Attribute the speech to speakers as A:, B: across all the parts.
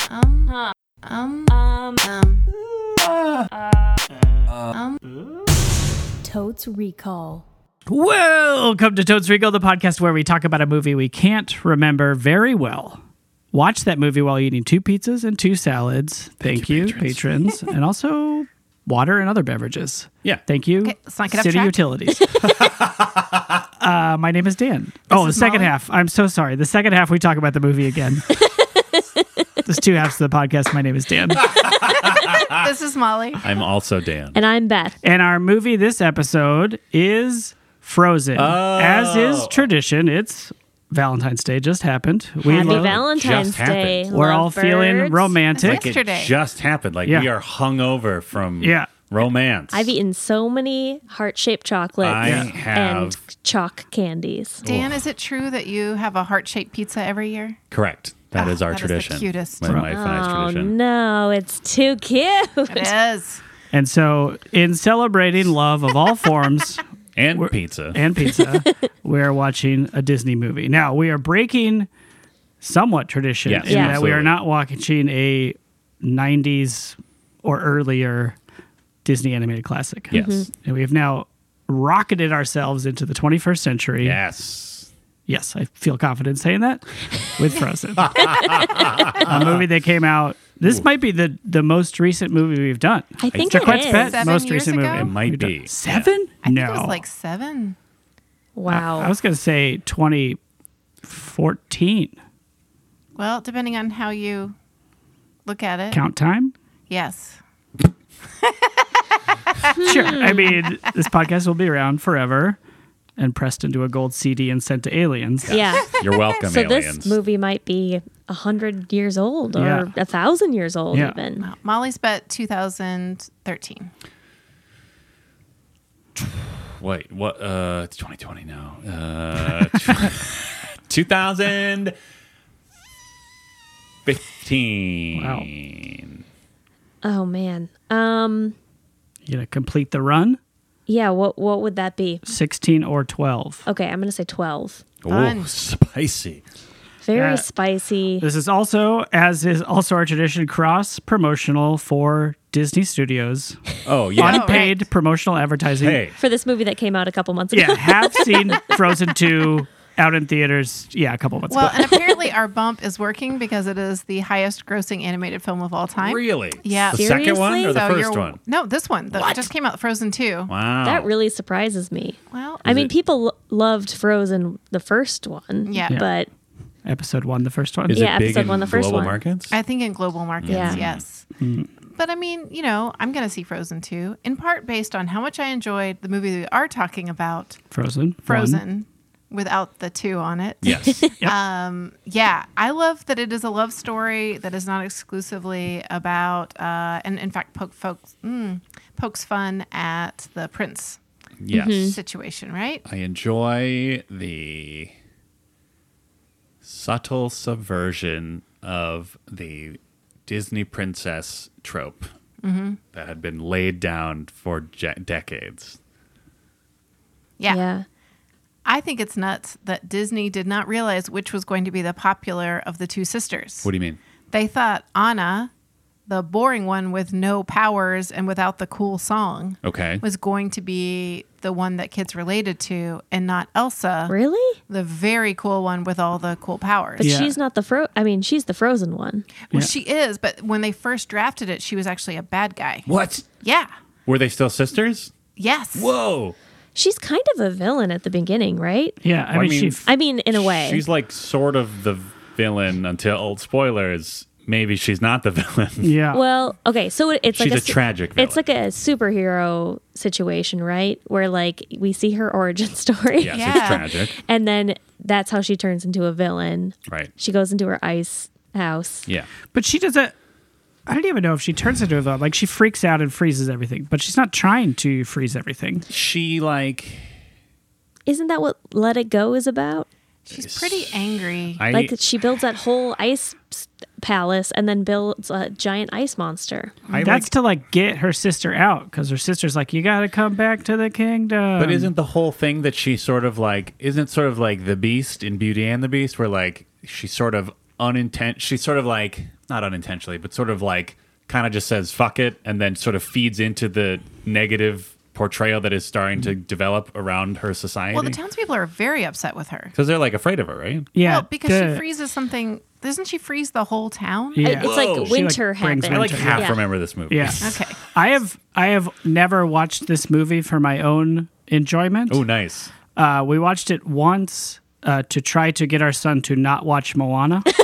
A: huh.
B: Um,
A: Um,
B: um,
C: Totes Recall.
D: Welcome to Totes Recall, the podcast where we talk about a movie we can't remember very well. Watch that movie while eating two pizzas and two salads. Thank, you, patrons. and also water and other beverages.
E: Yeah.
D: Thank you,
B: let's not get off
D: City
B: track.
D: Utilities. uh, my name is Dan. oh, the
B: is
D: second
B: Molly.
D: half. I'm so sorry. The second half, we talk about the movie again. There's two halves of the podcast. My name is Dan.
B: this is Molly.
E: I'm also Dan.
C: And I'm Beth.
D: And our movie this episode is Frozen. As
E: Oh.
D: is tradition, it's Valentine's Day just happened. We
C: Happy
D: love-
C: Valentine's
E: Just happened.
C: Day.
D: We're all
C: lovebirds.
D: feeling romantic.
E: Like
B: Yesterday.
E: It just happened. Like
D: Yeah.
E: we are hungover from
D: Yeah.
E: romance.
C: I've eaten so many heart shaped chocolates
E: I
C: and
E: have-
C: chalk candies.
B: Dan, is it true that you have a heart shaped pizza every year?
E: Correct. That
B: Ah,
E: is our
B: that is the
E: tradition.
B: cutest. Um,
E: My wife and I's
C: Oh
E: tradition.
C: no, it's too cute.
B: It is.
D: And so, in celebrating love of all forms
E: And pizza.
D: and pizza, we're watching a Disney movie. Now, we are breaking somewhat tradition
E: Yes,
D: in
C: Yeah.
D: that we are
E: absolutely.
D: not watching a 90s or earlier Disney animated classic.
E: Yes. Mhm.
D: And we have now rocketed ourselves into the 21st century.
E: yes.
D: Yes, I feel confident saying that with Frozen. a movie that came out. This might be the the most recent movie we've done.
C: I think
E: Mr.
C: it
D: Quet's
C: is.
D: Pet,
B: Seven
D: most
B: years
D: recent
B: ago?
D: movie.
B: It
E: might
D: we've done.
E: be.
D: Seven.
B: I
D: no,
B: think it was like seven.
C: Wow.
D: I was gonna say twenty fourteen.
B: Well, depending on how you look at it.
D: Count time.
B: Yes.
D: Sure.
C: Hmm.
D: I mean, this podcast will be around forever, and pressed into a gold CD and sent to aliens.
C: yeah.
E: You're welcome,
C: So
E: aliens.
C: this movie might be a hundred years old
D: Yeah.
C: or a thousand years old
D: Yeah.
C: even.
B: Molly's bet 2013.
E: Wait, what? Uh, it's 2020 now. Uh, 2015.
D: Wow.
C: Oh man. Um
D: You gonna complete the run?
C: yeah, what what would that be?
D: Sixteen or twelve.
C: Okay, I'm gonna say twelve.
E: Oh,
B: Fun.
E: spicy.
C: Very
D: Yeah. Uh,
C: spicy.
D: This is also, as is also our tradition, cross promotional for Disney Studios.
E: Oh, yeah.
D: Unpaid promotional advertising.
E: Hey,
C: for this movie that came out a couple months ago.
D: Yeah, have seen Frozen 2 out in theaters, yeah, a couple months
B: Well,
D: ago.
B: and apparently our bump is working because it is the highest grossing animated film of all time.
E: really?
B: Yeah.
E: The second one or the
B: So
E: first
B: you're-
E: one?
B: No, this one that just came out, Frozen 2.
E: Wow.
C: That
D: Oh.
C: really surprises me.
B: Well,
C: I mean, people lo- loved Frozen, the first one.
B: Yeah. Yeah.
C: But
D: Episode 1, the first one.
E: Is
C: Yeah,
E: it big
C: episode
E: in
C: one, the first
E: global
C: one.
E: markets?
B: I think in global markets,
C: Yeah.
B: yes. But I mean, you know, I'm going to see Frozen 2 in part based on how much I enjoyed the movie we are talking about,
D: Frozen. one.
B: Frozen, without the 2 on it.
E: yes.
B: Yeah, I love that it is a love story that is not exclusively about, uh, and in fact, poke, folks, mm, pokes fun at the prince
E: Yes.
B: situation, right?
E: I enjoy the subtle subversion of the Disney princess trope
B: Mm-hmm.
E: that had been laid down for ja decades.
B: Yeah.
C: yeah.
B: I think it's nuts that Disney did not realize which was going to be the popular of the two sisters.
E: What do you mean?
B: They thought Anna, the boring one with no powers and without the cool song,
E: Okay.
B: was going to be the one that kids related to and not Elsa,
C: Really?
B: the very cool one with all the cool powers.
C: But
D: Yeah.
C: she's not the fro. I mean, she's the Frozen one.
B: Well,
D: Yeah.
B: she is, but when they first drafted it, she was actually a bad guy.
E: What?
B: Yeah.
E: Were they still sisters?
B: Yes.
E: Whoa.
C: She's kind of a villain at the beginning, right?
D: Yeah, I
E: Well, I
D: mean, she
E: mean-
D: f-
C: I mean, in a way.
E: She's like sort of the villain until spoilers. Maybe she's not the villain.
D: yeah.
C: well, okay, so it- it's like
E: She's a
C: su-
E: tragic
C: It's like a superhero situation, right? Where like we see her origin story,
E: Yes,
B: Yeah.
E: it's tragic.
C: and then that's how she turns into a villain.
E: Right.
C: She goes into her ice house.
E: Yeah.
D: but she doesn't. I don't even know if she turns into a villain. Like, she freaks out and freezes everything, but she's not trying to freeze everything.
E: She like
C: Isn't that what Let It Go is about?
B: She's pretty angry.
E: I
C: like that she builds that whole ice s- palace and then builds a giant ice monster.
E: I
D: That's
E: like-
D: to, like, get her sister out because her sister's like, you got to come back to the kingdom.
E: But isn't the whole thing that she sort of like isn't sort of like the Beast in Beauty and the Beast, where like she sort of unintent. She sort of like not unintentionally, but sort of like kind of just says "fuck it" and then sort of feeds into the negative portrayal that is starting to develop around her
B: Well, the
E: society
B: townspeople are very upset with her.
E: because they're like afraid of her, right?
D: Yeah,
B: well, because
D: good.
B: she freezes something. Doesn't she freeze the whole town?
D: Yeah.
C: It's
E: Whoa.
C: like
E: She, like,
C: winter
D: brings
C: happened.
E: I like
D: Yeah.
E: half
C: Yeah.
E: remember this movie.
D: Yeah.
B: Okay.
D: I have I have never watched this movie for my own enjoyment.
E: Oh, nice.
D: Uh, we watched it once uh, to try to get our son to not watch Moana.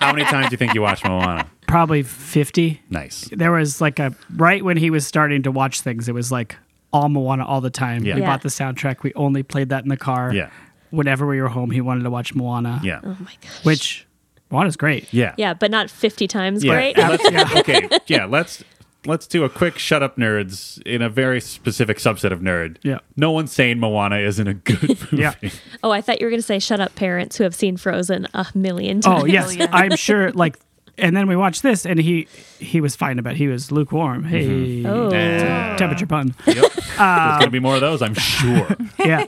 E: How many times do you think you watched Moana?
D: Probably fifty.
E: Nice.
D: There was like a right when he was starting to watch things, it was like all Moana all the time.
E: Yeah.
D: We
E: Yeah.
D: bought the soundtrack. We only played that in the car.
E: Yeah.
D: Whenever we were home, he wanted to watch Moana.
E: Yeah.
C: Oh my gosh.
D: Which Moana's great.
E: Yeah.
C: Yeah, but not 50 times
E: Yeah.
C: great.
E: Let's- okay. Yeah. Let's let's do a quick shut up nerds in a very specific subset of nerd.
D: Yeah.
E: No one's saying Moana isn't a good movie.
D: Yeah.
C: Oh, I thought you were going to say shut up parents who have seen Frozen a million times.
D: Oh yes,
B: yeah.
D: I'm sure. Like, and then we watched this, and he he was fine about. It. He was lukewarm. Hey,
C: Oh.
E: Eh,
D: temperature pun.
E: yep. There's gonna be more of those, I'm sure.
D: yeah.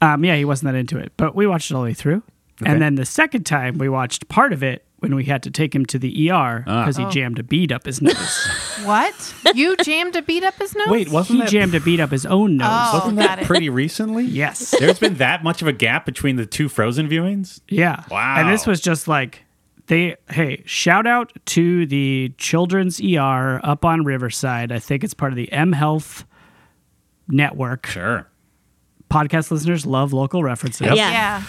D: Um, yeah, he wasn't that into it, but we watched it all the way through.
E: Okay.
D: And then the second time we watched part of it when we had to take him to the ER
E: Ah.
D: because he jammed a bead up his nose.
B: What? You jammed a beat up his nose?
E: Wait, wasn't
D: he
E: that
D: jammed a bead up his own nose.
B: Oh,
E: wasn't
B: got
E: that
B: it.
E: pretty recently?
D: Yes.
E: There's been that much of a gap between the two Frozen viewings.
D: Yeah.
E: Wow.
D: And this was just like they hey, shout out to the children's ER up on Riverside. I think it's part of the M Health network.
E: Sure.
D: Podcast listeners love local references.
E: Yep.
C: Yeah.
B: Yeah.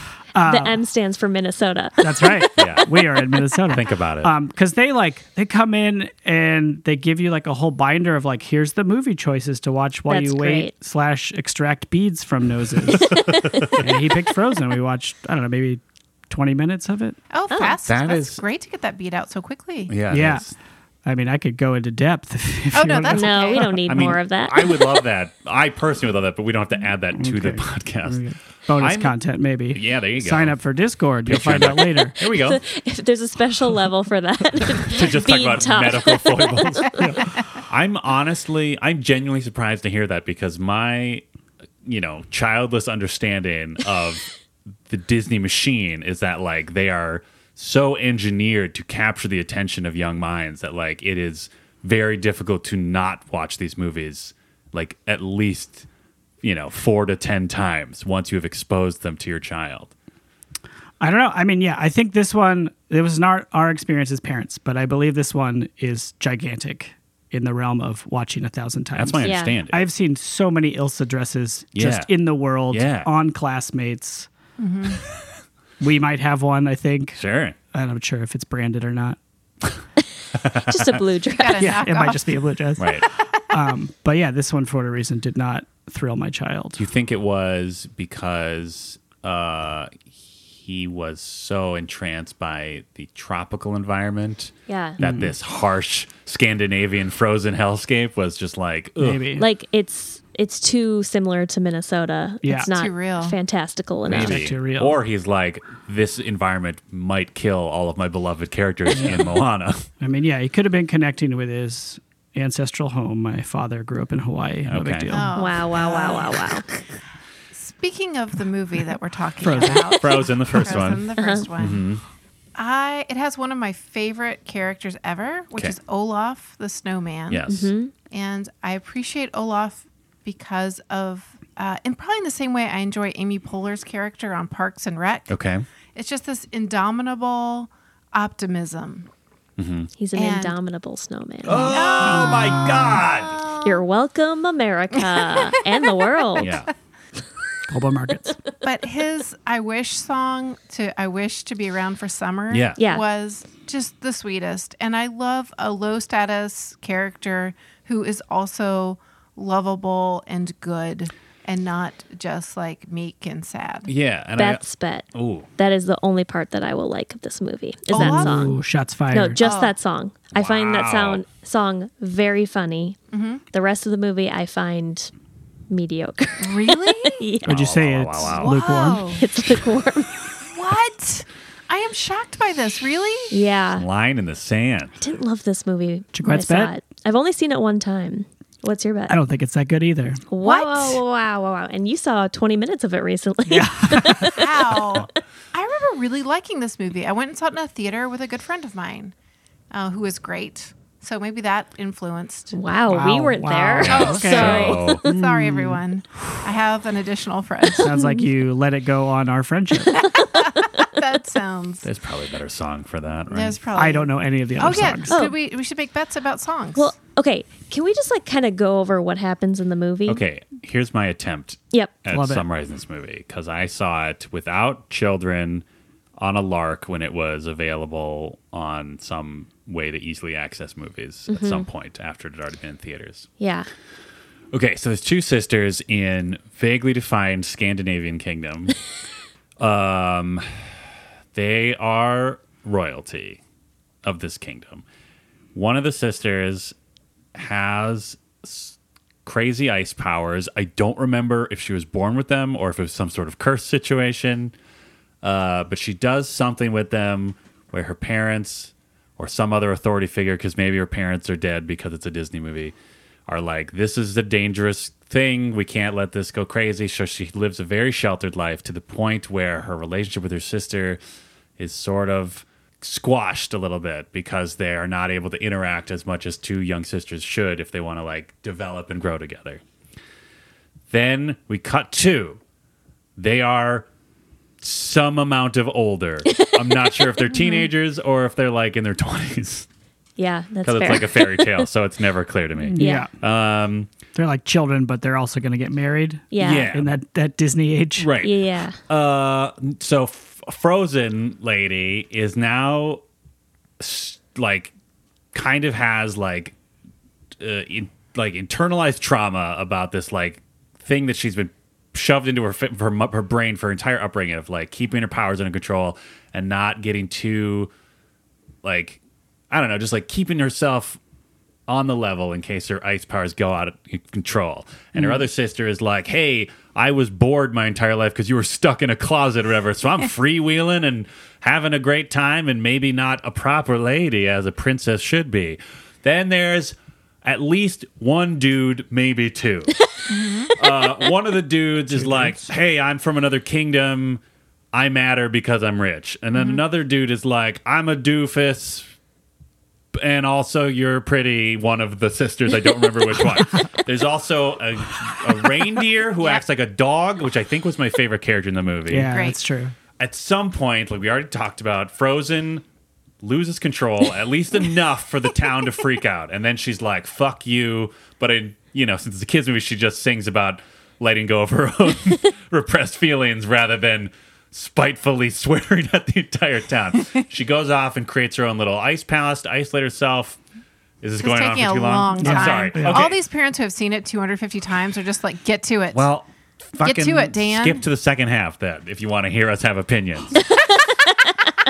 C: The
E: Um,
C: M stands for Minnesota.
D: That's right.
E: Yeah.
D: We are in Minnesota.
E: Think about it.
D: um because they like they come in and they give you like a whole binder of like here's the movie choices to watch while
C: That's
D: you wait
C: great.
D: slash extract beads from noses and he picked frozen we watched i don't know maybe 20 minutes of it
B: Oh, fast.
E: That
B: that's
E: is-
B: great to get that beat out so quickly.
E: yeah.
D: yeah
E: that's-
D: i mean i could go into depth if,
B: Oh,
D: you
B: no,
D: wanna-
B: that's-
C: No,
B: okay.
C: we don't need
E: I mean,
C: more of that.
E: I would love that. I personally would love that, but we don't have to add that to the podcast.
D: bonus
E: I'm-
D: content maybe
E: Yeah, there you go.
D: sign up for discord you'll find out later
E: Here we go.
C: If There's a special level for that.
E: to just talk
C: Bean
E: about
C: top.
E: medical foibles. I'm honestly, I'm genuinely surprised to hear that because my, you know, childless understanding of the Disney machine is that like they are so engineered to capture the attention of young minds that like it is very difficult to not watch these movies like at least you know four to ten times once you have exposed them to your child
D: I don't know. I mean, yeah, I think this one it was not our experience as parents, but I believe this one is gigantic in the realm of watching a thousand times.
E: that's my
C: Yeah.
E: understanding
D: I've seen so many Ilsa dresses just
E: Yeah.
D: in the world
E: Yeah.
D: on classmates.
C: Mm-hmm.
D: we might have one, I think.
E: sure
D: And I'm sure if it's branded or not.
C: Just a blue dress.
B: Gotta
D: Yeah,
B: knock
D: it might
B: off.
D: just be a blue dress.
E: right
D: But yeah, this one for whatever reason did not thrill my child.
E: Do you think it was because uh, he was so entranced by the tropical environment
C: Yeah.
E: that this harsh Scandinavian frozen hellscape was just like, ugh.
D: Maybe.
C: Like it's it's too similar to Minnesota.
D: Yeah.
C: It's not
B: Too real.
C: fantastical enough.
E: Maybe.
D: too real.
E: Or he's like, this environment might kill all of my beloved characters in Moana.
D: I mean, yeah, he could have been connecting with his ancestral home. My father grew up in Hawaii. No big
E: Okay.
D: deal.
B: Oh.
C: Wow, wow, wow, wow, wow.
B: Speaking of the movie that we're talking
D: Frozen.
B: about,
E: Frozen, the first
B: Frozen,
E: one. Mm-hmm.
B: the first
C: Uh-huh.
B: one. I it has one of my favorite characters ever, which
E: Okay.
B: is Olaf the snowman.
E: Yes.
B: and I appreciate Olaf because of, uh, and probably in the same way I enjoy Amy Poehler's character on Parks and Rec.
E: Okay.
B: It's just this indomitable optimism.
C: He's an
B: And-
C: indomitable snowman.
E: Oh my God.
C: You're welcome, America and the world.
E: Yeah.
D: Global markets.
B: But his I Wish song to I Wish to Be Around for Summer
E: Yeah.
C: Yeah.
B: was just the sweetest. And I love a low status character who is also lovable and good and not just like meek and sad.
E: Oh, Yeah. And
C: Beth's bet.
E: I. Ooh.
C: That is the only part that I will like of this movie. Is
B: Oh,
C: that
B: wow.
C: song?
D: Ooh, shots fired.
C: No, just that song. I find
E: Wow.
C: that sound song very funny. The rest of the movie I find mediocre.
B: Really?
D: Would you say
E: wow, wow,
D: it's
E: wow, wow.
D: lukewarm?
B: Wow.
C: it's lukewarm.
B: What? I am shocked by this. Really?
C: yeah,
E: Line in the sand.
C: didn't love this movie. when I
D: Chagrette's
C: saw
D: bet?
C: it. I've only seen it one time. What's your bet?
D: I don't think it's that good either.
C: Wow,
B: What?
C: wow, wow, wow, wow! And you saw 20 minutes of it recently.
B: Wow. I remember really liking this movie. I went and saw it in a theater with a good friend of mine, uh, who was great. So maybe that influenced.
C: Wow,
D: Wow,
C: we weren't
D: wow.
C: there.
D: Oh, okay.
C: So
E: So
B: Sorry, everyone. I have an additional friend.
D: Sounds like you let it go on our friendship.
B: that sounds.
E: there's probably a better song for that, right?
B: There's probably.
D: I don't know any of the
B: Oh
D: other
B: yeah,
D: songs.
C: Oh.
B: Should we we should make bets about songs.
C: well, okay. Can we just like kind of go over what happens in the movie?
E: okay, here's my attempt
C: Yep.
E: at
D: Love it.
E: summarizing this movie because I saw it without children on a lark when it was available on some way to easily access movies at some point after it had already been in theaters.
C: Yeah.
E: Okay, so there's two sisters in vaguely defined Scandinavian kingdom. um, they are royalty of this kingdom. One of the sisters has s- crazy ice powers. I don't remember if she was born with them or if it was some sort of curse situation. Uh, but she does something with them where her parents or some other authority figure, because maybe her parents are dead because it's a Disney movie, are like, this is the dangerous thing. We can't let this go crazy. So she lives a very sheltered life to the point where her relationship with her sister is sort of squashed a little bit because they are not able to interact as much as two young sisters should if they want to like develop and grow together. Then we cut to they are some amount of older. I'm not sure
C: Mm-hmm.
E: if they're teenagers or if they're like in their 20s
C: Yeah.
E: because
C: That's fair.
E: it's like a fairy tale, so it's never clear to me.
C: yeah.
E: Um,
D: They're like children, but they're also going to get married.
C: yeah.
E: yeah.
D: In that, that Disney age.
E: right.
C: Yeah. yeah.
E: Uh, so F- Frozen lady is now s- like kind of has like uh, in, like internalized trauma about this like thing that she's been shoved into her fi- her, mu- her brain for her entire upbringing of like keeping her powers under control and not getting too like I don't know, just like keeping herself on the level in case her ice powers go out of control. And her other sister is like, "Hey, I was bored my entire life because you were stuck in a closet or whatever, so I'm freewheeling and having a great time and maybe not a proper lady as a princess should be." Then there's at least one dude, maybe two. uh, one of the dudes is like, "Hey, I'm from another kingdom. I matter because I'm rich." And then another dude is like, "I'm a doofus, and also you're pretty." One of the sisters, I don't remember which one. There's also a, a reindeer who acts like a dog, which I think was my favorite character in the movie
D: Yeah,
B: Great.
D: that's true.
E: at some point, like we already talked about, Frozen loses control at least enough for the town to freak out, and then she's like, "Fuck you!" But it, you know, since it's a kids movie, she just sings about letting go of her own repressed feelings rather than spitefully swearing at the entire town. She goes off and creates her own little ice palace to isolate herself. Is this
B: It's
E: going on
B: taking
E: for too
B: a
E: long?
B: long time.
E: I'm sorry. Okay.
B: All these parents who have seen it 250 times are just like, get to it.
E: Well, fucking
B: to it, Dan.
E: Skip to the second half then, if you want to hear us have opinions.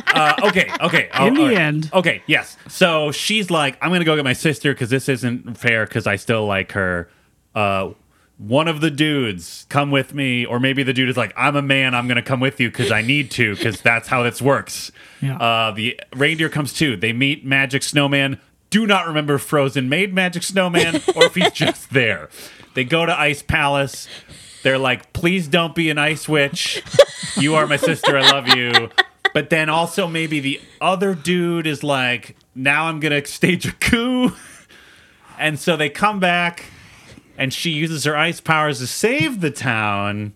E: uh, okay, okay. oh,
D: In the
E: all right.
D: end.
E: Okay, yes. So she's like, I'm going to go get my sister because this isn't fair because I still like her. Uh, one of the dudes come with me, or maybe the dude is like, I'm a man, I'm going to come with you because I need to because that's how this works.
D: Yeah.
E: Uh, the reindeer comes too. They meet Magic Snowman. Do not remember if Frozen made Magic Snowman or if he's just there. They go to Ice Palace. They're like, please don't be an ice witch. You are my sister. I love you. But then also, maybe the other dude is like, now I'm going to stage a coup. And so they come back, and she uses her ice powers to save the town.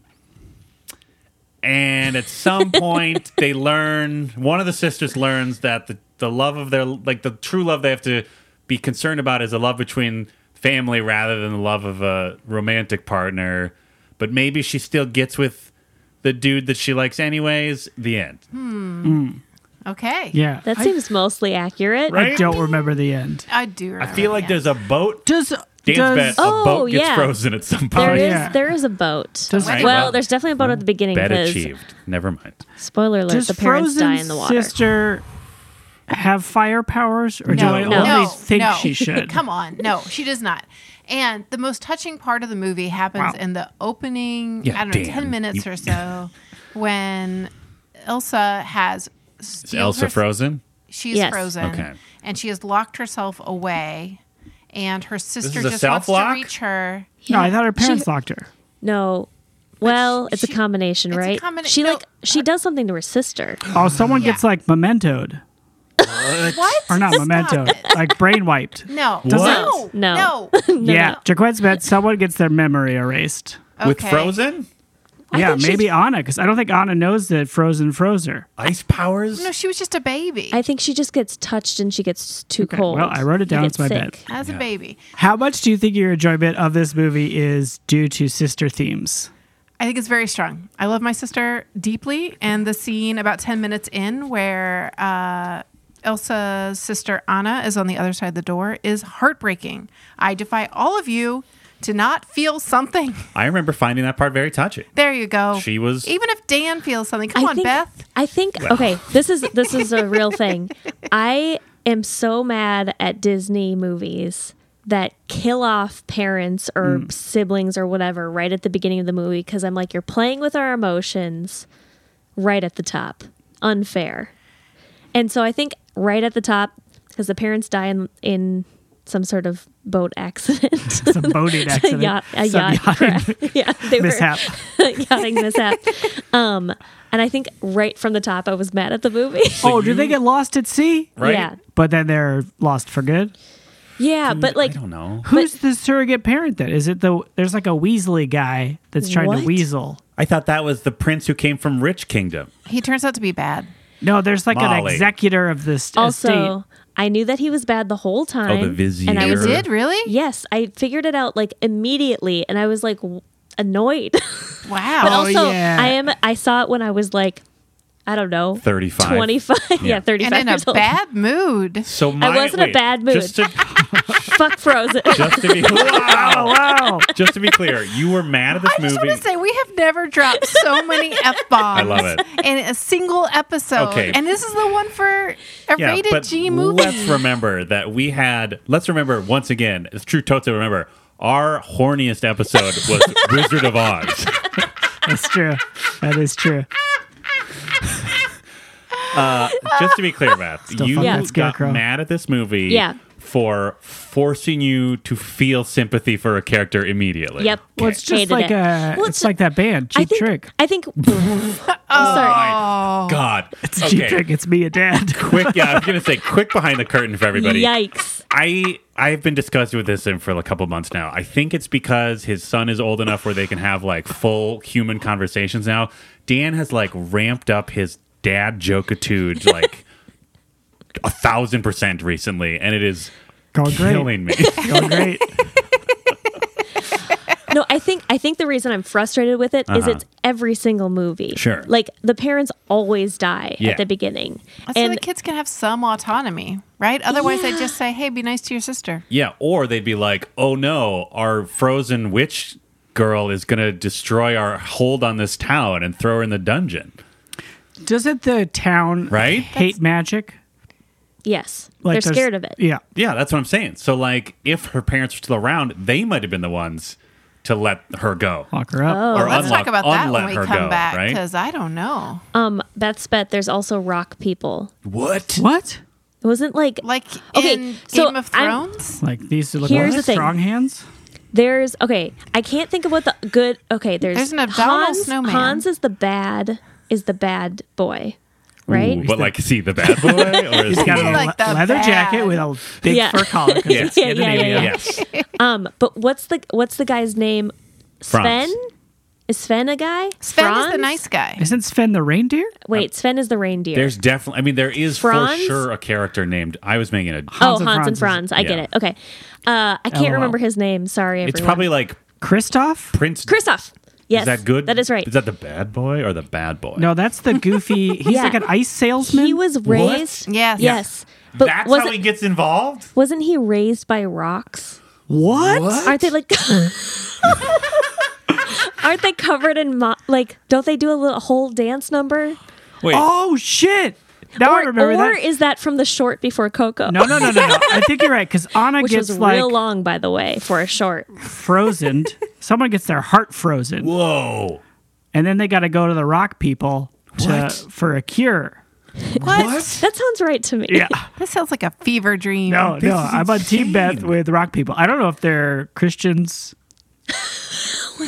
E: And at some point, they learn one of the sisters learns that the, the love of their like the true love they have to be concerned about is the love between family rather than the love of a romantic partner. But maybe she still gets with the dude that she likes, anyways. The end.
B: okay.
D: Yeah.
C: That
D: I-
C: seems mostly accurate.
E: Right?
D: I don't remember the end.
B: I do. Remember
E: I feel like
B: the
E: there's a boat.
D: Does
E: Dan's
D: does
E: bet
C: Oh,
E: a boat gets
C: yeah.
E: frozen at some
C: There
E: point.
C: is
D: Oh, yeah.
C: there is a boat.
D: Does-
E: Right,
C: well,
E: well,
C: there's definitely a boat at the beginning
E: Bet
C: because
E: achieved. Never mind.
C: spoiler alert,
D: does
C: the parents
D: Frozen's
C: die in the water.
D: sister have fire powers, or do
B: No,
D: I
B: no,
D: only
B: no,
D: think
B: no.
D: she should?
B: Come on, no, she does not. And the most touching part of the movie happens
D: Wow.
B: in the opening,
E: Yeah,
B: I don't know,
E: damn,
B: ten minutes
E: you-
B: or so, when Elsa has
E: Is Elsa frozen?
B: She's
C: Yes.
B: frozen,
E: Okay.
B: and she has locked herself away, and her sister
E: is a
B: just wants to
E: self-lock?
B: reach her.
D: No, I thought her parents
C: She-
D: locked her.
C: No, Well, it's
B: she-
C: a combination,
B: it's a
C: right?
B: combina-
C: she
B: no,
C: like she does something to her sister.
D: Oh, someone
B: Yeah.
D: gets like mementoed
B: What?
D: or not
B: Stop it.
D: mementoed, like brain wiped.
B: No. No.
E: What?
C: No.
B: No.
D: yeah, Jaquette's bet someone gets their memory erased.
E: With
B: Okay.
E: Frozen?
C: I
D: yeah,
C: think she's-
D: maybe Anna, because I don't think Anna knows that Frozen froze her.
E: Ice powers?
B: No, she was just a baby.
C: I think she just gets touched and she gets too
D: Okay,
C: cold.
D: well, I wrote it
C: You
D: down,
C: get
D: it's my
C: sick.
D: bad.
B: As a baby.
D: How much do you think your enjoyment of this movie is due to sister themes?
B: I think it's very strong. I love my sister deeply, and the scene about ten minutes in where uh, Elsa's sister Anna is on the other side of the door is heartbreaking. I defy all of you to not feel something.
E: I remember finding that part very touching.
B: There you go.
E: She was-
B: even if Dan feels something. Come
C: I
B: on,
C: think,
B: Beth.
C: I think okay, this is this is a real thing. I am so mad at Disney movies that kill off parents or
D: Hmm.
C: siblings or whatever right at the beginning of the movie because I'm like you're playing with our emotions right at the top. Unfair. And so I think right at the top because the parents die in in some sort of boat accident.
D: Some boating accident.
C: yacht, a
D: some
C: yacht crash. yeah, they were
D: mishap.
C: yachting mishap. Um, and I think right from the top, I was mad at the movie.
D: oh, do they get lost at sea?
E: Right?
C: Yeah,
D: But then they're lost for good.
C: yeah, but like,
E: I don't know.
D: Who's the surrogate parent then? Is it the there's like a Weasley guy that's trying
C: What?
D: to weasel?
E: I thought that was the prince who came from Rich Kingdom.
B: He turns out to be bad.
D: No, there's like an
E: Molly.
D: executor of this estate. Oh,
C: also, I knew that he was bad the whole time.
E: vizier.
C: And I was
E: Sure.
B: Did really?
C: yes, I figured it out like immediately, and I was like w- annoyed.
B: Wow.
C: but also,
D: Oh, yeah.
C: I am. I saw it when I was like, I don't know,
E: 35.
C: twenty five. Yeah,
E: Yeah.
C: thirty
B: and
C: five.
B: in a
C: years old.
B: bad mood.
E: So my,
C: was in a
E: wait,
C: bad mood.
E: Just to,
C: Fuck Frozen.
E: just to be wow,
D: Wow.
E: just to be clear, you were mad at this
B: I just
E: movie.
B: want to say we have never dropped so many f bombs.
E: I love it.
B: In a single episode,
E: Okay.
B: and this is the one for a rated G movie.
E: Let's remember that we had. Let's remember once again. It's true, Toto. Remember our horniest episode was Wizard of Oz.
D: That's true. That is true.
E: Uh, just to be clear, Beth, you
D: fucking
C: Yeah.
E: got
D: Scarecrow.
E: mad at this movie.
C: Yeah.
E: For forcing you to feel sympathy for a character immediately.
C: Yep.
D: Well, it's just
C: Hated
D: like
C: it.
D: a,
C: Well,
D: it's, like that band,
C: I
D: Cheap
C: think,
D: Trick.
C: I think. I'm sorry.
E: My God.
D: It's Cheap Trick. It's me and Dad.
E: Quick. Yeah, I was gonna say quick behind the curtain for everybody.
C: Yikes.
E: I I've been discussing with this in for a couple months now. I think it's because his son is old enough where they can have like full human conversations now. Dan has like ramped up his dad jokitude like a thousand percent recently, and it is
D: Going great.
E: killing me.
D: Going great.
C: no, I think I think the reason I'm frustrated with it is
E: Uh-huh.
C: it's every single movie.
E: Sure.
C: Like the parents always die
E: Yeah.
C: at the beginning.
B: so
C: and
B: the kids can have some autonomy, right? Otherwise, they just say, "Hey, be nice to your sister."
E: yeah, or they'd be like, "Oh no, our frozen witch girl is gonna destroy our hold on this town and throw her in the dungeon."
D: Doesn't the town
E: Right?
D: hate magic?
C: yes. they're
D: there's-
C: scared of it.
D: Yeah.
E: Yeah, that's what I'm saying. So like, if her parents were still around, they might have been the ones to let her go.
D: Lock her up.
C: Oh.
E: or
B: Let's
E: unlock,
B: talk about that when
E: unlet
B: we
E: her
B: come
E: go,
B: back,
E: right?
B: because I don't know.
C: Um, Beth's bet there's also rock people.
E: What?
D: What?
C: It wasn't like
B: Like
C: Okay,
B: in
C: so
B: Game of
C: I'm-
B: Thrones,
D: Like these look
C: Here's
D: like
C: the thing.
D: strong hands?
C: there's okay, I can't think of what the good okay, there's,
B: There's an abdominal
C: Hans,
B: snowman.
C: Hans is the bad is the bad boy. Right?
E: Ooh, but like, see the bad boy, or is he?
D: Got a
B: Like
D: le-
B: the
D: leather
B: bad.
D: jacket with a big
C: Yeah.
D: fur collar 'cause
E: Yeah.
D: it's
C: Yeah, yeah, yeah,
D: Scandinavia.
C: yeah.
E: yes,
C: Um, but what's the what's the guy's name?
E: Franz.
C: Sven? Is Sven a guy?
B: Sven is
C: Franz?
B: the nice guy.
D: Isn't Sven the reindeer?
C: Wait, Sven is the reindeer.
E: there's definitely. I mean, there is
C: Franz?
E: for sure a character named. I was making a.
C: Oh,
D: Hans and
C: Hans and
D: Franz
C: Franz. I get
E: yeah.
C: it. Okay. Uh, I can't
D: LOL.
C: remember his name. Sorry, everyone.
E: It's probably like
D: Kristoff?
E: Prince.
C: Christoph. Yes.
E: Is that good?
C: That is right.
E: Is that the bad boy or the bad boy?
D: No, that's the goofy. He's
C: Yeah.
D: like an ice salesman.
C: he was raised.
B: Yes.
C: Yes. But
E: that's
C: wasn't,
E: how he gets involved.
C: wasn't he raised by rocks?
D: what?
C: Aren't they like. Aren't they covered in. Mo- like, don't they do a little whole dance number?
E: Wait,
D: Oh shit! Now I
C: Or,
D: remember
C: or
D: that.
C: is that from the short before Coco?
D: No, no, no, no, no. I think you're right because Anna
C: Which
D: gets
C: was
D: like
C: real long, by the way, for a short.
D: frozen. Someone gets their heart frozen,
E: whoa!
D: and then they got to go to the rock people to,
E: What?
D: for a cure.
B: What?
C: That sounds right to me.
D: Yeah.
B: This sounds like a fever dream.
D: No, no. I'm on Team Beth with rock people. I don't know if they're Christians.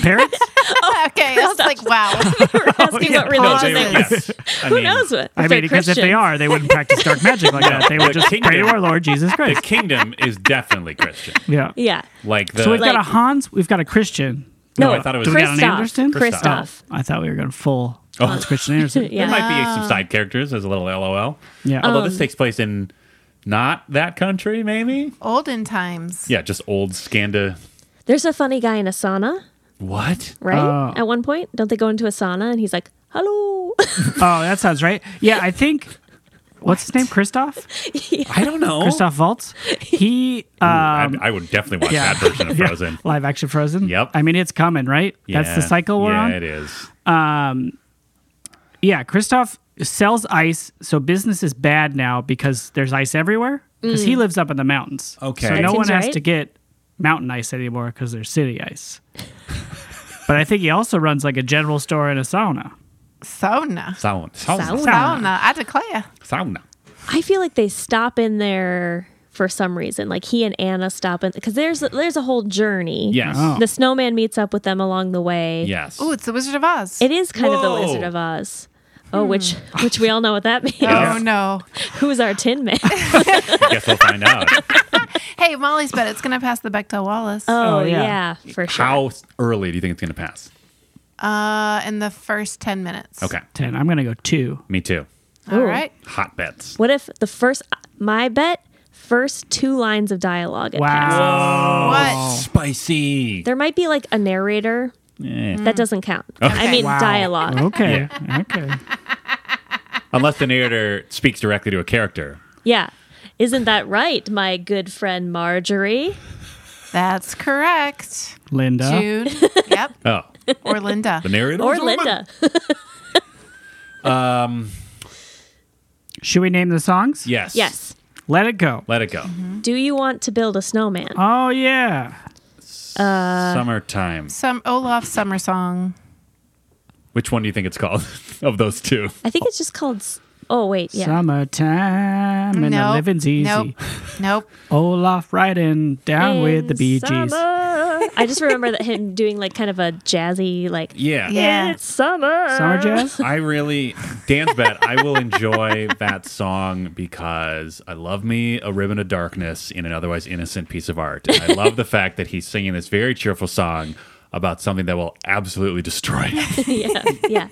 D: Parents?
B: okay, I was like, wow.
C: asking what
B: yeah.
C: religion
B: No,
C: they
B: they-
C: is.
E: I
C: Who
E: mean,
C: knows what?
D: I
C: they're
D: mean, because if they
C: Christians.
D: are, they wouldn't practice dark magic like that. They would
E: The
D: just pray to
E: kingdom.
D: our Lord Jesus
E: The
D: Christ.
E: kingdom is definitely Christian.
D: Yeah.
C: Yeah.
E: Like the
D: So we've got a
C: Like-
D: Hans, we've got a Christian.
E: No, I thought it was-
D: Do we got an
C: Christoph.
D: Anderson? Oh,
C: Christoph. Oh.
D: I thought we were going full Hans Christian Andersen.
E: Oh. there
C: Yeah.
E: might be some side characters as a little LOL.
D: Yeah.
E: Although
C: Um.
E: this takes place in not that country, maybe.
B: Olden times.
E: Yeah, just old Scanda.
C: There's a funny guy in a sauna,
E: What?
C: right?
D: Oh.
C: At one point, don't they go into a sauna and he's like, "Hello."
D: Oh, that sounds right. Yeah, I think. What's his name? Christoph?
C: Oh.
E: I don't know.
D: Christoph Waltz? He.
E: I,
D: Um,
E: I would definitely watch
D: yeah.
E: that version of Frozen.
D: Live action Frozen.
E: Yep.
D: I mean, it's coming, right? That's the
E: Yeah.
D: cycle we're
E: yeah,
D: on.
E: it is.
D: Yeah, Christoph sells ice, so business is bad now because there's ice everywhere. Because he lives up in the mountains.
E: Okay.
D: So
E: That
D: no one
C: Mm. seems
D: has
C: right.
D: to get mountain ice anymore because there's city ice. but I think he also runs like a general store and a sauna.
B: Sauna.
E: Sauna. Sauna.
C: Sauna.
B: Sauna. I declare.
E: Sauna.
C: I feel like they stop in there for some reason. Like he and Anna stop in because there's there's a whole journey.
E: Yes.
D: Oh.
C: The snowman meets up with them along the way.
E: Yes.
B: Oh, it's the Wizard of Oz.
C: It is kind of the
E: Whoa.
C: Wizard of Oz. Oh, which
E: Hmm.
C: which we all know what that means.
B: Oh no!
C: Who's our Tin Man?
E: I guess we'll find out.
B: Hey, Molly's bet it's gonna pass the Bechdel Wallace
C: Oh,
D: Oh, yeah.
C: yeah. for sure.
E: How early do you think it's going to pass?
B: uh, in the first ten minutes.
E: Okay.
D: Ten. I'm gonna go two.
E: Me too.
B: All right.
E: Hot bets.
C: What if the first my bet first two lines of dialogue? it passed.
D: Wow.
B: What?
E: Spicy.
C: There might be like a narrator
E: Eh.
C: that doesn't count.
D: Mm.
E: Okay.
C: I mean
D: Wow.
C: dialogue.
D: Okay. Okay.
E: Unless the narrator speaks directly to a character.
C: Yeah. Isn't that right, my good friend Marjorie?
B: That's correct.
D: Linda.
B: June. yep.
E: Oh,
B: Or Linda.
E: the narrator
C: Or Linda.
D: Should we name the songs?
E: Yes.
C: yes.
D: Let it go.
E: Let it go.
C: Do you want to build a snowman?
D: Oh yeah.
E: Summertime.
B: Some Olaf summer song.
E: Which one do you think it's called of those two?
C: I think it's just called s- Oh wait, yeah.
D: Summertime and the
B: Nope.
D: living's easy.
B: Nope. Nope.
D: Olaf riding down with the
C: In
D: Bee Gees.
C: summer. I just remember that him doing like kind of a jazzy like
E: Yeah.
B: Yeah.
C: It's summer.
D: Summer jazz.
E: I really, Dan's bet, I will enjoy that song because I love me a ribbon of darkness in an otherwise innocent piece of art. And I love the fact that he's singing this very cheerful song about something that will absolutely destroy him.
C: yeah, yeah.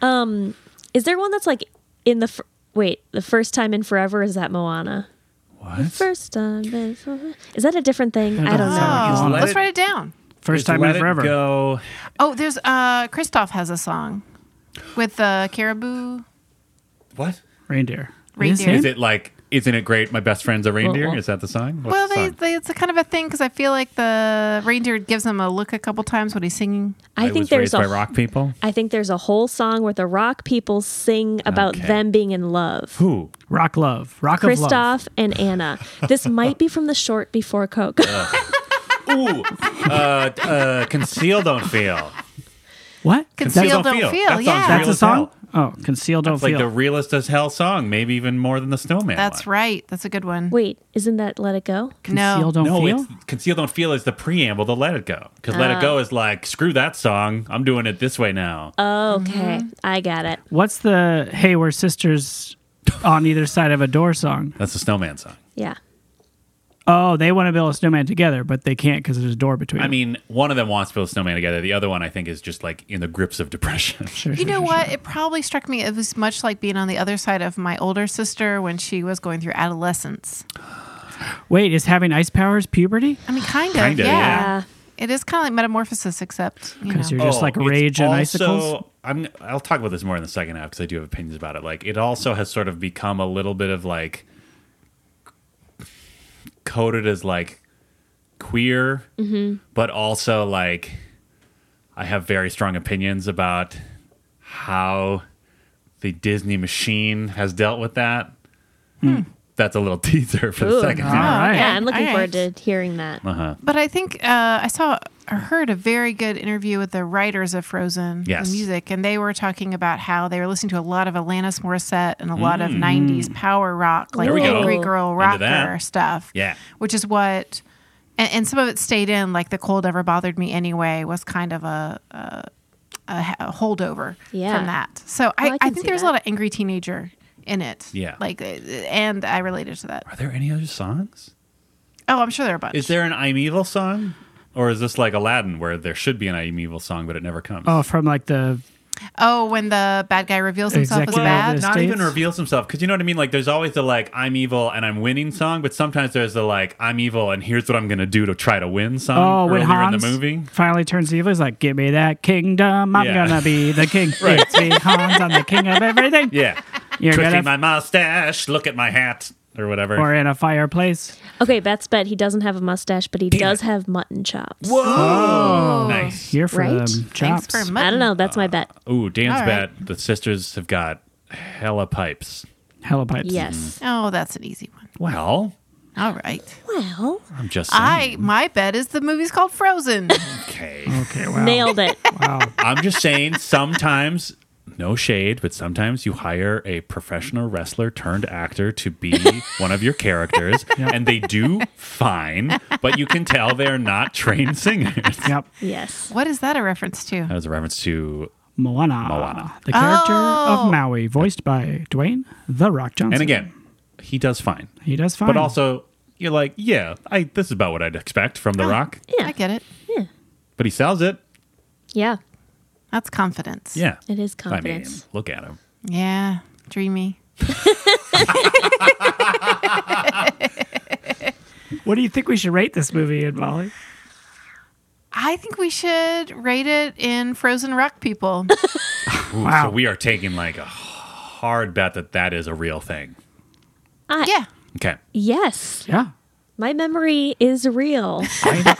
C: Um, is there one that's like in the fir- wait the first time in forever? Is that Moana?
E: What?
C: First time in forever. Is that a different thing? I don't know.
D: Oh.
B: Oh,
E: Let
B: let's
E: it-
B: write it down.
D: First time in
E: Let It
D: forever.
E: Go.
B: Oh, there's uh Christoph has a song with the caribou.
E: What?
D: Reindeer.
B: Reindeer.
E: Is it like, isn't it great? My best friend's a reindeer.
C: Well,
E: Is that the song? What's
B: Well,
E: the
B: they,
E: song?
B: they, it's a kind of a thing because I feel like the reindeer gives him a look a couple times when he's singing.
C: I,
E: was
C: think
E: raised
C: there's a
E: by rock people.
C: I think there's a whole song where the rock people sing about
E: Okay.
C: them being in love.
E: Who?
D: Rock love. Rock of love.
C: Kristoff and Anna. This might be from the short before Coco.
E: Ooh. Uh, uh, conceal, don't feel.
D: What?
B: Conceal, don't feel.
E: That sounds
B: yeah,
E: real
D: That's a
E: as
D: song?
E: hell.
D: Oh, conceal don't
E: It's like
D: feel.
E: the realest as hell song, maybe even more than the snowman.
B: that's
E: one.
B: right. That's a good one.
C: Wait, isn't that Let It Go?
D: conceal
B: no,
D: don't
E: No,
D: feel.
E: it's conceal don't feel is the preamble to let it go because let
B: Oh.
E: it go is like screw that song. I'm doing it this way now.
B: Uh.
C: Okay,
B: Mm-hmm.
C: I got it.
D: What's the Hey We're Sisters on either side of a door song?
E: that's the snowman song.
C: Yeah.
D: Oh, they want to build a snowman together, but they can't because there's a door between.
E: I
D: them.
E: mean, one of them wants to build a snowman together. The other one, I think, is just like in the grips of depression.
D: Sure,
B: you
D: sure,
B: know
D: sure,
B: what?
D: sure.
B: It probably struck me. It was much like being on the other side of my older sister when she was going through adolescence.
D: Wait, is having ice powers puberty?
B: I mean, kind of.
E: Kinda,
B: yeah.
C: yeah.
B: It is kind of like metamorphosis, except you know.
D: Because you're
E: Oh,
D: just like rage and icicles.
E: I'm, I'll talk about this more in the second half because I do have opinions about it. Like, it also has sort of become a little bit of like coded as like queer, but also like I have very strong opinions about how the Disney machine has dealt with that.
D: Hmm.
E: That's a little teaser for the
C: Ooh.
E: second
D: All
E: half.
D: right.
C: Yeah, I'm looking
B: All
C: forward
B: right.
C: to hearing that.
B: But I think uh, I saw or heard a very good interview with the writers of Frozen the
E: Yes.
B: music, and they were talking about how they were listening to a lot of Alanis Morissette and a lot of '90s power rock, like
E: Mm. There we go.
B: angry girl
E: Into that.
B: rocker stuff.
E: Yeah.
B: which is what and, and some of it stayed in, like the cold ever bothered me anyway was kind of a a, a, h- a holdover
C: Yeah. Oh,
B: from that. So I,
C: I
B: I,
C: can
B: think
C: see
B: there's
C: that.
B: a lot of angry teenager in it.
E: Yeah.
B: like uh, and I related to that.
E: Are there any other songs?
B: Oh, I'm sure there are a bunch.
E: Is there an I'm Evil song? Or is this like Aladdin where there should be an I'm Evil song, but it never comes?
D: Oh, from like the
B: oh, when the bad guy reveals himself
D: Executive
B: as bad.
D: is-
E: not even
D: States?
E: reveals himself because you know what I mean. Like, there's always the like "I'm evil and I'm winning" song, but sometimes there's the like "I'm evil and here's what I'm gonna do to try to win"
D: oh,
E: song
D: when
E: earlier
D: Hans
E: in the movie.
D: finally turns evil, he's like, "Give me that kingdom, I'm
E: Yeah.
D: gonna be the king." right, it's me, Hans, I'm the king of everything.
E: Yeah,
D: You're
E: twisting
D: gonna
E: my mustache, look at my hat or whatever.
D: or in a fireplace.
C: Okay, Beth's bet he doesn't have a mustache, but he does have mutton chops.
E: Whoa,
D: Oh.
E: Oh, nice.
D: Here for
C: Right?
D: them
B: Thanks
D: chops.
B: for mutton.
C: I don't know. That's my
E: Uh,
C: bet.
E: Ooh, Dan's
B: All right.
E: bet. The sisters have got hella pipes.
D: Hella pipes.
C: Yes.
B: Oh, that's an easy one.
E: Well,
B: All right.
C: Well,
E: I'm just saying.
B: I my bet is the movie's called Frozen.
E: okay.
D: Okay. Wow.
C: nailed it.
D: Wow.
E: I'm just saying. Sometimes. No shade, but sometimes you hire a professional wrestler turned actor to be one of your characters, and they do fine, but you can tell they're not trained singers. That
D: Yep.
C: Yes.
B: what is that a reference to?
E: was a reference to,
D: Moana.
E: Moana.
D: The character
B: Oh.
D: of Maui, voiced by Dwayne the Rock Johnson.
E: and again, he does fine,
D: he does fine.
E: but also you're like, yeah, I this is about what I'd expect from
C: Oh.
E: The Rock,
B: I get it.
E: but he sells it.
C: Yeah.
B: That's confidence.
E: Yeah,
C: It is
E: I mean,
C: confidence.
E: look at him.
B: Yeah. Dreamy.
D: what do you think we should rate this movie in Molly?
B: I think we should rate it in Frozen Rock people.
E: Ooh,
D: Wow.
E: So we are taking like a hard bet that that is a real thing.
C: I,
B: yeah.
E: Okay.
C: Yes.
D: Yeah.
C: My memory is real.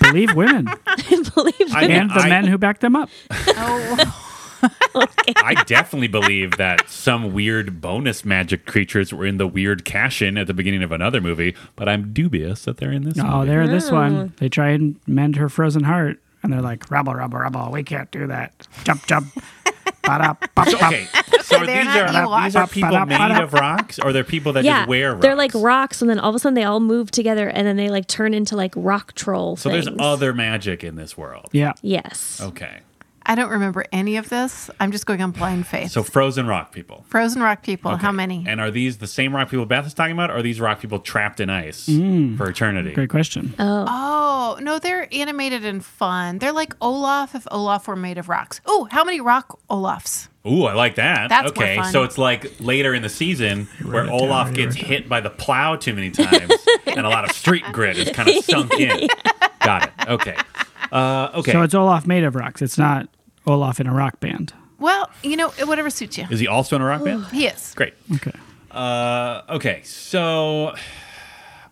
D: Believe women
C: I believe
E: I-
C: it.
D: and the
E: I-
D: men who back them up.
B: Oh,
E: I definitely believe that some weird bonus magic creatures were in the weird cash in at the beginning of another movie, but I'm dubious that they're in this.
D: Oh,
E: movie.
D: they're this one. They try and mend her frozen heart, and they're like, "Rubble, rubble, rubble. We can't do that. Jump, jump." Ba-da, ba-ba.
E: Okay. So are
B: They're
E: these
B: not
E: are these are
D: Ewoks.
E: people made of rocks, or they're people that
C: yeah.
E: just wear rocks?
C: They're like rocks, and then all of a sudden they all move together, and then they like turn into like rock troll
E: So there's
C: things.
E: other Oh. magic in this world.
D: Yeah.
C: Yes.
E: Okay.
B: I don't remember any of this. I'm just going on blind faith.
E: So frozen rock people.
B: Frozen Rock people. How
E: Okay.
B: many?
E: And are these the same rock people Beth is talking about? Or are these rock people trapped in ice for eternity?
D: Great question.
B: oh no, they're animated and fun. They're like Olaf if Olaf were made of rocks. Oh, how many rock Olafs?
E: Ooh, I like that.
B: That's more
E: okay,
B: fun.
E: so it's like later in the season where
D: it
E: Olaf
D: down, you
E: gets hit by the plow too many times, and a lot of street grit is kind of sunk in. Got it. Okay. Uh, okay.
D: So it's Olaf made of rocks. It's not Olaf in a rock band.
B: Well, you know, whatever suits you.
E: is he also in a rock band?
B: He is.
E: Great.
D: Okay.
E: Uh, okay, so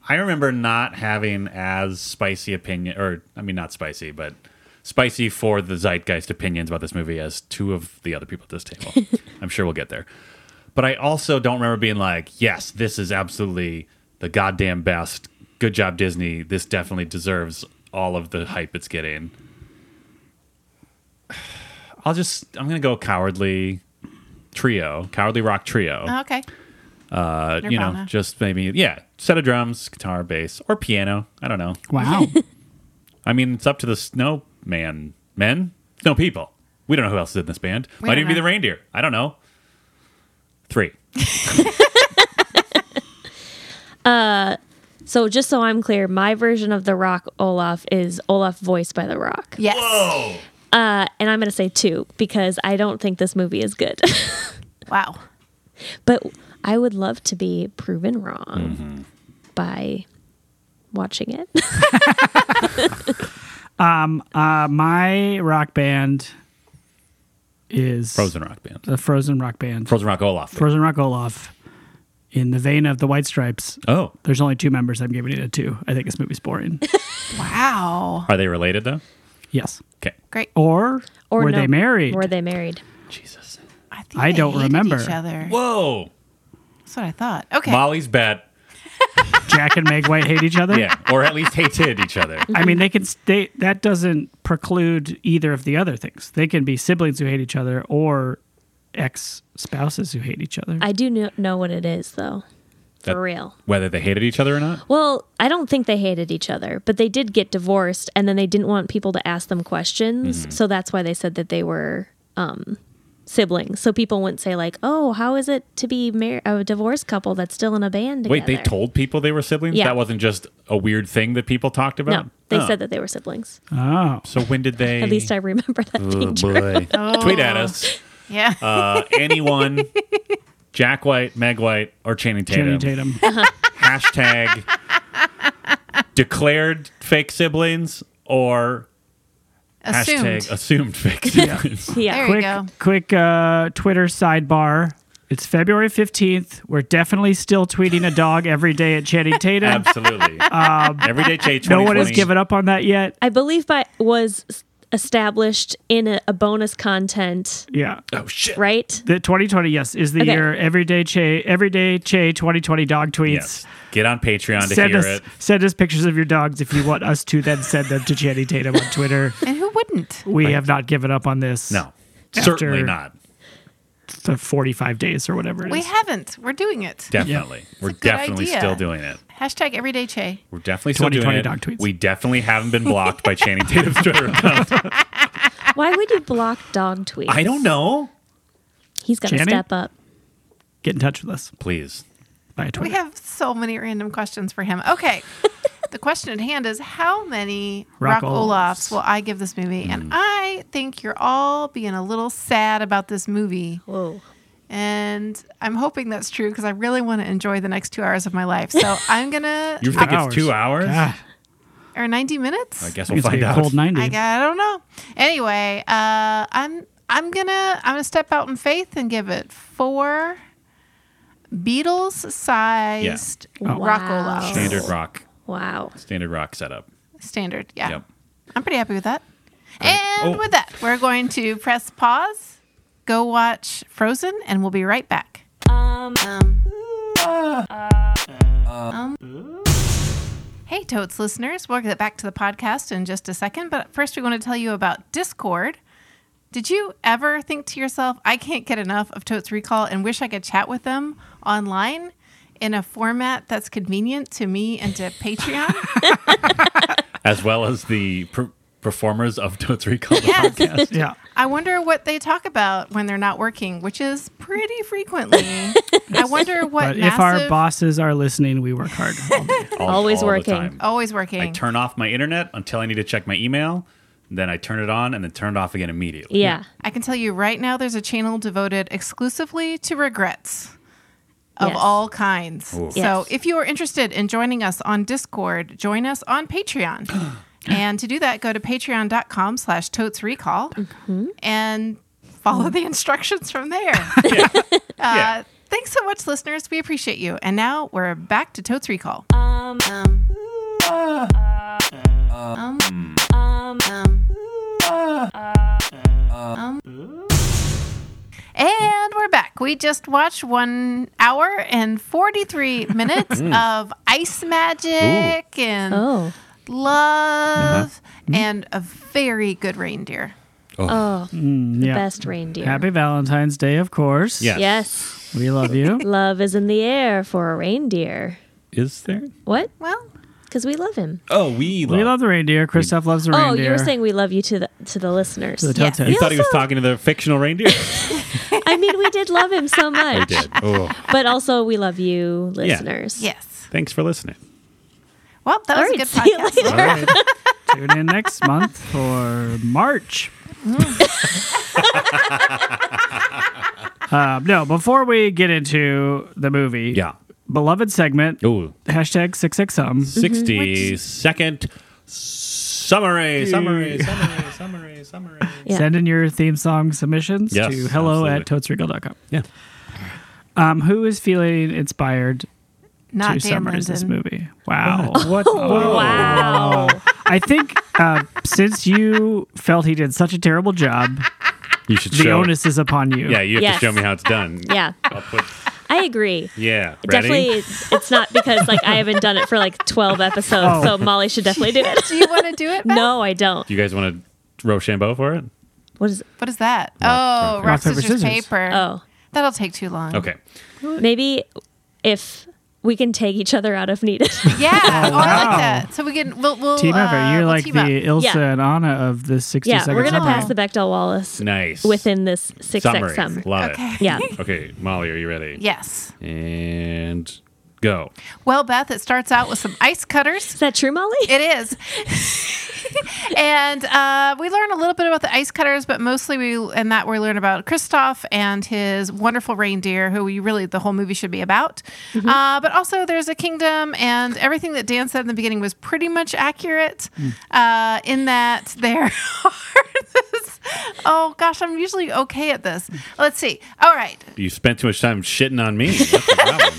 E: I remember not having as spicy opinion, or I mean, not spicy, but spicy for the zeitgeist opinions about this movie as two of the other people at this table. I'm sure we'll get there. But I also don't remember being like, yes, this is absolutely the goddamn best. Good job, Disney. This definitely deserves all of the hype it's getting. I'll just, I'm going to go cowardly trio, cowardly rock trio
B: Okay.
E: uh, you know,
B: Nirvana.
E: just maybe yeah, set of drums, guitar, bass, or piano. I don't know.
D: Wow.
E: I mean, it's up to the snowman men, snow people. We don't know who else is in this band.
B: We
E: Might
B: don't
E: even be
B: know.
E: the reindeer. I don't know. Three.
C: So just so I'm clear, my version of the Rock Olaf is Olaf voiced by the Rock,
B: Yes.
E: Whoa.
C: uh, and I'm gonna say two because I don't think this movie is good.
B: Wow.
C: but I would love to be proven wrong
E: Mm-hmm.
C: by watching it.
D: Uh, my rock band is
E: Frozen rock band.
D: The Frozen rock band.
E: Frozen rock Olaf.
D: Frozen rock Olaf. In the vein of the White Stripes,
E: oh,
D: there's only two members. I'm giving it a two. I think this movie's boring.
B: Wow.
E: are they related though?
D: yes.
E: Okay.
B: Great.
D: Or,
C: Or
D: were
C: no,
D: they married?
C: Were they married?
E: Jesus.
B: I, think
D: I
B: they
D: don't
B: hated
D: remember.
B: Each other.
E: Whoa.
B: That's what I thought. Okay.
E: Molly's bet.
D: Jack and Meg White hate each other?
E: Yeah, or at least hated each other.
D: I mean, they can stay. That doesn't preclude either of the other things. They can be siblings who hate each other or ex spouses who hate each other.
C: I do kn- know what it is though. For real.
E: Whether they hated each other or not?
C: Well, I don't think they hated each other, but they did get divorced, and then they didn't want people to ask them questions,
E: Mm-hmm.
C: so that's why they said that they were um, siblings. So people wouldn't say like, "Oh, how is it to be mar- a divorced couple that's still in a band?" Together?
E: Wait, they told people they were siblings?
C: Yeah.
E: That wasn't just a weird thing that people talked about?
C: No, they
E: Oh.
C: said that they were siblings.
D: Oh,
E: So when did they
C: At least I remember that
E: Oh,
C: being true.
E: boy. Tweet at us.
B: Yeah.
E: Uh, anyone, Jack White, Meg White, or Channing
D: Channing
E: Tatum.
D: Tatum.
E: Hashtag declared fake siblings or
B: Assumed.
E: hashtag uh, assumed fake siblings.
C: Yeah.
B: There you
D: quick,
B: go.
D: quick uh, Twitter sidebar. It's February 15th. We're definitely still tweeting a dog every day at Channing Tatum.
E: Absolutely. Everyday J
D: Um, no one has given up on that yet.
C: I believe by was s- established in a, a bonus content,
D: Yeah.
E: Oh, shit.
C: right?
D: The 2020, yes, is the
C: Okay.
D: year everyday Che, everyday Che 2020 dog tweets.
E: Yes. Get on Patreon to
D: Send
E: hear
D: us
E: it.
D: send us pictures of your dogs if you want us to then send them to Channing Tatum on Twitter.
B: and who wouldn't?
D: We have not given up on this.
E: No.
D: After-
E: Certainly not.
D: for 45 days or whatever it
B: We
D: is.
B: haven't. We're doing it.
E: Definitely. We're
B: good
E: definitely
B: idea.
E: still doing it.
B: Hashtag everyday Che.
E: We're definitely still doing
D: 2020
E: it.
D: dog tweets.
E: We definitely haven't been blocked by Channing Tatum's Twitter account.
C: Why would you block dog tweets?
E: I don't know.
C: He's got to
D: Channing?
C: step up.
D: Get in touch with us
E: Please.
D: via
B: We
D: Twitter.
B: have so many random questions for him. Okay. the question at hand is how many
D: Rock
B: Rock, Olafs
D: Olafs.
B: Mm. will I give this movie? And I think you're all being a little sad about this movie.
C: Whoa.
B: And I'm hoping that's true because I really want to enjoy the next two hours of my life. So I'm going
E: You
B: to,
E: think it's two hours?
D: God,
B: or 90 minutes?
E: I guess
D: it's
E: we'll
D: gonna be
E: find
D: a
E: out.
D: cold 90.
B: I, got, I don't know. Anyway, uh, I'm I'm gonna I'm gonna step out in faith and give it four Beatles sized rock
C: Wow.
B: Olafs.
E: Standard rock.
C: Wow.
E: Standard rock setup.
B: Standard, yeah.
E: Yep.
B: I'm pretty happy with that.
E: right.
B: And
E: Oh.
B: with that, we're going to press pause, go watch Frozen, and we'll be right back. Um.
E: Ah.
B: um. Hey, Totes listeners. We'll get back to the podcast in just a second, but first we want to tell you about Discord. Did you ever think to yourself, I can't get enough of Totes Recall and wish I could chat with them online in a format that's convenient to me and to Patreon?
E: As well as the per- performers of Totes Recall.
B: Yes.
D: yeah.
B: I wonder what they talk about when they're not working, which is pretty frequently. I wonder what
D: But if
B: massive
D: our bosses are listening, we work hard. all day.
E: All-
C: Always
E: all the
C: working.
E: time.
B: always
E: I
B: working.
E: turn off my internet until I need to check my email. Then I turn it on and then turn it off again immediately.
C: Yeah.
B: I can tell you right now, there's a channel devoted exclusively to regrets of
C: Yes.
B: all kinds. So
C: Yes.
B: if you are interested in joining us on Discord, join us on Patreon. and to do that, go to patreon.com slash totes recall
C: Mm-hmm.
B: and follow the instructions from there.
E: Yeah.
B: Uh, thanks so much, listeners. We appreciate you. And now we're back to Totes Recall.
C: Um,
B: And we're back. We just watched one hour and 43 minutes
D: Mm.
B: of ice magic and
C: Oh.
D: Uh-huh.
B: love
D: Mm-hmm.
B: and a very good reindeer.
C: Oh.
D: yeah.
C: Best reindeer.
D: Happy Valentine's Day, of course.
E: Yeah.
C: Yes.
D: We love you.
C: Love is in the air for a reindeer.
E: Is there?
C: What?
B: Well,
C: Because we love him.
E: Oh, we love.
D: we love the reindeer. Christoph loves the
C: Oh,
D: reindeer.
C: you were saying we love you to the to the listeners.
D: the
B: Yeah.
D: Totes.
E: you thought he was talking to the fictional reindeer?
C: I mean, we did love him so
E: I
C: much,
E: did. Oh,
C: but also we love you, listeners.
B: yes.
E: thanks for listening.
B: Well, that
C: All
B: was
C: right,
B: a good
C: see you
B: podcast.
C: later.
E: All right.
D: Tune in next month for March. um, no, before we get into the movie,
E: Yeah.
D: beloved segment,
E: Ooh.
D: hashtag um. 666um.
E: 60 second summary, summary, summary, summary, summary.
C: Yeah.
D: Send in your theme song submissions
E: Yes,
D: to hello at totesregal.com.
E: Yeah.
D: Um, who is feeling inspired
B: Not
D: to
B: Dan
D: summarize this
B: Linden.
D: movie? Wow. What?
C: Wow.
D: I think uh, since you felt he did such a terrible job,
E: You should
D: the
E: show.
D: onus is upon you.
E: Yeah, you have
C: Yes.
E: to show me how it's done.
C: Yeah.
E: I'll put,
C: I agree.
E: yeah. Ready?
C: Definitely, it's, it's not because like I haven't done it for like twelve episodes,
D: Oh.
C: so Molly should definitely do it.
B: Do you want to do it? Beth?
C: No, I don't.
E: Do you guys want to Rochambeau for it?
C: What is?
B: What is that? oh,
E: rock,
B: rock,
D: rock, paper,
B: scissors,
D: scissors.
B: paper.
C: Oh,
B: That'll take too long.
E: Okay.
C: maybe if we can take each other out if needed.
B: Yeah, oh, I
D: wow.
B: like that. So we can we'll, we'll
D: Team
B: uh,
D: effort. You're
B: we'll
D: like
B: team up.
D: the Ilsa
C: Yeah.
D: and Anna of the 60
C: yeah, we're
D: Second
C: gonna
D: Summer.
C: pass the Bechdel Wallace
E: Nice.
C: within this six
E: summary.
C: X sum.
E: Love
B: Okay.
E: it.
C: Yeah.
E: Okay, Molly, are you ready?
B: Yes.
E: And go.
B: Well, Beth, it starts out with some ice cutters.
C: Is that true, Molly?
B: It is. and uh, we learn a little bit about the ice cutters, but mostly we and that we learn about Kristoff and his wonderful reindeer, who we really the whole movie should be about. Uh, but also there's a kingdom, and everything that Dan said in the beginning was pretty much accurate. Uh, in that there are this, oh gosh, I'm usually okay at this. Let's see. All right,
E: You spent too much time shitting on me. That's the problem.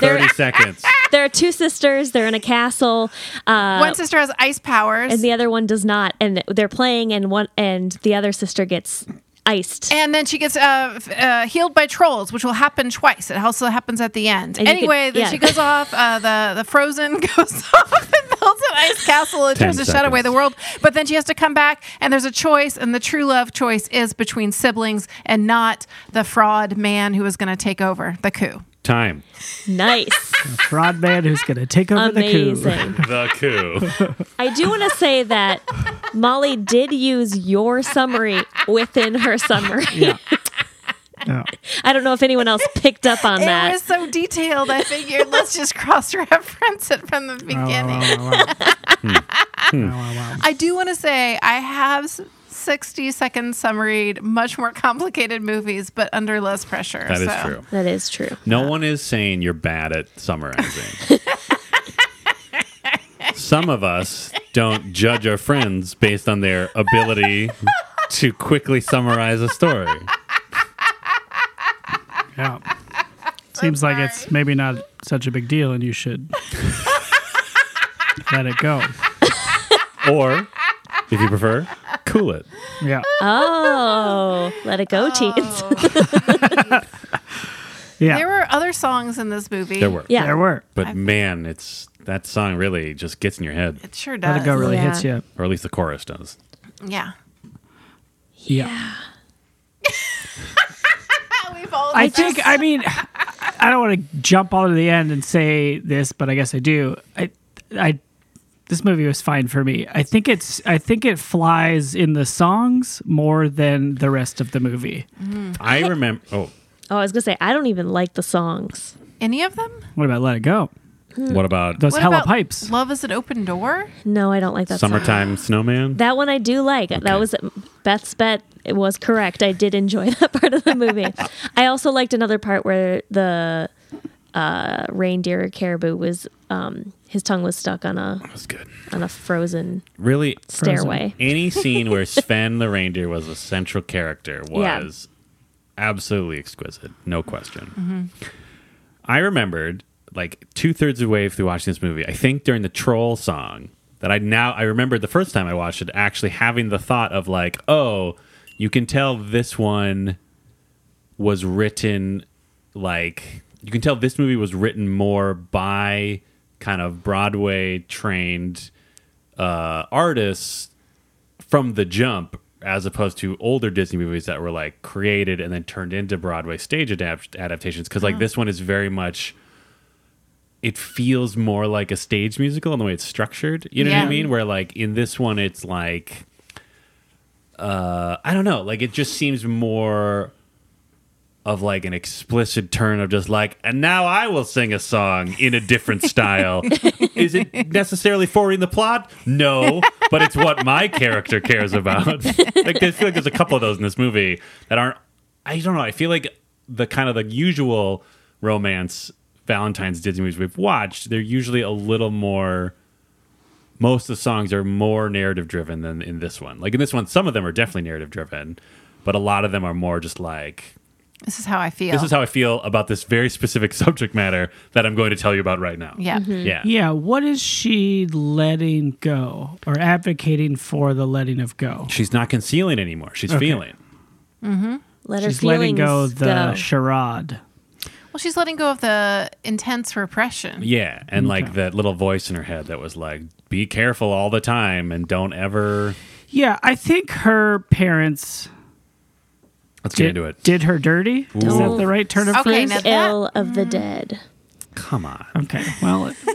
E: Thirty seconds.
C: there are two sisters. They're in a castle, uh,
B: one sister has ice powers.
C: and the other one does not. And they're playing, and one and the other sister gets iced.
B: And then she gets uh, f- uh, healed by trolls, which will happen twice. It also happens at the end.
C: And you could-
B: anyway, then
C: yeah.
B: she goes off. Uh, the the frozen goes off and builds an ice castle and
E: Ten
B: tries to shut away
E: seconds.
B: the world. But then she has to come back, and there's a choice, and the true love choice is between siblings and not the fraud man who is going to take over the coup.
E: Time.
C: Nice,
D: Fraud man who's going to take over the coup.
C: amazing.
E: The coup.
C: I do want to say that Molly did use your summary within her summary.
D: Yeah. Yeah.
C: I don't know if anyone else picked up on that.
B: It was so detailed. I figured let's just cross reference it from the
D: Wow, wow,
B: beginning.
D: wow, wow. Hmm. Wow, wow, wow.
B: I do want to say I have s- 60 second summaried much more complicated movies, but under less pressure.
E: That is
B: so.
E: true.
C: that is true.
E: No one is saying you're bad at summarizing. Some of us don't judge our friends based on their ability to quickly summarize a story.
D: Yeah. Seems like it's maybe not such a big deal, and you should let it go.
E: Or, if you prefer, cool it.
D: Yeah.
C: Oh, let it go, teens.
D: Yeah.
B: There were other songs in this movie.
E: There were.
C: Yeah,
D: There were.
E: But man, it's that song really just gets in your head,
B: It sure
D: Let
B: does.
D: it go really
C: Yeah.
D: hits you.
E: or at least the chorus does.
B: Yeah.
D: Yeah.
B: Ah, We've all
D: I think, I mean, I don't want to jump all to the end and say this, but I guess I do. I, I, this movie was fine for me. I think it's, I think it flies in the songs more than the rest of the movie.
E: I remember. Oh,
C: Oh, I was gonna say I don't even like the songs.
B: any of them?
D: What about Let It Go?
E: what about
D: Those hella
B: about
D: pipes.
B: Love is an open door.
C: No, I don't like that song.
E: Summertime Snowman?
C: That one I do like. That was Beth's bet it was correct. I did enjoy that part of the movie. I also liked another part where the uh, reindeer or caribou was um, his tongue was stuck on a
E: That's good.
C: on a frozen
E: Really,
C: stairway.
E: any scene where Sven the reindeer was a central character
C: Yeah.
E: was absolutely exquisite, no question. I remembered like two thirds of the way through watching this movie, I think during the troll song that I now I remembered the first time I watched it actually having the thought of like, oh, you can tell this one was written like you can tell this movie was written more by kind of Broadway trained uh, artists from the jump as opposed to older Disney movies that were like created and then turned into Broadway stage adapt- adaptations. Because like this one is very much, it feels more like a stage musical in the way it's structured. You know what
B: Yeah.
E: I mean? Where like in this one, it's like, uh, I don't know, like it just seems more of like an explicit turn of just like, and now I will sing a song in a different style. Is it necessarily forwarding the plot? No, but it's what my character cares about. like, I feel like there's a couple of those in this movie that aren't. I don't know. I feel like the kind of the usual romance Valentine's Disney movies we've watched, they're usually a little more. Most of the songs are more narrative driven than in this one. Like in this one, some of them are definitely narrative driven, but a lot of them are more just like
B: This is how I feel.
E: this is how I feel about this very specific subject matter that I'm going to tell you about right now.
B: Yeah.
E: Yeah.
D: Yeah, what is she letting go or advocating for the letting of go?
E: She's not concealing anymore. She's
D: Okay.
E: feeling.
C: Let her
D: She's
C: feelings
D: letting go the
C: go.
D: charade.
B: Well, she's letting go of the intense repression.
E: Yeah. And like
D: Okay.
E: that little voice in her head that was like, be careful all the time and don't ever.
D: Yeah, I think her parents
E: Let's get
D: did,
E: into it.
D: did her dirty. Is that
C: Don't-
B: Oh.
D: the right turn of
B: Okay,
D: phrase?
B: now-
C: Ill of the dead.
E: come on.
D: Okay. Well, it-
B: Oh.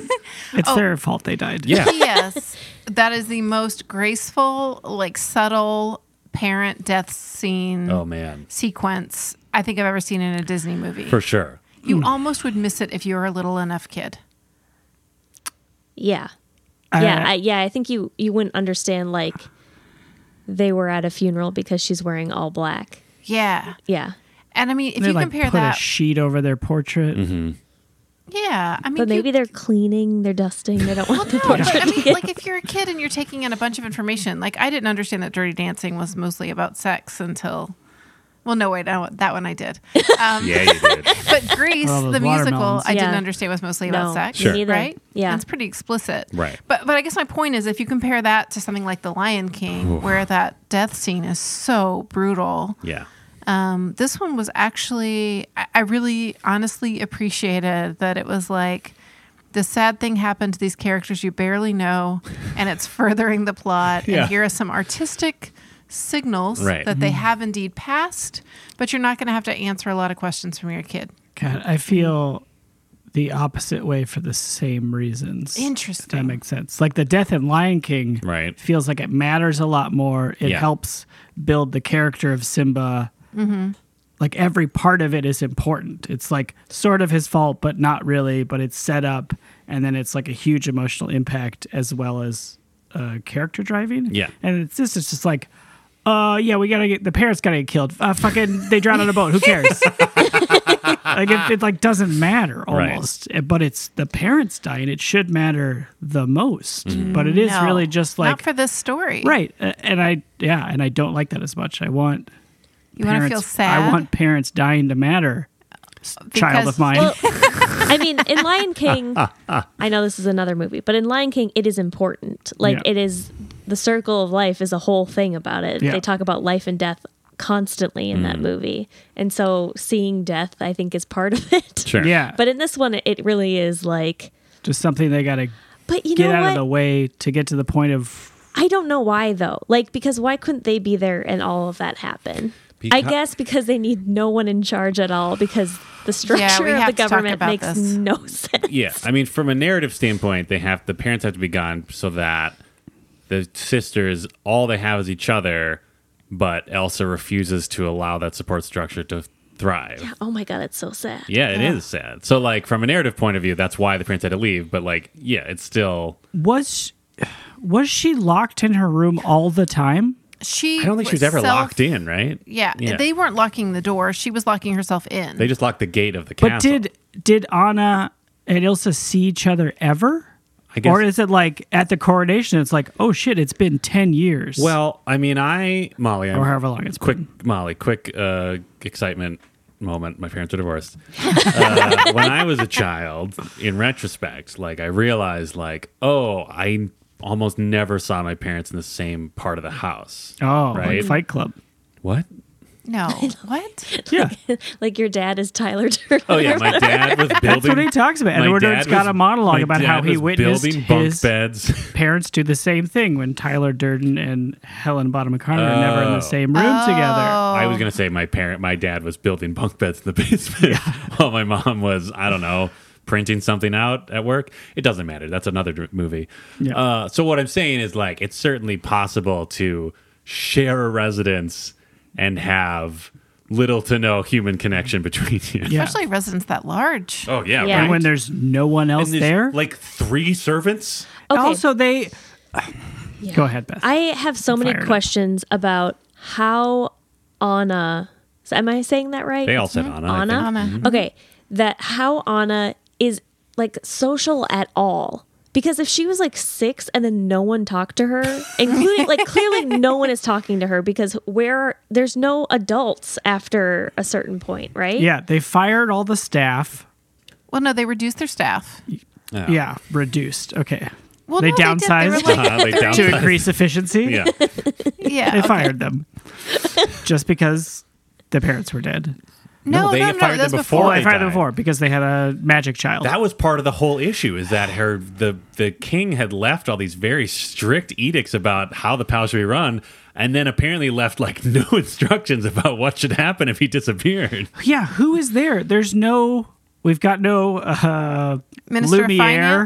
D: it's their fault they died.
E: Yeah.
B: P.S. that is the most graceful, like subtle parent death scene
E: Oh man,
B: sequence I think I've ever seen in a Disney movie.
E: for sure.
B: you almost would miss it if you were a little enough kid.
C: Yeah.
D: Uh,
C: yeah, I, yeah. I think you you wouldn't understand like they were at a funeral because she's wearing all black.
B: Yeah.
C: Yeah,
B: And I mean, if
D: they
B: you
D: like
B: compare
D: put
B: that,
D: a sheet over their portrait.
E: Mm-hmm.
B: yeah. I mean,
C: but
B: you-
C: maybe they're cleaning, they're dusting. They don't want the
B: No, but I
C: portrait.
B: mean, like if you're a kid and you're taking in a bunch of information, like I didn't understand that Dirty Dancing was mostly about sex until, well, no wait, no, that one I did. Um,
E: Yeah, you did.
B: But Grease,
D: All those
B: the musical,
D: watermelons.
B: I didn't
C: Yeah.
B: understand was mostly
C: No,
B: about sex,
C: me
E: Sure.
C: neither.
B: right?
C: Yeah.
B: it's pretty explicit,
E: Right.
B: But but I guess my point is, if you compare that to something like The Lion King, where that death scene is so brutal,
E: Yeah.
B: um, this one was actually, I, I really honestly appreciated that it was like, the sad thing happened to these characters you barely know, and it's furthering the plot.
E: Yeah.
B: And here are some artistic signals
E: Right.
B: that
C: Mm-hmm.
B: they have indeed passed, but you're not going to have to answer a lot of questions from your kid.
D: God, I feel the opposite way for the same reasons. If that
B: Interesting.
D: makes sense. Like the death in Lion King
E: Right.
D: feels like it matters a lot more. It
E: Yeah.
D: helps build the character of Simba. Like every part of it is important. It's like sort of his fault, but not really. But it's set up, and then it's like a huge emotional impact as well as uh, character driving.
E: Yeah.
D: and it's this is just like. Uh yeah, we gotta get the parents gotta get killed. Uh, fucking, they drown on a boat. Who cares? like it, it like doesn't matter
E: Ah. Right.
D: almost Uh, but it's the parents die and it should matter the most
E: Mm-hmm.
D: but it is
B: No,
D: really just like
B: not for this story,
D: right Uh, and i yeah and i don't like that as much i want
B: You want to
D: parents-
B: feel sad. Uh,
D: i want parents dying to matter s- child
B: Because-
D: of mine
C: well, I mean, in Lion King, I know this is another movie, but in Lion King, it is important. Like
D: Yeah.
C: it is the circle of life is a whole thing about it.
D: Yeah. Mm.
C: They talk about life and death constantly in that movie, and so seeing death, I think, is part of it.
E: Sure.
D: yeah
C: But in this one, it really is like.
D: just something they gotta
C: But you
D: get
C: know
D: out
C: what?
D: of the way to get to the point of
C: I don't know why though. Like because why couldn't they be there and all of that happen? I
E: Because-
C: guess because they need no one in charge at all because the structure
B: we
C: of
B: have
C: the
B: to talk
C: government
B: about
C: makes
B: this.
C: no sense.
E: Yeah. I mean, from a narrative standpoint, they have the parents have to be gone so that the sisters all they have is each other, but Elsa refuses to allow that support structure to thrive.
C: Oh my god, it's so sad.
E: Yeah, it is sad. So, like, from a narrative point of view, that's why the parents had to leave. But, like, yeah, it's still.
D: was was she locked in her room all the time
B: She.
E: I don't think she was ever locked in, right?
B: Yeah, they weren't locking the door. She was locking herself in.
E: They just locked the gate of the
D: But
E: castle.
D: did did Anna and Ilsa see each other ever?
E: I guess-
D: Or is it like at the coronation? It's like, oh shit, it's been ten years.
E: Well, I mean, I Molly, I'm,
D: Or however long it's
E: quick,
D: been.
E: Molly, quick uh, excitement moment. My parents are divorced. uh, when I was a child, in retrospect, like I realized, like, oh, I almost never saw my parents in the same part of the house.
D: oh,
E: right.
D: like Fight Club.
E: What?
B: no, what?
D: Yeah,
C: Like your dad is Tyler Durden.
E: Oh yeah, my dad was building.
D: that's what he talks about.
E: my
D: Edward
E: dad
D: Norton's got
E: was-
D: a monologue
E: my
D: about
E: dad
D: how he
E: was
D: witnessed
E: building bunk
D: his
E: beds.
D: parents do the same thing when Tyler Durden and Helen Bottom Carter are never in
E: Oh.
D: the same room
C: Oh.
D: together.
E: I was gonna say my parent, my dad was building bunk beds in the basement, while my mom was, I don't know, printing something out at work. It doesn't matter. That's another dr- movie.
D: Yeah.
E: Uh, so what I'm saying is, like, it's certainly possible to share a residence and have little to no human connection between you.
D: Yeah.
B: especially residents that large.
E: Oh yeah.
C: Yeah.
E: Right.
D: And when there's no one else
E: And there's,
D: there,
E: like three servants.
C: Okay.
D: also they
C: Yeah.
D: go ahead, Beth.
C: I have so many
D: fired up.
C: questions about how Anna so am I saying that right?
E: They all said Anna. I
C: Anna?
E: think. Mm-hmm.
B: Anna. Mhm.
C: Okay. That how Anna is like social at all. Because if she was like six and then no one talked to her, including like clearly no one is talking to her because where there's no adults after a certain point, right?
D: yeah, they fired all the staff.
B: Well, no, they reduced their staff.
E: Yeah.
D: Yeah, reduced. Okay.
B: Well,
D: they
B: no, did.
D: downsized.
B: They were like,
E: Uh, they
D: to
E: downsized.
D: increase efficiency.
E: Yeah.
B: yeah,
D: They
B: okay.
D: fired them just because the parents were dead.
B: No,
E: No, they
B: no, no,
E: fired
B: that's
E: them
B: before.
D: Oh,
E: before
D: they
E: they
D: fired them
E: died.
D: before because they had a magic child.
E: That was part of the whole issue is that her the the king had left all these very strict edicts about how the palace should be run, and then apparently left like no instructions about what should happen if he disappeared.
D: yeah, who is there? There's no. We've got no uh,
B: Minister of
D: Lumiere.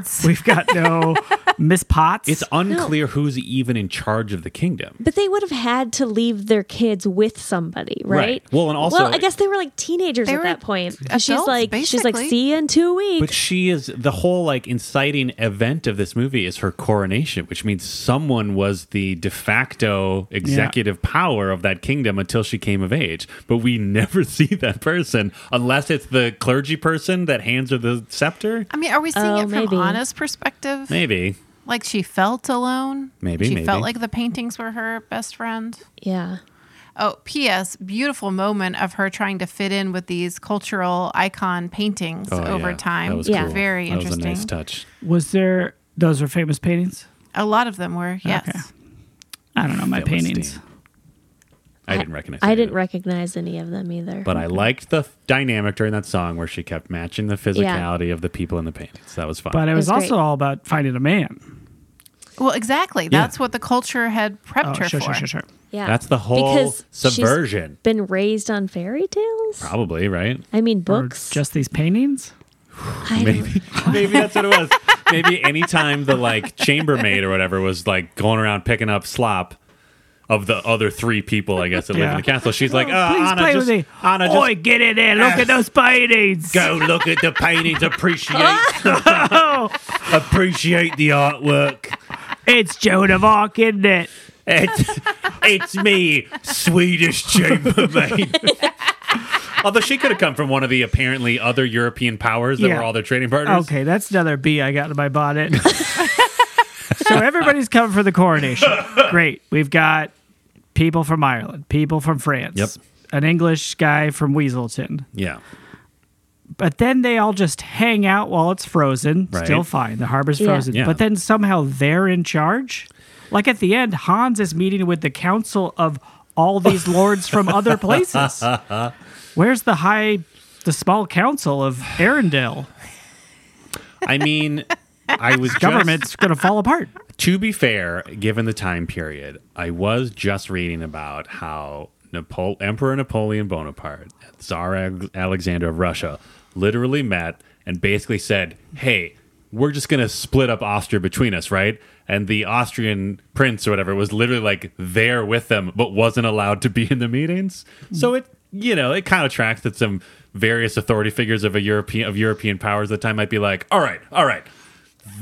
B: Finance.
D: We've got no Miss Potts.
E: It's unclear who's even in charge of the kingdom.
C: But they would have had to leave their kids with somebody, right?
E: Well, and also-
C: well, I guess they were like teenagers
B: They
C: at
B: were
C: that point. she's
B: adults,
C: like, she's like,
B: basically.
C: see you in two
E: But
C: weeks.
E: she is the whole like inciting event of this movie is her coronation, which means someone was the de facto executive power of that kingdom until she came of age. But we never see that person unless it's the clergy person that hands her the scepter.
B: I mean, are we seeing
C: Oh,
B: it from
C: maybe.
B: Anna's perspective?
E: Maybe.
B: Like she felt alone.
E: Maybe,
B: she
E: maybe.
B: felt like the paintings were her best friend.
C: yeah.
B: Oh, P.S. Beautiful moment of her trying to fit in with these cultural icon paintings
E: Oh,
B: over
E: yeah.
B: time.
E: That was
C: Yeah.
E: cool.
B: very
E: That was
B: interesting.
E: a nice touch.
D: was there. Those are famous paintings.
B: A lot of them were, yes.
D: I don't know my
E: Philistine.
D: paintings.
E: I didn't recognize.
C: I
E: any
C: didn't
E: of it.
C: recognize any of them either.
E: But I liked the f- dynamic during that song where she kept matching the physicality of the people in the paintings. That was fun.
D: But it was
C: was great.
D: also all about finding a man.
B: Well, exactly. That's what the culture had
D: Oh,
B: prepped her
D: sure,
B: for.
D: sure, sure, sure.
C: yeah,
E: That's the whole
C: because she's
E: subversion.
C: been raised on fairy tales.
E: Probably right.
C: I mean,
D: Or
C: books.
D: just these paintings.
C: I don't-
E: Maybe maybe that's what it was. Maybe anytime the like chambermaid or whatever was like going around picking up slop of the other three people, I guess that live
D: Yeah. Oh,
E: in the castle, she's like, uh,
D: Please
E: Anna,
D: play
E: just,
D: with me.
E: Anna, just
D: Oi, get in there. Look at those paintings.
E: go look at the paintings, appreciate
D: Oh,
E: appreciate the artwork.
D: It's Joan of Arc, isn't it?
E: It's, it's me, Swedish chambermaid. Although she could have come from one of the apparently other European powers that
D: Yeah.
E: were all their trading partners.
D: Okay, that's another bee I got in my bonnet. so everybody's coming for the coronation. Great. We've got people from Ireland, people from France,
E: Yep.
D: an English guy from Weaselton.
E: Yeah.
D: But then they all just hang out while it's frozen.
E: Right.
D: Still fine. The harbor's
C: Yeah.
D: frozen.
E: Yeah.
D: But then somehow they're in charge. Like at the end, Hans is meeting with the council of all these lords from other places. Where's the high, the small council of Arendelle?
E: I mean, I was just-
D: Government's going to fall apart.
E: to be fair, given the time period, I was just reading about how Napo- Emperor Napoleon Bonaparte, Tsar Alex- Alexander of Russia, literally met and basically said, "Hey, we're just gonna split up Austria between us, right?" And the Austrian prince or whatever was literally like there with them, but wasn't allowed to be in the meetings. So it, you know, it kind of tracks that some various authority figures of a European of European powers at the time might be like, "All right, all right."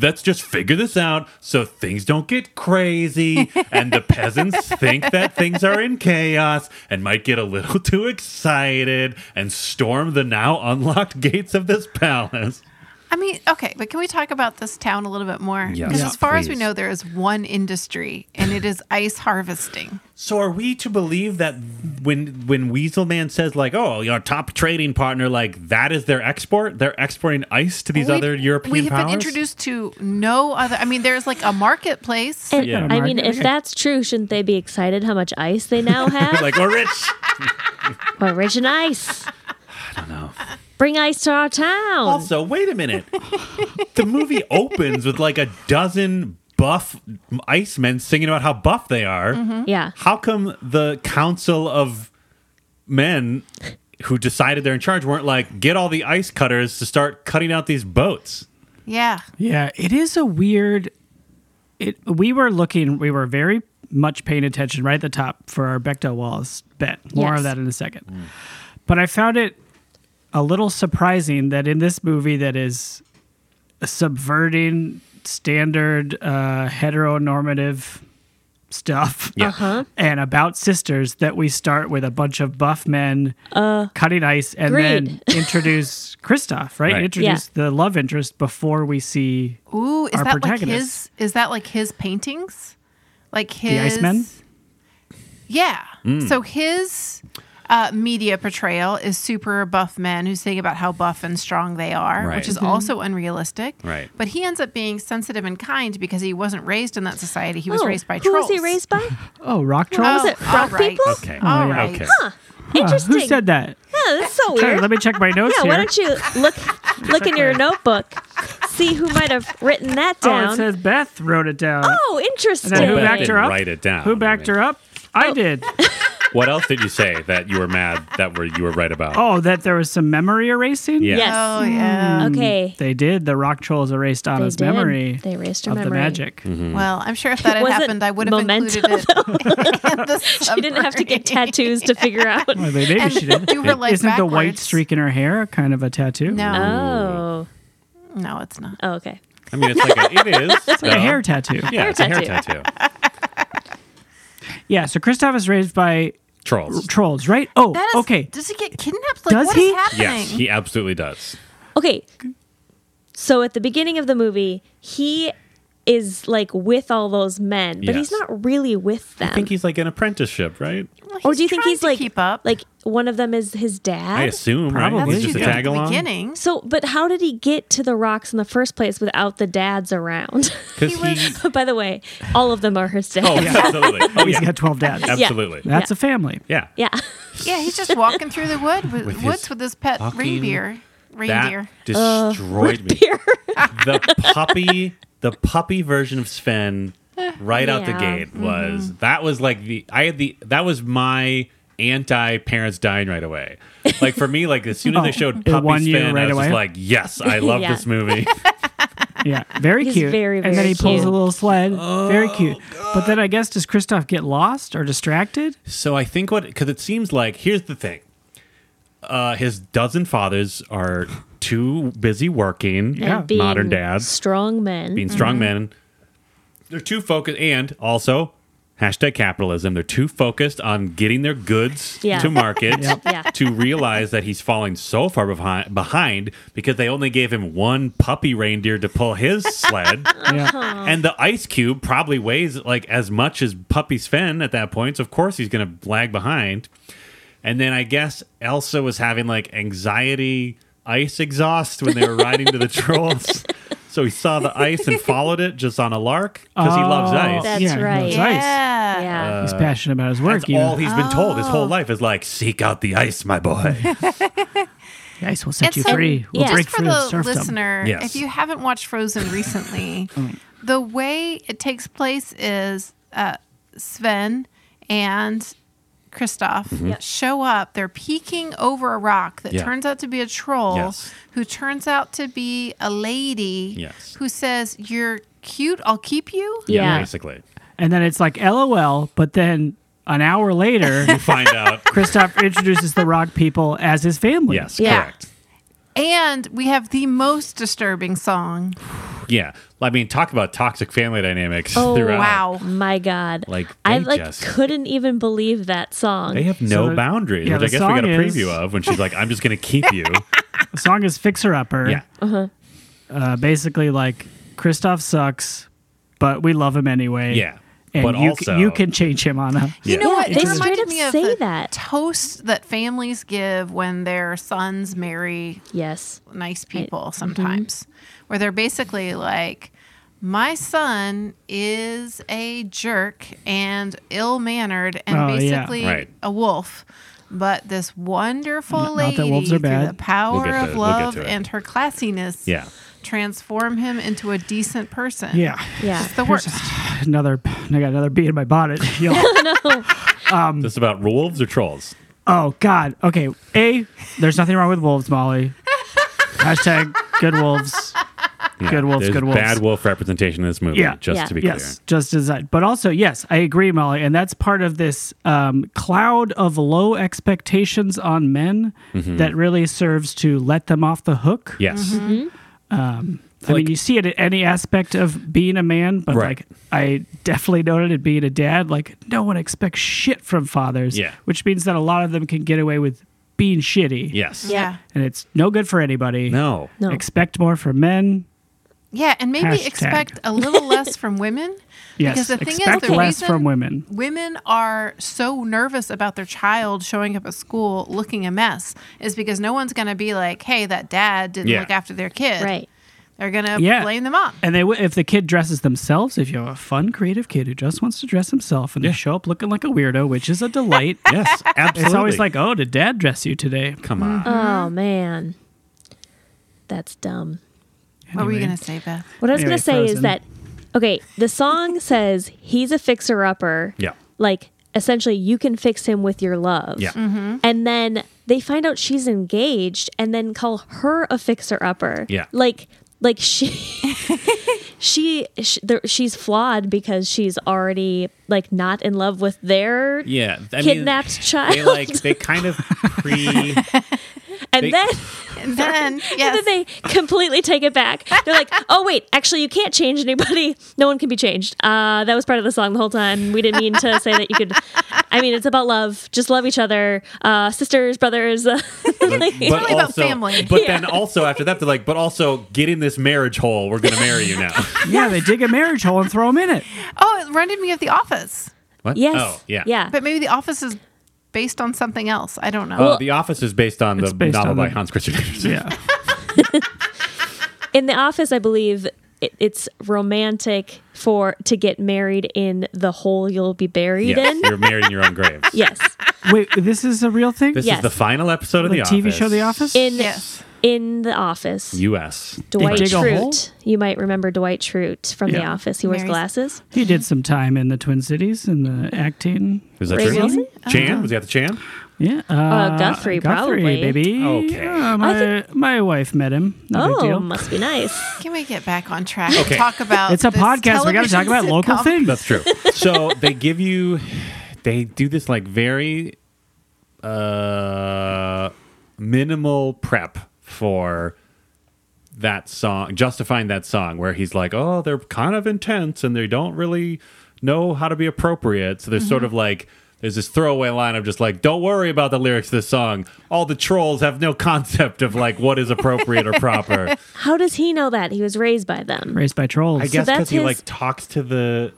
E: let's just figure this out so things don't get crazy and the peasants think that things are in chaos and might get a little too excited and storm the now unlocked gates of this palace.
B: I mean, okay, but can we talk about this town a little bit more?
E: Yes.
B: Because
E: Yeah.
B: as far as we
E: Please.
B: know, there is one industry, and it is ice harvesting.
E: So are we to believe that when when Weaselman says like, "Oh, your top trading partner like that is their export? They're exporting ice to these
B: We've-
E: other European
B: We have
E: powers?"
B: been introduced to no other. I mean, there's like a marketplace.
C: And,
E: Yeah.
C: I mean,
D: Margaret,
C: if
D: yeah.
C: that's true, shouldn't they be excited how much ice they now have?
E: like, "We're rich."
C: Well, rich in ice. I don't know. Bring ice to our town.
E: Also, wait a minute. the movie opens with like a dozen buff icemen singing about how buff they are.
C: yeah.
E: How come the council of men who decided they're in charge weren't like, get all the ice cutters to start cutting out these boats?
B: yeah.
D: Yeah, it is a weird. It we were looking, we were very much paying attention right at the top for our Bechdel Wallace bet. More of
C: Yes.
D: that in a second. But I found it a little surprising that in this movie that is subverting standard uh, heteronormative stuff
E: Yeah.
C: Uh-huh.
D: and about sisters that we start with a bunch of buff men cutting ice and then introduce Kristoff, right?
E: Right.
D: Introduce the love interest before we see
B: Ooh, is
D: Our
B: that like
D: protagonist.
B: his? Is that like his paintings? Like his
D: The Iceman?
B: Yeah. So his uh, media portrayal is super buff men who sing about how buff and strong they are,
E: Right.
B: which
C: Mm-hmm.
B: is also unrealistic.
E: Right.
B: But he ends up being sensitive and kind because he wasn't raised in that society. He was
C: Oh,
B: raised by
C: who
B: trolls.
C: was he raised by?
D: oh rock
B: Oh,
D: trolls.
C: Was it frog
B: all right.
C: people?
E: Okay. Oh,
B: All
E: yeah.
B: right.
E: Okay.
C: Interesting.
D: Who said that?
C: Yeah, that's so
D: Sorry,
C: weird.
D: let me check my notes
C: yeah,
D: here.
C: why don't you look look in your notebook, see who might have written that down?
D: Oh, it says Beth wrote it down.
C: Oh, interesting.
D: And then who
E: Beth
D: backed
E: didn't
D: her up?
E: write it down.
C: Oh.
D: Who backed her up? I did.
E: What else did you say that you were mad that were you were right about?
D: Oh, that there was some memory erasing?
E: Yeah.
C: Yes.
B: Oh yeah.
C: Okay.
D: They did. The rock trolls erased Anna's
C: did.
D: memory
C: They erased her
D: of the
C: memory.
D: magic.
B: Well, I'm sure if that had
C: Was it
B: happened, I would have
C: memento,
B: included it. in the
C: She didn't have to get
B: summary.
C: tattoos to figure out.
D: Well, they- maybe
B: And
D: she did.
B: you were like
D: Isn't the white
B: backwards.
D: streak in her hair kind of a tattoo?
B: No,
C: Oh.
B: no, it's not.
C: oh. Okay.
E: I mean, it's like a, it is. It's
D: Like a hair tattoo.
E: Yeah,
C: Hair
E: it's a hair
C: tattoo.
E: tattoo.
D: Yeah, so Kristoff is raised by
E: Trolls.
D: trolls, right? Oh,
B: That is,
D: okay.
B: Does he get kidnapped? Like,
D: Does
B: what is
D: he?
B: happening?
E: Yes, he absolutely does.
C: Okay. So at the beginning of the movie, he is like with all those men, but he's
E: Yes.
C: not really with them.
E: I think he's like an apprenticeship, right?
B: Well,
C: or do you think
B: trying
C: he's
B: to
C: like
B: keep up?
C: like one of them is his dad?
E: I assume, right?
D: Probably.
E: He's
B: you
E: just
B: think
E: a tag
B: at the
E: along.
B: beginning.
C: So, but how did he get to the rocks in the first place without the dads around?
E: Because
B: He
E: he.
B: was-
C: By the way, all of them are his dads.
E: Oh, yeah, absolutely. Oh,
D: He's
E: yeah.
D: got 12 dads.
E: Absolutely. Yeah.
D: That's a family.
C: Yeah.
B: Yeah, he's just walking through the wood with,
E: With his
B: woods with his pet
E: fucking-
B: reindeer. Reindeer.
E: That destroyed
B: Uh,
E: me.
C: Beer.
E: the puppy the puppy version of Sven right out the
C: Yeah.
E: gate
B: mm-hmm.
E: was that was like the I had the that was my anti parents dying right away. Like for me, like as soon as
D: Oh,
E: they showed
D: it won
E: puppy
D: you
E: Sven,
D: right
E: I was
D: away?
E: just like, yes, I love
C: Yeah.
E: this movie.
D: Yeah, very
C: He's
D: cute.
C: very,
D: and then
C: very
D: he pulls a
C: cute.
D: little sled.
E: Oh,
D: very cute. But then I guess does Kristoff get lost or distracted?
E: so I think what because it seems like here's the thing. Uh, his dozen fathers are too busy working.
D: Yeah.
C: And being Mm-hmm.
E: Modern dads.
C: Strong men.
E: being strong men. They're too focused, and also hashtag capitalism. They're too focused on getting their goods
C: Yeah.
E: to market
D: Yep.
C: Yeah.
E: to realize that he's falling so far behind, behind because they only gave him one puppy reindeer to pull his sled,
C: Uh-huh.
D: Yeah.
E: and the ice cube probably weighs like as much as puppy Sven at that point. So of course he's going to lag behind. And then I guess Elsa was having like anxiety ice exhaust when they were riding to the trolls. So he saw the ice and followed it just on a lark because he loves
D: Oh,
E: ice.
C: That's
D: yeah,
C: right.
D: He loves ice.
B: yeah.
C: yeah.
D: He's passionate about his work.
E: That's
D: you know.
E: all he's been told his
C: Oh.
E: whole life is like, seek out the ice, my boy.
D: The ice will set
B: And
D: you
B: so-
D: free. We'll
C: yeah.
D: break
B: Just for
D: through the
B: the
D: serfdom.
B: listener,
E: Yes.
B: if you haven't watched Frozen recently, the way it takes place is uh, Sven and Kristoff show up. They're peeking over a rock that
E: Yeah.
B: turns out to be a troll,
E: Yes.
B: who turns out to be a lady
E: Yes.
B: who says, "You're cute. I'll keep you."
C: Yeah.
E: basically.
D: And then it's like LOL, but then an hour later,
E: You find out.
D: Kristoff introduces the rock people as his family.
E: Yes,
C: Yeah.
E: correct.
B: And we have the most disturbing song.
E: Yeah. I mean, talk about toxic family dynamics
C: Oh,
E: throughout.
B: wow.
C: My God.
E: Like,
C: I
E: they
C: like
E: just-
C: couldn't even believe that song.
E: They have no
D: the-
E: boundaries,
D: yeah,
E: which I
D: the
E: guess we got a
D: song is-
E: preview of when she's like, I'm just going to keep you.
D: The song is Fixer Upper.
E: yeah.
D: Uh, basically, like, Kristoff sucks, but we love him anyway.
E: Yeah.
D: And
E: But
D: you,
E: also-
D: you can change him on a.
B: You
E: Yeah.
B: know
C: Yeah,
B: what?
C: they
B: It reminded
C: straight up
B: me of
C: say
B: the
C: that.
B: toast that families give when their sons marry
C: Yes.
B: nice people sometimes, where they're basically like, my son is a jerk and ill mannered and
D: Oh, yeah.
B: basically
E: Right.
B: a wolf. But this wonderful
D: not
B: lady,
D: that wolves are
B: through
D: bad.
B: the power
E: We'll get
B: of
E: to- we'll get
B: love
E: to it.
B: and her classiness,
E: Yeah.
B: transform him into a decent person.
D: Yeah.
C: Yeah.
B: It's the worst.
D: Another, I got another bee in my bonnet. Yo.
E: This about wolves or trolls?
D: Oh God. Okay. A. There's nothing wrong with wolves, Molly. Hashtag good wolves. good wolves.
E: There's
D: Good wolves.
E: Bad wolf representation in this movie.
D: Yeah.
E: just
C: Yeah.
E: to be
D: yes. Just as I. But also, yes, I agree, Molly. And that's part of this um, cloud of low expectations on men
E: Mm-hmm.
D: that really serves to let them off the hook.
E: clear. Yes,
C: Mm-hmm.
B: Mm-hmm.
D: I mean, you see it at any aspect of being a man, but
E: Right.
D: like I definitely noted it being a dad. Like no one expects shit from fathers.
E: Yeah.
D: Which means that a lot of them can get away with being shitty.
E: yes.
B: Yeah.
D: and it's no good for anybody.
E: No.
C: No.
D: Expect more from men.
B: Yeah, and maybe
D: Hashtag.
B: expect a little less from women.
D: Yes,
B: because the thing
D: expect
B: is, the
D: less
B: reason
D: from women.
B: Women are so nervous about their child showing up at school looking a mess is because no one's going to be like, "Hey, that dad didn't
E: Yeah.
B: look after their kid."
C: Right.
B: They're going to
D: Yeah.
B: blame the mom.
D: And they, w- if the kid dresses themselves, if you have a fun, creative kid who just wants to dress himself and they show up looking like a weirdo, which is a delight,
E: Yes, absolutely.
D: it's always like, mm-hmm. oh, did dad dress you today?
E: come on.
C: Oh man. That's dumb.
B: What were you
D: Anyway.
B: going to say, Beth?
C: What I was
D: Anyway,
C: gonna say is
D: Frozen.
C: that okay, the song says he's a fixer upper.
E: Yeah.
C: Like essentially you can fix him with your love.
E: Yeah.
B: Mm-hmm.
C: Mm-hmm. And then they find out she's engaged and then call her a fixer upper.
E: Yeah.
C: Like like she she, she there, she's flawed because she's already like not in love with their
E: Yeah, I
C: kidnapped child.
E: They like they kind of pre.
C: and
E: they-
C: then
B: And then,
C: and
B: yes,
C: then they completely take it back. They're like, "Oh wait, actually you can't change anybody. No one can be changed." Uh, that was part of the song the whole time. We didn't mean to say that you could. I mean, it's about love. Just love each other, uh, sisters, brothers. Uh, like-
E: but
B: only about family.
E: But then also after that, they're like, but also get in this marriage hole. We're gonna marry you now.
D: Yeah, they dig a marriage hole and throw him in it.
B: oh, it reminded me of The Office,
E: What?
C: yes.
E: Oh, yeah.
C: Yeah.
B: but maybe The Office is based on something else. I don't know.
E: Uh, the Office is based on the
D: It's based
E: novel
D: on
E: by
D: the-
E: Hans Christian Andersen.
D: Yeah.
C: in the office, I believe it, it's romantic for to get married in the hole you'll be buried
E: Yes,
C: in.
E: you're married in your own grave.
C: Yes.
D: Wait, this is a real thing?
E: This
C: Yes.
E: is the final episode of
D: the
E: the
D: TV
E: Office.
D: show The Office?
C: In
B: yes,
C: in the office.
E: U.S.
C: Dwight
D: dig a hole?
C: Schrute. You might remember Dwight Schrute from The
D: Yeah.
C: Office. He wears
B: Mary's-
C: glasses.
D: he did some time in the Twin Cities in the acting.
E: Is that
C: Ray Wilson?
E: true? Chan? Was he at the Chan?
D: Yeah. Uh,
C: Guthrie, probably.
D: baby.
E: Okay.
D: Yeah,
C: I
D: my,
C: think-
D: my wife met him. No big
C: Oh,
D: deal.
C: must be nice.
B: can we get back on track? and
E: Okay.
B: Talk about
D: It's a
B: this
D: podcast. We got to
B: television
D: talk about local
B: sitcom?
D: things.
E: That's true. So they give you, they do this like very uh, minimal prep for that song, justifying that song, where he's like, oh, they're kind of intense and they don't really know how to be appropriate. So there's sort of like, there's this throwaway line of just like, don't worry about the lyrics of this song. All the trolls have no concept of like what is appropriate or proper.
C: How does he know that? He was raised by them.
D: Raised by trolls.
E: I guess
C: that's
E: because he
C: his-
E: like talks to the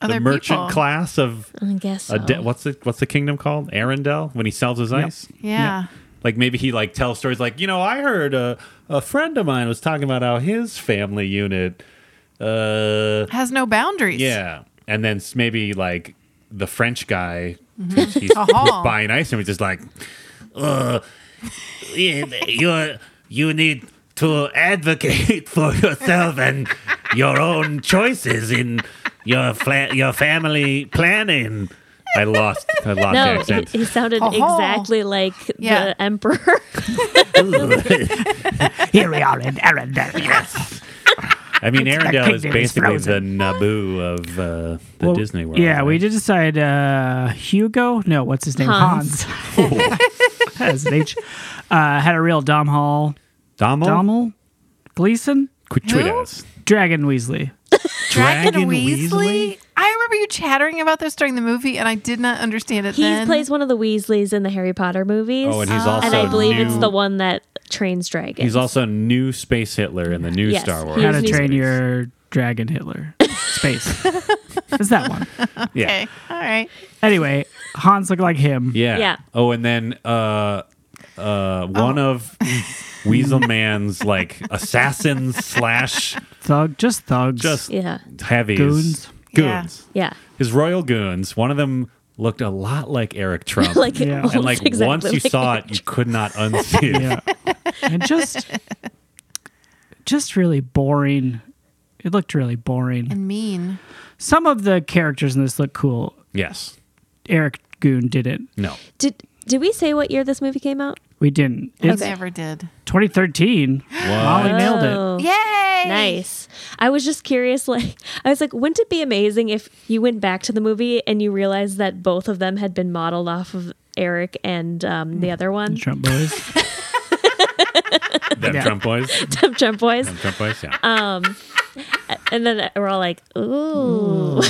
B: Other
E: the merchant
B: people.
E: class of
C: I guess. So.
E: a de- what's the what's the kingdom called? Arendelle when he sells his ice.
B: Yeah.
E: Like maybe he like tells stories like you know I heard a a friend of mine was talking about how his family unit, uh,
B: has no boundaries.
E: yeah, and then s- maybe like the French guy who's, he's, who's
B: Uh-huh.
E: buying ice and he's just like, uh, you you- you need to advocate for yourself and your own choices in your fla- your family planning. I lost I lost the
C: no, he,
E: accent.
C: he sounded
B: Oh.
C: exactly like
B: Yeah.
C: the emperor.
D: Here we are in Arendelle.
E: I mean,
D: It's the
E: Arendelle is
D: kingdom is
E: basically the
D: frozen.
E: Naboo of uh, the
D: Well,
E: Disney World.
D: Yeah, we
E: right?
D: did decide uh, Hugo. No, what's his name?
C: Hans.
D: Hans. Has an H. Uh, had a real Dom Hall.
E: Dommel,
D: Dommel? Gleason?
E: Qu-
B: Who?
E: Twidas.
D: Dragon Weasley.
B: Dragon,
E: Dragon
B: Weasley?
E: Weasley?
B: I remember you chattering about this during the movie, and I did not understand it.
C: he
B: then.
C: plays one of the Weasleys in the Harry Potter movies.
E: Oh, and he's also
C: Uh, And I believe
E: new,
C: it's the one that trains dragons.
E: He's also new Space Hitler in the new
C: Yes,
E: Star
C: he
E: Wars.
C: is
D: How to
C: new
D: train your dragon Hitler. Space. Is that one?
E: Yeah.
B: Okay. All right.
D: Anyway, Hans looked like him.
E: Yeah.
C: Yeah. Oh.
E: Oh, and then uh, uh, one of Weasel Man's like assassins slash
D: Thug, just thugs.
E: just
C: yeah,
E: heavies
D: Goons.
B: Yeah.
E: Goons.
C: yeah.
E: His royal goons. One of them looked a lot like Eric Trump.
C: Like
D: Yeah.
C: almost
E: and like
C: exactly
E: once you
C: like-
E: saw it, you could not unsee it.
D: Yeah. and just just really boring. It looked really boring.
B: And mean.
D: Some of the characters in this look cool.
E: Yes.
D: Eric Goon didn't.
E: No.
C: Did did we say what year this movie came out?
D: We didn't.
B: It's
D: It's
C: Okay.
B: ever did.
D: 2013. Molly nailed it.
C: Oh.
B: Yay!
C: Nice. I was just curious. Like, I was like, wouldn't it be amazing if you went back to the movie and you realized that both of them had been modeled off of Eric and um, the other one,
D: Trump boys.
E: Them
D: Yeah.
E: Trump boys.
C: Dumb Jump Boys?
E: Them Trump boys. Yeah.
C: Uh, And then we're all like, ooh,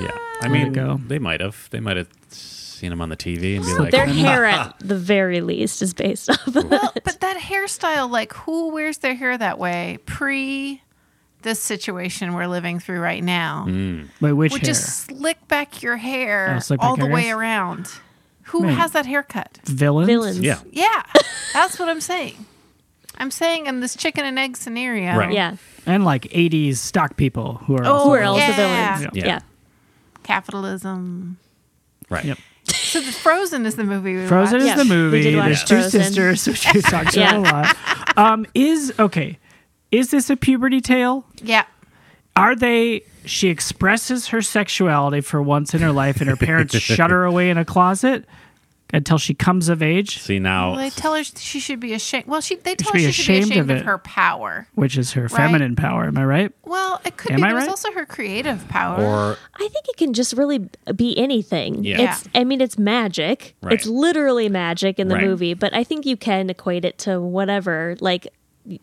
E: yeah. I
D: Way to
E: mean,
D: go.
E: they might have. They might have seen him on the TV and be like,
C: their hair at the very least is based off. Of
B: Well, but that hairstyle, like who wears their hair that way pre this situation we're living through right now?
D: Wait, which
B: Would
D: hair?
B: just slick back your hair
D: Oh, slick
B: all
D: back
B: the
D: hair,
B: way
D: guys?
B: around. Who
D: Man.
B: has that haircut?
D: Villains?
C: Villains.
E: yeah.
B: Yeah, that's what I'm saying. I'm saying in this chicken and egg scenario.
E: Right.
C: yeah.
D: And like 80s stock people who are also
C: Who are also
B: Yeah.
C: villains?
E: Yeah.
C: yeah.
B: Capitalism.
E: Right.
D: Yep.
B: So the Frozen is the movie we
D: Frozen
B: watched.
D: is the
C: Yeah, we
D: movie.
C: did watch
D: There's two
C: Frozen.
D: sisters, which we talked about
C: Yeah.
D: a lot. Um, is okay. Is this a puberty tale?
B: Yeah.
D: Are they? She expresses her sexuality for once in her life, and her parents shut her away in a closet until she comes of age,
E: See
C: Oh
E: now,
B: Well, they tell her she should be ashamed. Well, she they tell her
D: should be
B: she should be
D: ashamed
B: ashamed
D: of
B: of,
D: it.
B: her power.
D: which is her feminine power. Am I right?
B: Well, it could
D: Am
B: be.
D: I
B: There's
D: right?
B: also her creative power.
E: or
C: I think it can just really be anything.
E: Yeah.
C: It's I mean it's magic.
E: Right.
C: It's literally magic in the
E: Right.
C: movie, but I think you can equate it to whatever like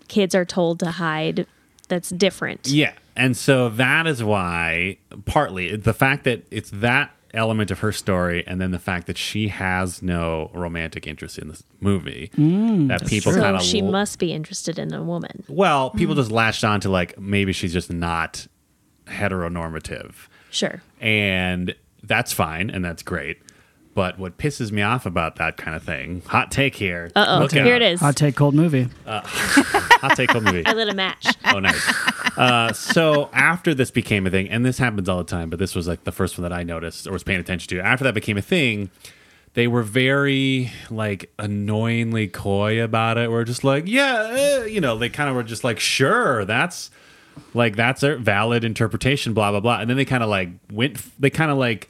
C: kids are told to hide that's different.
E: Yeah. And so that is why, partly, the fact that it's that element of her story and then the fact that she has no romantic interest in this movie
D: Mm.
E: that people
C: so
E: kind of
C: she must Mm. be interested in a woman.
E: well people just latched on to like maybe she's just not heteronormative
C: Sure.
E: and that's fine and that's great but what pisses me off about that kind of thing hot take here
C: Uh-oh.
E: Look
C: Here
E: out.
C: it is.
D: Hot take, cold movie.
E: hot take on movie
C: I lit a match.
E: oh nice. Uh, so after this became a thing, and this happens all the time, but this was like the first one that I noticed or was paying attention to. After that became a thing, they were very like annoyingly coy about it. We're just like, yeah, uh, you know, they kind of were just like, sure, that's like that's a valid interpretation, blah blah blah. And then they kind of like went, they kind of like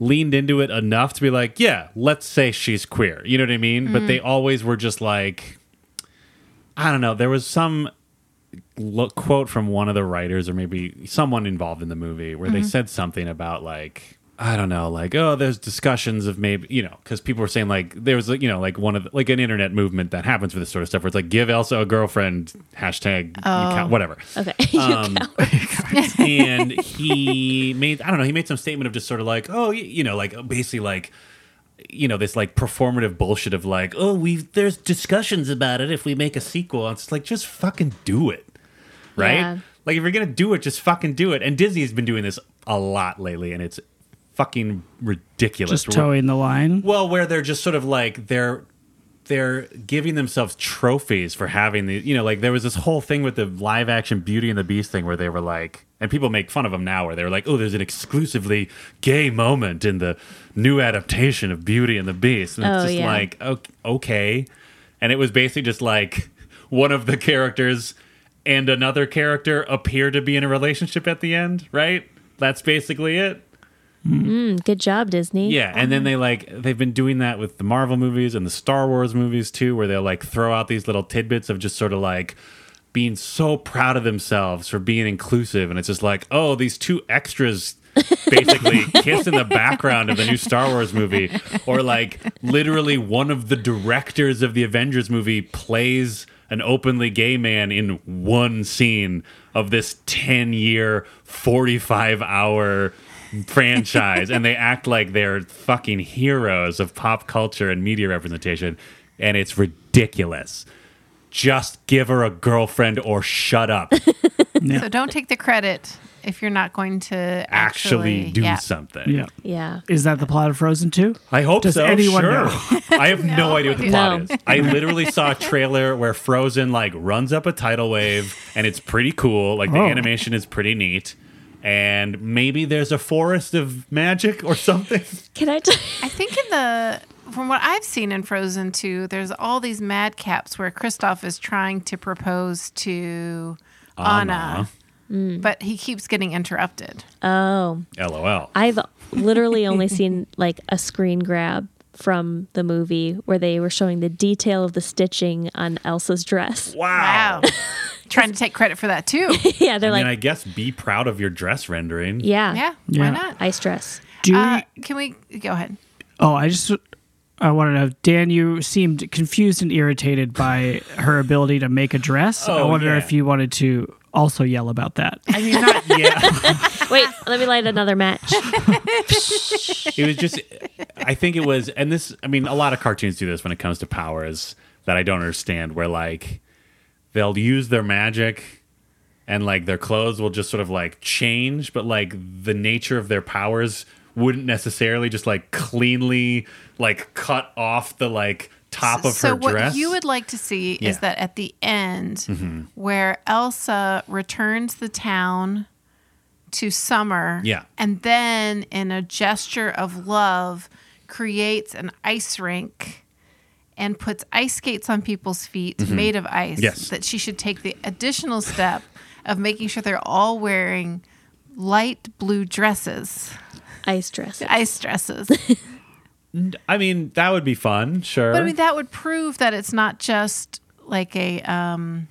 E: leaned into it enough to be like, yeah, let's say she's queer. You know what I mean? But they always were just like, I don't know. There was some lo- quote from one of the writers or maybe someone involved in the movie where they said something about like I don't know, like oh, there's discussions of maybe you know because people were saying like there was like you know like one of the, like an internet movement that happens for this sort of stuff where it's like give Elsa a girlfriend hashtag you count, whatever
C: Okay. You
E: Um,
C: go.
E: and he made I don't know he made some statement of just sort of like oh y- you know like basically like you know this like performative bullshit of like oh we there's discussions about it if we make a sequel and it's like just fucking do it right
C: Yeah.
E: like if you're gonna do it just fucking do it and Disney's been doing this a lot lately and it's fucking ridiculous
D: Just towing the line.
C: Mm-hmm.
E: well, where they're just sort of like they're they're giving themselves trophies for having the you know like there was this whole thing with the live action Beauty and the Beast thing where they were like and people make fun of them now where they were like oh there's an exclusively gay moment in the new adaptation of Beauty and the Beast and it's
C: Oh,
E: just
C: yeah.
E: like o- okay and it was basically just like one of the characters and another character appear to be in a relationship at the end right that's basically it
C: Mm, Good job, Disney.
E: yeah, and then they like they've been doing that with the Marvel movies and the Star Wars movies too, where they'll like throw out these little tidbits of just sort of like being so proud of themselves for being inclusive, and it's just like, oh, these two extras basically kiss in the background of the new Star Wars movie, or like literally one of the directors of the Avengers movie plays an openly gay man in one scene of this ten year, forty five hour franchise and they act like they're fucking heroes of pop culture and media representation and it's ridiculous just give her a girlfriend or shut up
B: So don't take the credit if you're not going to actually,
E: actually do
B: yeah.
E: something
D: Yeah.
C: Yeah.
D: Is that the plot of Frozen 2?
E: i hope
D: Does
E: so
D: anyone
E: sure
D: know?
E: i have no, idea what the plot
C: No.
E: is i literally saw a trailer where frozen like runs up a tidal wave and it's pretty cool like the
D: Oh.
E: animation is pretty neat and maybe there's a forest of magic or something
C: Can I t-
B: I think in the from what I've seen in Frozen 2, there's all these madcaps where Kristoff is trying to propose to Anna, but he keeps getting interrupted.
C: Oh.
E: lol
C: I've literally only seen like a screen grab from the movie where they were showing the detail of the stitching on Elsa's dress.
B: Wow. trying to take credit for that too.
C: yeah, they're
E: I
C: like,
E: mean, I guess be proud of your dress rendering.
C: yeah,
B: Yeah,
D: Yeah.
B: why not?
C: ice dress.
D: Do you-
B: Uh, can we go ahead?
D: Oh, I just I want to know, Dan. You seemed confused and irritated by her ability to make a dress. I
E: Oh,
D: wonder
E: yeah.
D: if you wanted to also yell about that.
E: I mean, not yeah.
C: Wait, let me light another match.
E: it was just, I think it was, and this, I mean, a lot of cartoons do this when it comes to powers that I don't understand, where like they'll use their magic and like their clothes will just sort of like change, but like the nature of their powers wouldn't necessarily just like cleanly like cut off the like top of
B: so
E: her
B: what
E: dress.
B: you would like to see is
E: Yeah. Mm-hmm.
B: that at the end where elsa returns the town to summer
E: Yeah.
B: and then in a gesture of love creates an ice rink and puts ice skates on people's feet made of ice
E: Mm-hmm. Yes.
B: that she should take the additional step of making sure they're all wearing light blue dresses,
C: Ice dress.
B: ice dresses.
E: I mean, that would be fun, sure.
B: But I mean, that would prove that it's not just like a um,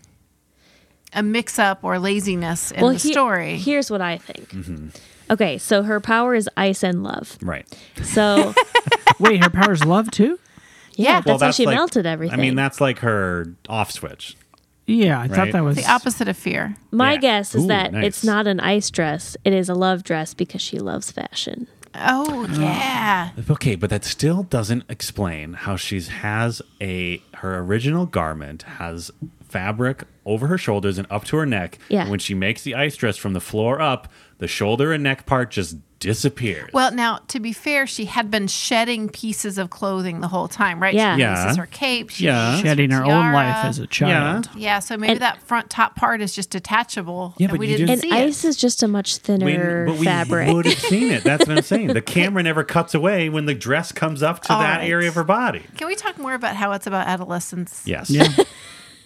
B: a mix up or laziness in the
C: he-
B: story.
C: Here's what I think.
E: Mm-hmm.
C: Okay, so her power is ice and love.
E: right.
C: So
D: Wait, her powers love too?
C: yeah,
B: Yeah.
C: that's, how she melted everything.
E: I mean, that's like her off switch.
D: Yeah, I thought
E: Right.
D: that was
B: the opposite of fear.
C: my
E: yeah.
C: guess is
E: Ooh,
C: that it's
E: nice.
C: not an ice dress; it is a love dress because she loves fashion.
B: Oh yeah,
E: Okay, but that still doesn't explain how she's has a her original garment has fabric over her shoulders and up to her neck.
C: Yeah.
E: And when she makes the ice dress from the floor up, the shoulder and neck part just disappears.
B: Well, now to be fair, she had been shedding pieces of clothing the whole time, right?
C: Yeah.
B: She
E: Yeah.
B: releases her cape. She
E: Yeah.
B: releases
D: shedding her own
B: tiara.
D: life as a child.
B: Yeah, so maybe
C: And-
B: that front top part is just detachable.
E: Yeah,
B: and
E: but
B: we
E: you
B: didn't
C: And
E: didn't-
B: see
C: ice
B: it.
C: is just a much
E: When-
C: thinner
E: but we
C: fabric.
E: would have seen it. That's what I'm saying. The camera never cuts away when the dress comes up to
B: All
E: that
B: right.
E: area of her body.
B: Can we talk more about how it's about adolescence?
E: Yes.
D: Yeah.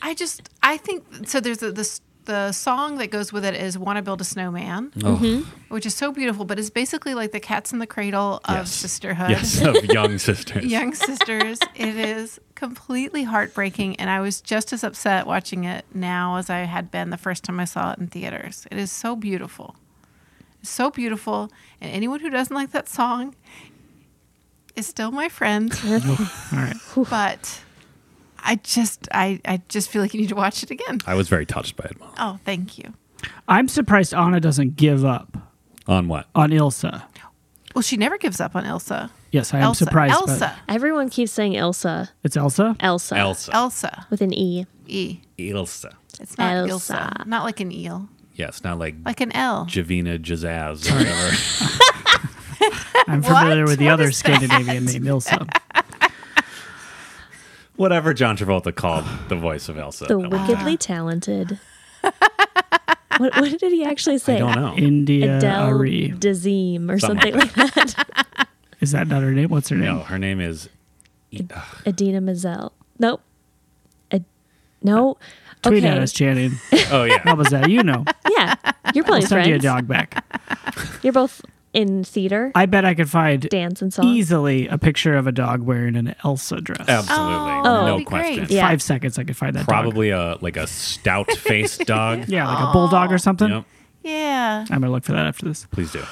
B: I just I think so. There's a, this the song that goes with it is "Want to Build a Snowman,"
E: Oh,
B: which is so beautiful, but it's basically like the cats in the cradle of
E: yes.
B: sisterhood.
E: Yes, of young sisters.
B: Young sisters, it is completely heartbreaking, and I was just as upset watching it now as I had been the first time I saw it in theaters. It is so beautiful, so beautiful, and anyone who doesn't like that song is still my friend.
D: All right.
B: but I just, I, I just feel like you need to watch it again.
E: I was very touched by it, Mom.
B: Oh, thank you.
D: I'm surprised Anna doesn't give up
E: On what?
D: on Ilsa.
B: Well, she never gives up on Elsa.
D: Yes, I am
B: Elsa,
D: surprised. by-
B: Elsa,
C: Everyone keeps saying Elsa,
D: it's Elsa?
C: Elsa,
E: Elsa.
B: Elsa,
C: with an e.
B: E.
E: Elsa.
B: It's not
C: Elsa.
B: Ilsa, not like an eel,
E: Yes, not like
B: like an L.
E: Javina Jazaz or whatever.
D: I'm familiar
B: What?
D: with the
B: What
D: other
B: is
D: Scandinavian name, Ilsa.
E: whatever John Travolta called the voice of Elsa.
C: The
E: at one time.
C: wickedly talented. what, what did he actually say?
E: I don't know.
D: India
C: Adele
D: Ari.
C: Dazeem or something
E: Something.
C: like that.
D: Is that not her name? What's her name?
E: No, her name is E-
C: Adina Mazel. Nope. Ad- no.
D: Tweet
C: okay.
D: at us, Channing.
E: Oh
D: How
E: yeah.
D: was that? You know.
C: Yeah. You're
D: I'll
C: playing
D: send you a
C: friends.
D: dog back.
C: You're both in theater,
D: I bet I could find
C: dance and song.
D: easily a picture of a dog wearing an Elsa dress.
E: Absolutely.
B: Oh, that'd
E: no
B: be
E: question.
B: great.
C: Yeah.
D: Five seconds I could find that dog.
E: Probably a like a stout faced dog.
D: Yeah, like a bulldog or something.
E: Yep.
B: Yeah.
D: I'm gonna look for that after this.
E: Please do.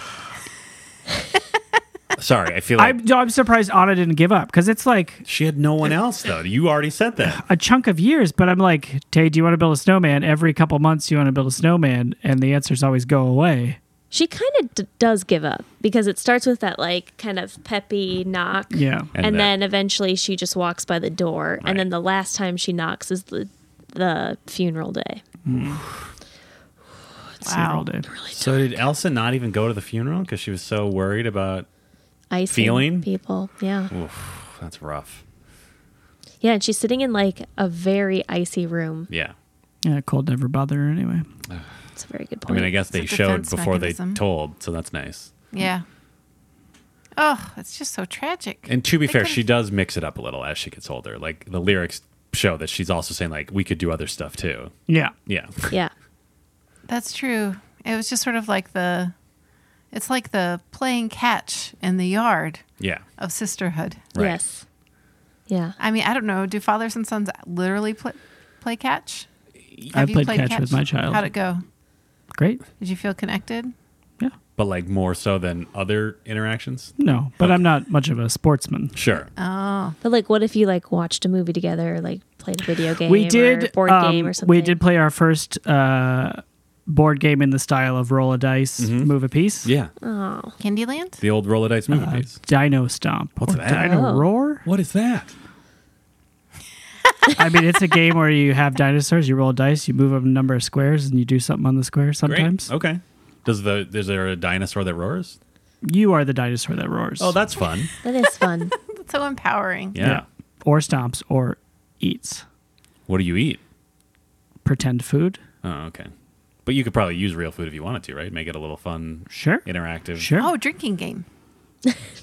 E: Sorry, I feel like
D: I'm, no, I'm surprised Anna didn't give up because it's like
E: she had no one else though. You already said that.
D: a chunk of years. But I'm like, Tay, do you want to build a snowman? Every couple months, you want to build a snowman, and the answer's always go away.
C: She kind of d- does give up because it starts with that like kind of peppy knock.
D: Yeah,
C: And,
E: And that-
C: then eventually she just walks by the door,
E: Right.
C: and then the last time she knocks is the the funeral day.
D: Several did.
E: So did Elsa not even go to the funeral because she was so worried about?
C: Ice
E: Feeling?
C: people, yeah,
E: Oof, that's rough.
C: yeah. And she's sitting in like a very icy room.
E: Yeah.
D: Yeah, cold never bother her anyway.
C: That's a very good
E: I
C: point.
E: mean, I guess they
B: It's a
E: showed
B: defense
E: before
B: mechanism.
E: they told, so that's nice.
B: Yeah. Oh, it's just so tragic.
E: And to be
B: They
E: fair,
B: could've-
E: she does mix it up a little as she gets older. Like the lyrics show that she's also saying like we could do other stuff too.
D: Yeah,
E: Yeah.
C: yeah,
B: That's true. It was just sort of like the. It's like the playing catch in the yard
E: Yeah.
B: of sisterhood.
E: Right.
C: yes, yeah.
B: I mean, I don't know. Do fathers and sons literally play, play catch?
D: I
B: Have you
D: played, catch, with my child.
B: How'd it go?
D: Great.
B: Did you feel connected?
D: Yeah.
E: But like more so than other interactions?
D: No, but I'm not much of a sportsman.
E: Sure.
B: Uh-huh. Oh,
C: But like, what if you like watched a movie together, or, like played a video game,
D: we
C: or a
D: did
C: board
D: um,
C: game or something?
D: we did play our first uh, board game in the style of roll a dice, move a piece.
E: Mm-hmm. yeah.
C: Oh,
B: Candyland?
E: The old roll of dice movie
D: Uh,
E: piece.
D: Dino Stomp.
E: What's
D: or
E: that?
D: Dino
C: Oh.
D: Roar?
E: What is that?
D: I mean, it's a game where you have dinosaurs, you roll dice, you move a number of squares, and you do something on the square sometimes.
E: Great. Oh. Okay. Does the is there a dinosaur that roars?
D: You are the dinosaur that roars.
E: Oh, that's fun.
C: that is fun.
B: That's so empowering.
E: Yeah.
D: Or stomps or eats.
E: What do you eat?
D: Pretend food.
E: Oh, okay. But you could probably use real food if you wanted to, right? Make it a little fun,
D: Sure.
E: interactive.
D: Sure.
B: Oh, drinking game.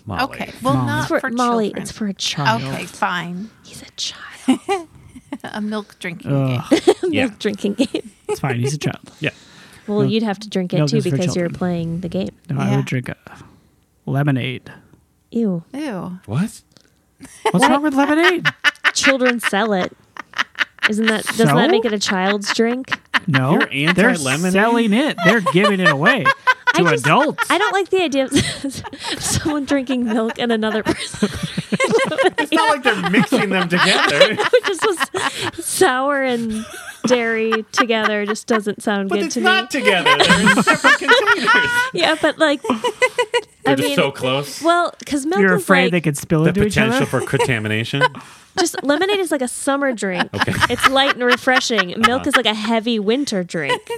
E: Molly.
B: Okay. Well,
D: Molly.
B: not
C: It's for,
B: for
C: Molly,
B: children.
C: it's for a child.
E: Oh.
B: Okay, fine.
C: He's a child.
B: A milk drinking game.
D: Ugh,
E: Yeah.
C: Drinking game.
D: it's fine. He's a child.
E: Yeah.
C: Well, you'd have to drink it
D: Milk
C: too
D: is for
C: because you're
D: children.
C: playing the game.
D: No, I
B: Yeah.
D: would drink a lemonade.
C: Ew.
B: Ew.
E: What?
D: What's wrong with lemonade?
C: Children sell it. Isn't that doesn't
D: So?
C: that make it a child's drink?
D: No,
E: You're anti-lemonade?
D: They're selling it. They're giving it away to
C: just-
D: adults.
C: I don't like the idea of someone drinking milk and another person.
E: It's not like they're mixing them together.
C: It just was sour and dairy together. Just doesn't sound
E: But
C: good
E: it's
C: to
E: not together. They're in separate containers.
C: me. Yeah, but like,
E: They're
C: I
E: just
C: mean,
E: so close.
C: well, because milk
D: You're
C: is
D: afraid
C: like
D: they could spill
E: The
D: into each
E: potential
D: other.
E: for contamination.
C: just lemonade is like a summer drink. It's light and refreshing. Milk is like a heavy winter drink.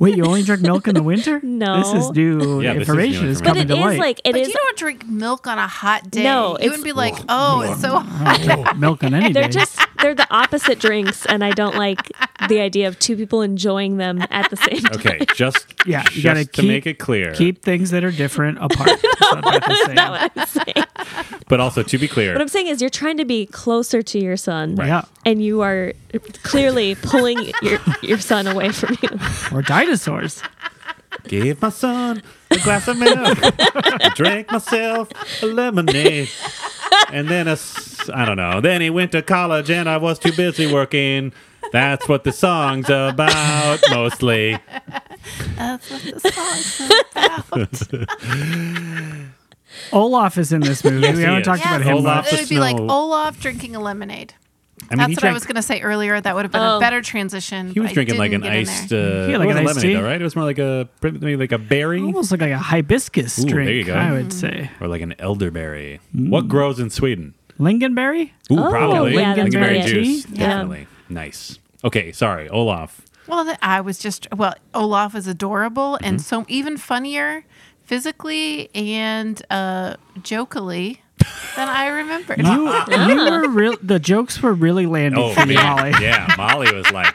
D: Wait, you only drink milk in the winter?
C: No.
D: this is new
E: Yeah, this is new
D: information. Is
E: information.
C: But
D: coming
C: it
D: to
C: is
D: light.
C: like it
B: But
C: is.
B: you don't drink milk on a hot day.
C: No,
B: you
C: it's-
B: wouldn't be like, oh, it's so hot.
D: milk on any
C: They're
D: day.
C: just they're the opposite drinks, and I don't like the idea of two people enjoying them at the same time.
E: Okay, just
D: Yeah, you
E: just
D: gotta
E: to
D: keep-
E: make it clear.
D: Keep things that are different apart. It's not about the same.
E: But also to be
C: What
E: clear,
C: I'm saying is, you're trying to be closer to your son,
E: Right.
D: Yeah,
C: and you are clearly pulling your your son away from you.
D: or dinosaurs.
E: give my son a glass of milk, drank myself a lemonade, and then a s- I don't know. Then he went to college, and I was too busy working. That's what the song's about mostly.
B: That's what this song is about.
D: Olaf is in this movie.
E: Yes,
D: we
E: he
D: haven't
E: is.
D: talked
E: Yes.
D: about him.
E: Olaf
D: much.
B: it would be like
E: Snow.
B: Olaf drinking a lemonade.
E: I mean,
B: That's
E: he
B: what I
E: drank-
B: was going to say earlier. That would have been
C: Oh.
B: a better transition.
E: He was
B: but I
E: drinking like an
B: didn't get in
E: iced,
B: there. Oh.
E: uh,
D: Yeah,
E: it
D: like
E: wasn't
D: an iced
E: lemonade, though,
D: tea.
E: right? It was more like a maybe like a berry
D: almost like, a hibiscus
E: Ooh, there
D: drink.
E: you go.
D: I would say
E: or like an elderberry.
D: Mm.
E: What grows in Sweden?
D: lingonberry.
E: Ooh,
C: Oh,
E: probably.
C: yeah,
E: Lingonberry
C: that's
E: Lingonberry
C: right.
E: juice.
C: Yeah.
E: Definitely. Nice. Okay, sorry, Olaf.
B: Well, th- I was just well. Olaf is adorable
E: Mm-hmm.
B: and so even funnier physically and uh, jokily than I remembered.
D: You,
C: Mm-hmm.
D: you
C: Ah.
D: were real. The jokes were really landing
E: Oh,
D: for you,
E: man.
D: Molly.
E: yeah, Molly was like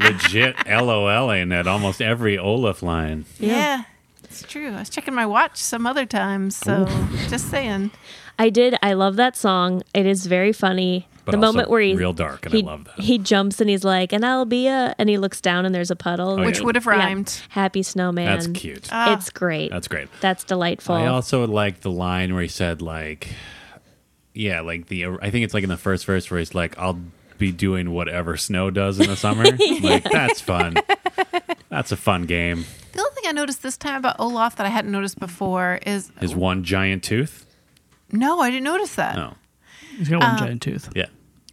E: legit LOLing at almost every Olaf line.
B: yeah. it's true. I was checking my watch some other times, so just saying.
C: I did. I love that song. It is very funny.
E: But
C: the
E: also
C: moment where he
E: real dark, and I
C: he,
E: love that.
C: He jumps and he's like, "And I'll be a," and he looks down and there's a puddle,
E: Oh,
C: and-
E: Which yeah.
B: would have
C: yeah.
B: rhymed.
C: Happy snowman.
E: That's cute.
D: Ah.
C: it's great.
E: That's great.
C: That's delightful.
E: I also like the line where he said like, yeah, like the I think it's like in the first verse where he's like, "I'll be doing whatever snow does in the summer." Like that's fun. That's a fun game.
B: The other thing I noticed this time about Olaf that I hadn't noticed before is
E: His one giant tooth.
B: no, I didn't notice that.
E: Oh,
D: He's got
C: Uh,
D: one giant tooth.
E: yeah.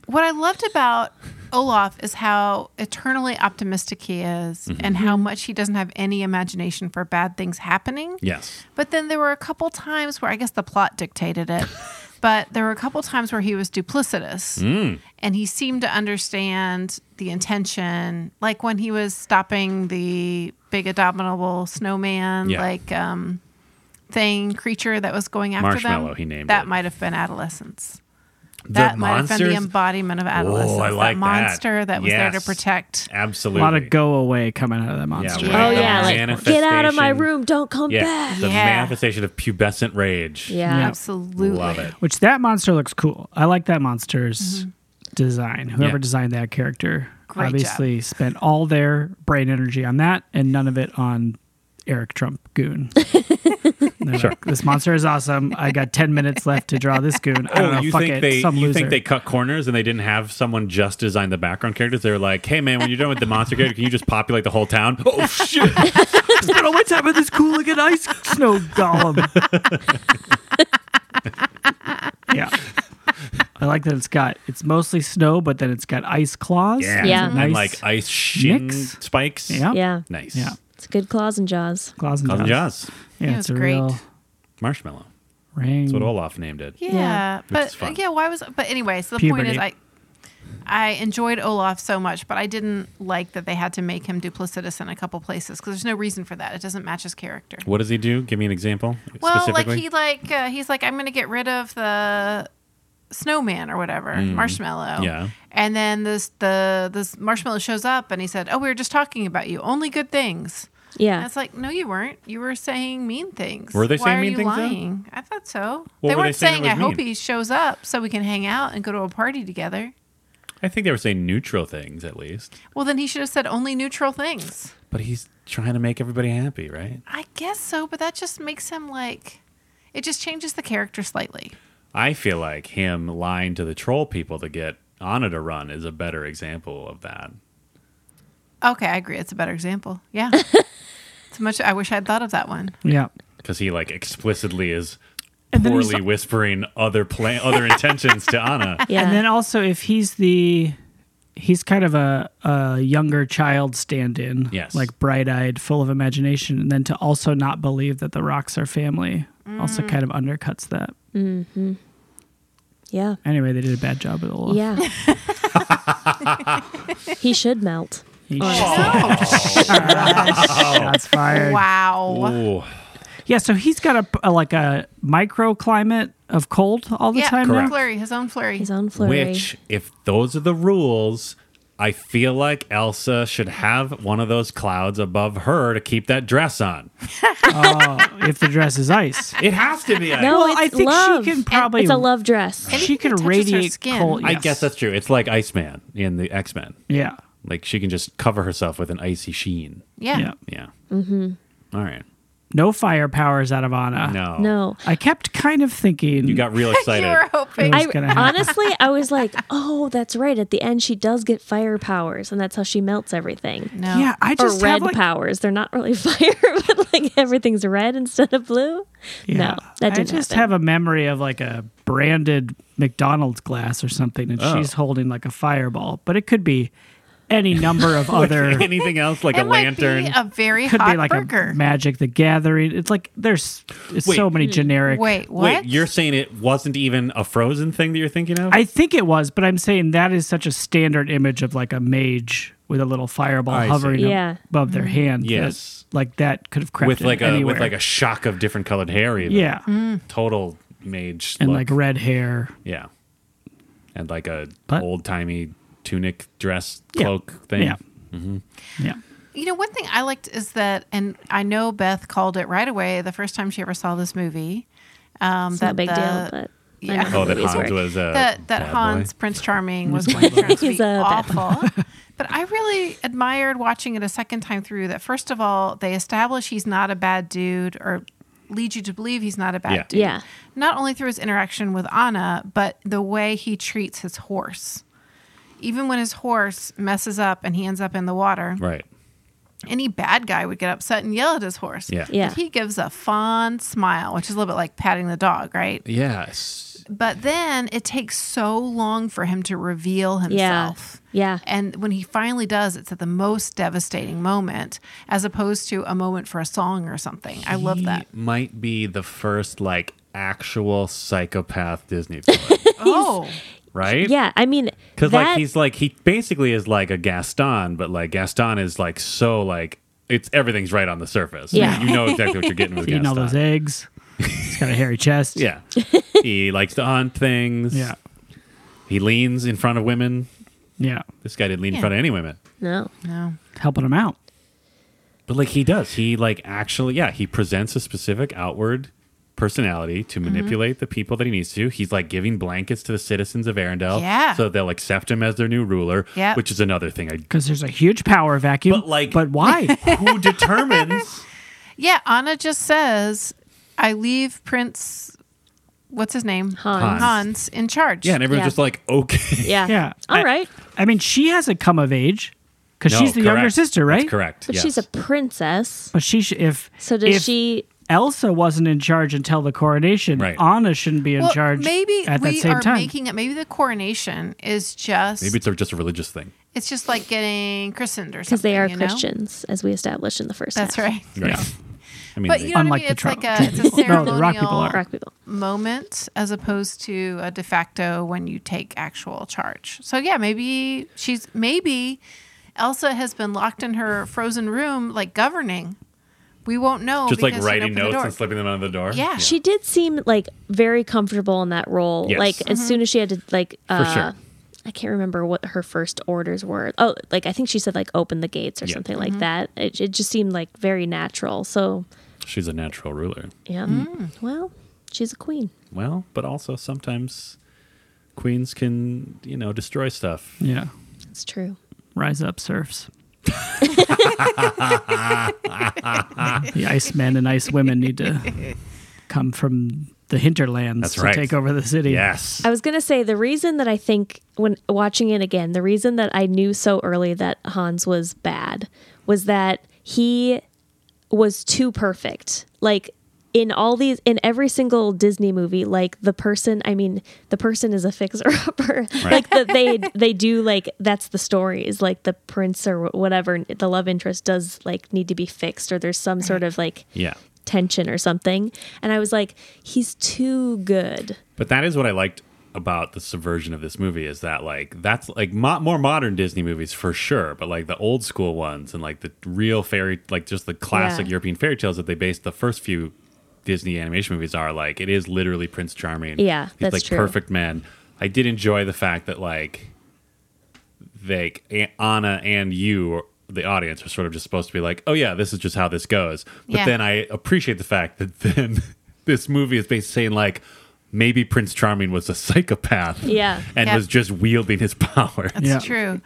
B: What I loved about Olaf is how eternally optimistic he is and how much he doesn't have any imagination for bad things happening.
E: Yes.
B: But then there were a couple times where I guess the plot dictated it, but there were a couple times where he was duplicitous
E: Mm.
B: and he seemed to understand the intention. Like when he was stopping the big abominable snowman,
E: Yeah.
B: like, um, thing creature that was going after
E: Marshmallow,
B: them
E: he named
B: that
E: it.
B: might have been adolescence
E: The
B: that might have been the
E: monsters?
B: embodiment of adolescence.
E: I like that.
B: that monster that, was there
E: Yes.
B: to protect.
E: Absolutely.
D: A lot of go away coming out of that monster.
E: right.
C: oh
E: the
C: yeah, like get out of my
E: manifestation.
C: room. Don't come
E: Yeah,
C: back.
E: the
B: Yeah.
E: manifestation of pubescent rage.
C: Yeah.
B: Absolutely.
E: Love it.
D: Which that monster looks cool. I like that monster's design. Whoever
E: Yeah.
D: designed that character
B: Great
D: obviously spent all their brain energy on that and none of it on Eric Trump goon. They're like, this monster is awesome. I got ten minutes left to draw this goon. I don't know.
E: Oh, you
D: fuck
E: think
D: it.
E: they
D: Some
E: you
D: loser.
E: think they cut corners and they didn't have someone just design the background characters? They were like, "Hey man, when you're done with the monster character, can you just populate the whole town?" Oh shit!
D: spent all my time with this cool looking ice snow golem. yeah. I like that it's got it's mostly snow, but then it's got ice claws.
E: Yeah,
C: Yeah.
E: and
D: Nice
E: like ice shin
D: mix.
E: spikes.
D: Yeah.
C: Yeah.
E: nice.
D: Yeah.
C: It's good claws and jaws.
D: Claws and
E: Cousin
D: jaws.
E: Jaws,
D: Yeah,
B: It
D: it's a
B: was great.
D: real
E: marshmallow.
D: ring.
E: That's what Olaf named it.
B: Yeah,
C: Yeah.
E: is
B: but
E: fun.
B: yeah, why was? But anyway, so the point is, I
D: Puberty.
B: I enjoyed Olaf so much, but I didn't like that they had to make him duplicitous in a couple places because there's no reason for that. It doesn't match his character.
E: What does he do? Give me an example.
B: Well, like
E: specifically.
B: he like uh, he's like I'm going to get rid of the snowman or whatever marshmallow.
E: Mm. Yeah.
B: And then this the this marshmallow shows up and he said, "Oh, we were just talking about you. Only good things."
C: Yeah.
B: And it's like, no, you weren't. You were saying mean things.
E: Were they
B: Why
E: saying
B: are
E: mean
B: you
E: things, though?
B: lying? I thought so.
E: What
B: they
E: were they
B: weren't
E: saying
B: saying,
E: that
B: I
E: was
B: hope
E: mean?"
B: he shows up so we can hang out and go to a party together.
E: I think they were saying neutral things at least.
B: Well, then he should have said only neutral things.
E: But he's trying to make everybody happy, right?
B: I guess so, but that just makes him like it just changes the character slightly.
E: I feel like him lying to the troll people to get Anna to run is a better example of that.
B: Okay, I agree. It's a better example. Yeah. it's much I wish I'd thought of that one.
D: Yeah.
E: Because he like explicitly is
D: And then he's
E: poorly whispering other plan other intentions to Anna.
C: Yeah.
D: And then also, if he's the, he's kind of a, a younger child stand-in,
E: Yes.
D: like bright-eyed, full of imagination, and then to also not believe that the rocks are family also kind of undercuts that.
C: yeah.
D: Anyway, they did a bad job with Olaf.
C: Yeah. he should melt.
D: He
B: Gosh.
D: shots fired.
B: wow.
E: Ooh,
D: Yeah, so he's got a, a like a microclimate of cold all the
B: Yeah,
D: time
E: Correct.
D: now.
B: flurry, his own flurry.
C: His own flurry.
E: which, if those are the rules, I feel like Elsa should have one of those clouds above her to keep that dress on.
D: if the dress is ice.
E: It has to be. ice.
C: no,
D: Well,
C: it's
D: I think she
C: love.
D: can probably-
C: It's a love dress.
B: Anything
D: she
B: that
D: could
B: touches her
D: radiate
B: skin.
D: cold.
E: I
D: yes.
E: guess that's true. It's like Iceman in the X Men.
D: yeah.
E: Like she can just cover herself with an icy sheen.
B: Yeah.
D: Yeah.
E: Yeah. Mm-hmm. right.
D: No fire powers out of Anna.
E: No.
C: No.
D: I kept kind of thinking
E: You got real excited.
B: You were hoping.
D: was
C: I
D: gonna happen.
C: honestly, I was like, "Oh, that's right." At the end, she does get fire powers, and that's how she melts everything.
B: no.
D: Yeah, I
C: Or
D: just
C: red
D: have, like,
C: powers. They're not really fire, but like everything's red instead of blue.
D: Yeah.
C: No, that didn't
D: I just
C: happen.
D: have a memory of like a branded McDonald's glass or something, and
E: Oh.
D: she's holding like a fireball, but it could be any number of other.
E: Anything else like
B: It
E: a
B: might
E: lantern?
B: be a very
D: could
B: hot
D: be like
B: burger. Hmm.
D: a Magic the Gathering. It's like there's it's so
E: Wait.
D: many generic.
B: Wait, what?
E: Wait, you're saying it wasn't even a frozen thing that you're thinking of?
D: I think it was, but I'm saying that is such a standard image of like a mage with a little fireball
E: I see.
D: hovering ab-
C: Yeah.
D: above their
B: Hmm.
D: hand. that,
E: Yes.
D: like that could have crept
E: with
D: in
E: like a
D: anywhere.
E: with like a shock of different colored hair, even.
D: yeah,
B: Mm.
E: Total mage.
D: and
E: look.
D: like red hair.
E: yeah, and like a
D: But-
E: old timey tunic dress
D: Yeah.
E: cloak thing. Mm-hmm.
D: Yeah, yeah.
B: You know, one thing I liked is that, and I know Beth called it right away the first time she ever saw this movie. Um,
C: It's not a big
B: the,
C: deal, but
B: Yeah.
C: I know
E: Oh,
C: how
E: that
C: movies
E: Hans
C: work.
E: was a
B: that, that
E: bad
B: Hans
E: boy.
B: Prince Charming was going to turn out to
C: He's
B: be
C: a bad
B: awful. But I really admired watching it a second time through. That first of all, they establish he's not a bad dude, or lead you to believe he's not a bad
E: Yeah.
B: dude.
C: Yeah.
B: Not only through his interaction with Anna, but the way he treats his horse. Even when his horse messes up and he ends up in the water,
E: Right.
B: any bad guy would get upset and yell at his horse.
E: Yeah.
C: Yeah.
B: But he gives a fond smile, which is a little bit like patting the dog, right?
E: Yes.
B: But then it takes so long for him to reveal
C: Yeah.
B: himself.
C: Yeah.
B: And when he finally does, it's at the most devastating moment, as opposed to a moment for a song or something. I love
E: He
B: that.
E: Might be the first like actual psychopath Disney villain,
B: Oh,
E: right?
C: Yeah, I mean,
E: Because
C: that-
E: like he's like he basically is like a Gaston, but like Gaston is like so like it's everything's right on the surface.
C: Yeah.
E: you know exactly what you're getting with
D: Eating all those
E: Gaston.
D: eggs. He's got a hairy chest.
E: Yeah, he likes to hunt things.
D: yeah,
E: he leans in front of women.
D: yeah.
E: This guy didn't lean
B: Yeah.
E: in front of any women,
C: no.
B: no.
D: Helping him out.
E: but like he does. He like actually, yeah, he presents a specific outward personality to
C: Mm-hmm.
E: manipulate the people that he needs to. He's like giving blankets to the citizens of Arendelle,
B: Yeah.
E: so they'll accept him as their new ruler.
B: Yep.
E: which is another thing I
D: Because there's a huge power vacuum.
E: But, like-
D: but why?
E: who determines.
B: Yeah, Anna just says, I leave Prince, what's his name?
C: Hans.
B: Hans in charge.
E: Yeah, and everyone's
C: Yeah.
E: just like, okay.
C: Yeah.
D: yeah.
C: All right.
D: I mean, she hasn't come of age because
E: No,
D: she's the younger
E: correct.
D: sister,
E: That's
D: right?
E: correct.
C: But
E: yes.
C: she's a princess.
D: But she should if
C: So does
D: if
C: she
D: Elsa wasn't in charge until the coronation.
E: Right.
D: Anna shouldn't be in
B: Well,
D: charge.
B: maybe
D: at
B: we
D: that same
B: are
D: time.
B: making it. Maybe the coronation is just
E: Maybe it's a- just a religious thing.
B: It's just like getting christened or something.
C: because they are
B: you know?
C: Christians, as we established in the first.
B: That's
C: half.
B: right.
E: Right.
D: Yeah.
E: I mean,
B: But
E: they-
B: you know what I
D: Unlike
B: mean? It's
D: the
B: like
D: tro-
B: a it's a
D: people. No, the
B: ceremonial
D: rock people are.
C: Rock people.
B: moment as opposed to a de facto when you take actual charge. So yeah, maybe she's maybe Elsa has been locked in her frozen room like governing. We won't know
E: just like
B: because she didn't
E: writing
B: open the
E: notes
B: door.
E: and slipping them under the door.
B: Yeah.
C: She did seem like very comfortable in that role.
E: Yes.
C: Like as soon as she had to like uh
E: sure.
C: I can't remember what her first orders were. Oh, like I think she said like open the gates or
E: Yeah.
C: something like that. It, it just seemed like very natural. So,
E: She's a natural ruler.
C: yeah. Well, she's a queen.
E: Well, but also sometimes queens can you know destroy stuff.
D: Yeah.
C: It's true.
D: Rise up, serfs. the Icemen and Ice Women need to come from the hinterlands
E: That's
D: to
E: right.
D: take over the city.
E: Yes.
C: I was going to say the reason that I think when watching it again, the reason that I knew so early that Hans was bad was that he was too perfect. Like in all these in every single Disney movie, like the person, I mean, the person is a fixer upper. Like that they they do like that's the story is like the prince or whatever the love interest does like need to be fixed or there's some sort of like
E: Yeah.
C: tension or something. And I was like, he's too good.
E: But that is what I liked about the subversion of this movie is that like that's like mo- more modern Disney movies for sure, but like the old school ones and like the real fairy like just the classic
C: Yeah.
E: European fairy tales that they based the first few Disney animation movies are like it is literally Prince Charming.
C: Yeah,
E: He's
C: that's
E: like
C: true.
E: perfect man. I did enjoy the fact that like they A- Anna and you the audience are sort of just supposed to be like, "Oh yeah, this is just how this goes." But
B: Yeah.
E: then I appreciate the fact that then this movie is basically saying like maybe Prince Charming was a psychopath.
C: Yeah.
E: And
B: Yeah.
E: was just wielding his power.
D: Yeah.
B: It's true.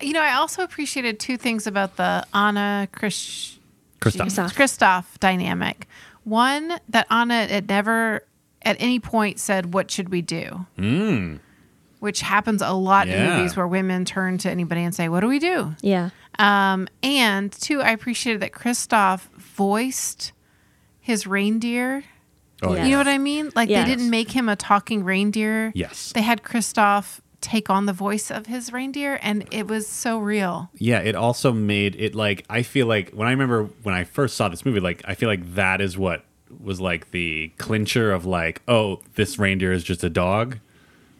B: You know, I also appreciated two things about the Anna Krish
E: Kristoff.
C: Christoph.
B: Christoph dynamic. One that Anna it never at any point said, "What should we do?" Mm. Which happens a lot in
E: Hmm. Yeah.
B: movies where women turn to anybody and say, "What do we do?"
C: Yeah.
B: Um, and two, I appreciated that Christoph voiced his reindeer.
E: Oh,
C: Yeah.
B: You know what I mean? Like
C: Yes.
B: they didn't make him a talking reindeer.
E: Yes.
B: They had Christoph take on the voice of his reindeer, and it was so real.
E: Yeah, it also made it like I feel like when I remember when I first saw this movie, like I feel like that is what was like the clincher of like, oh, this reindeer is just a dog.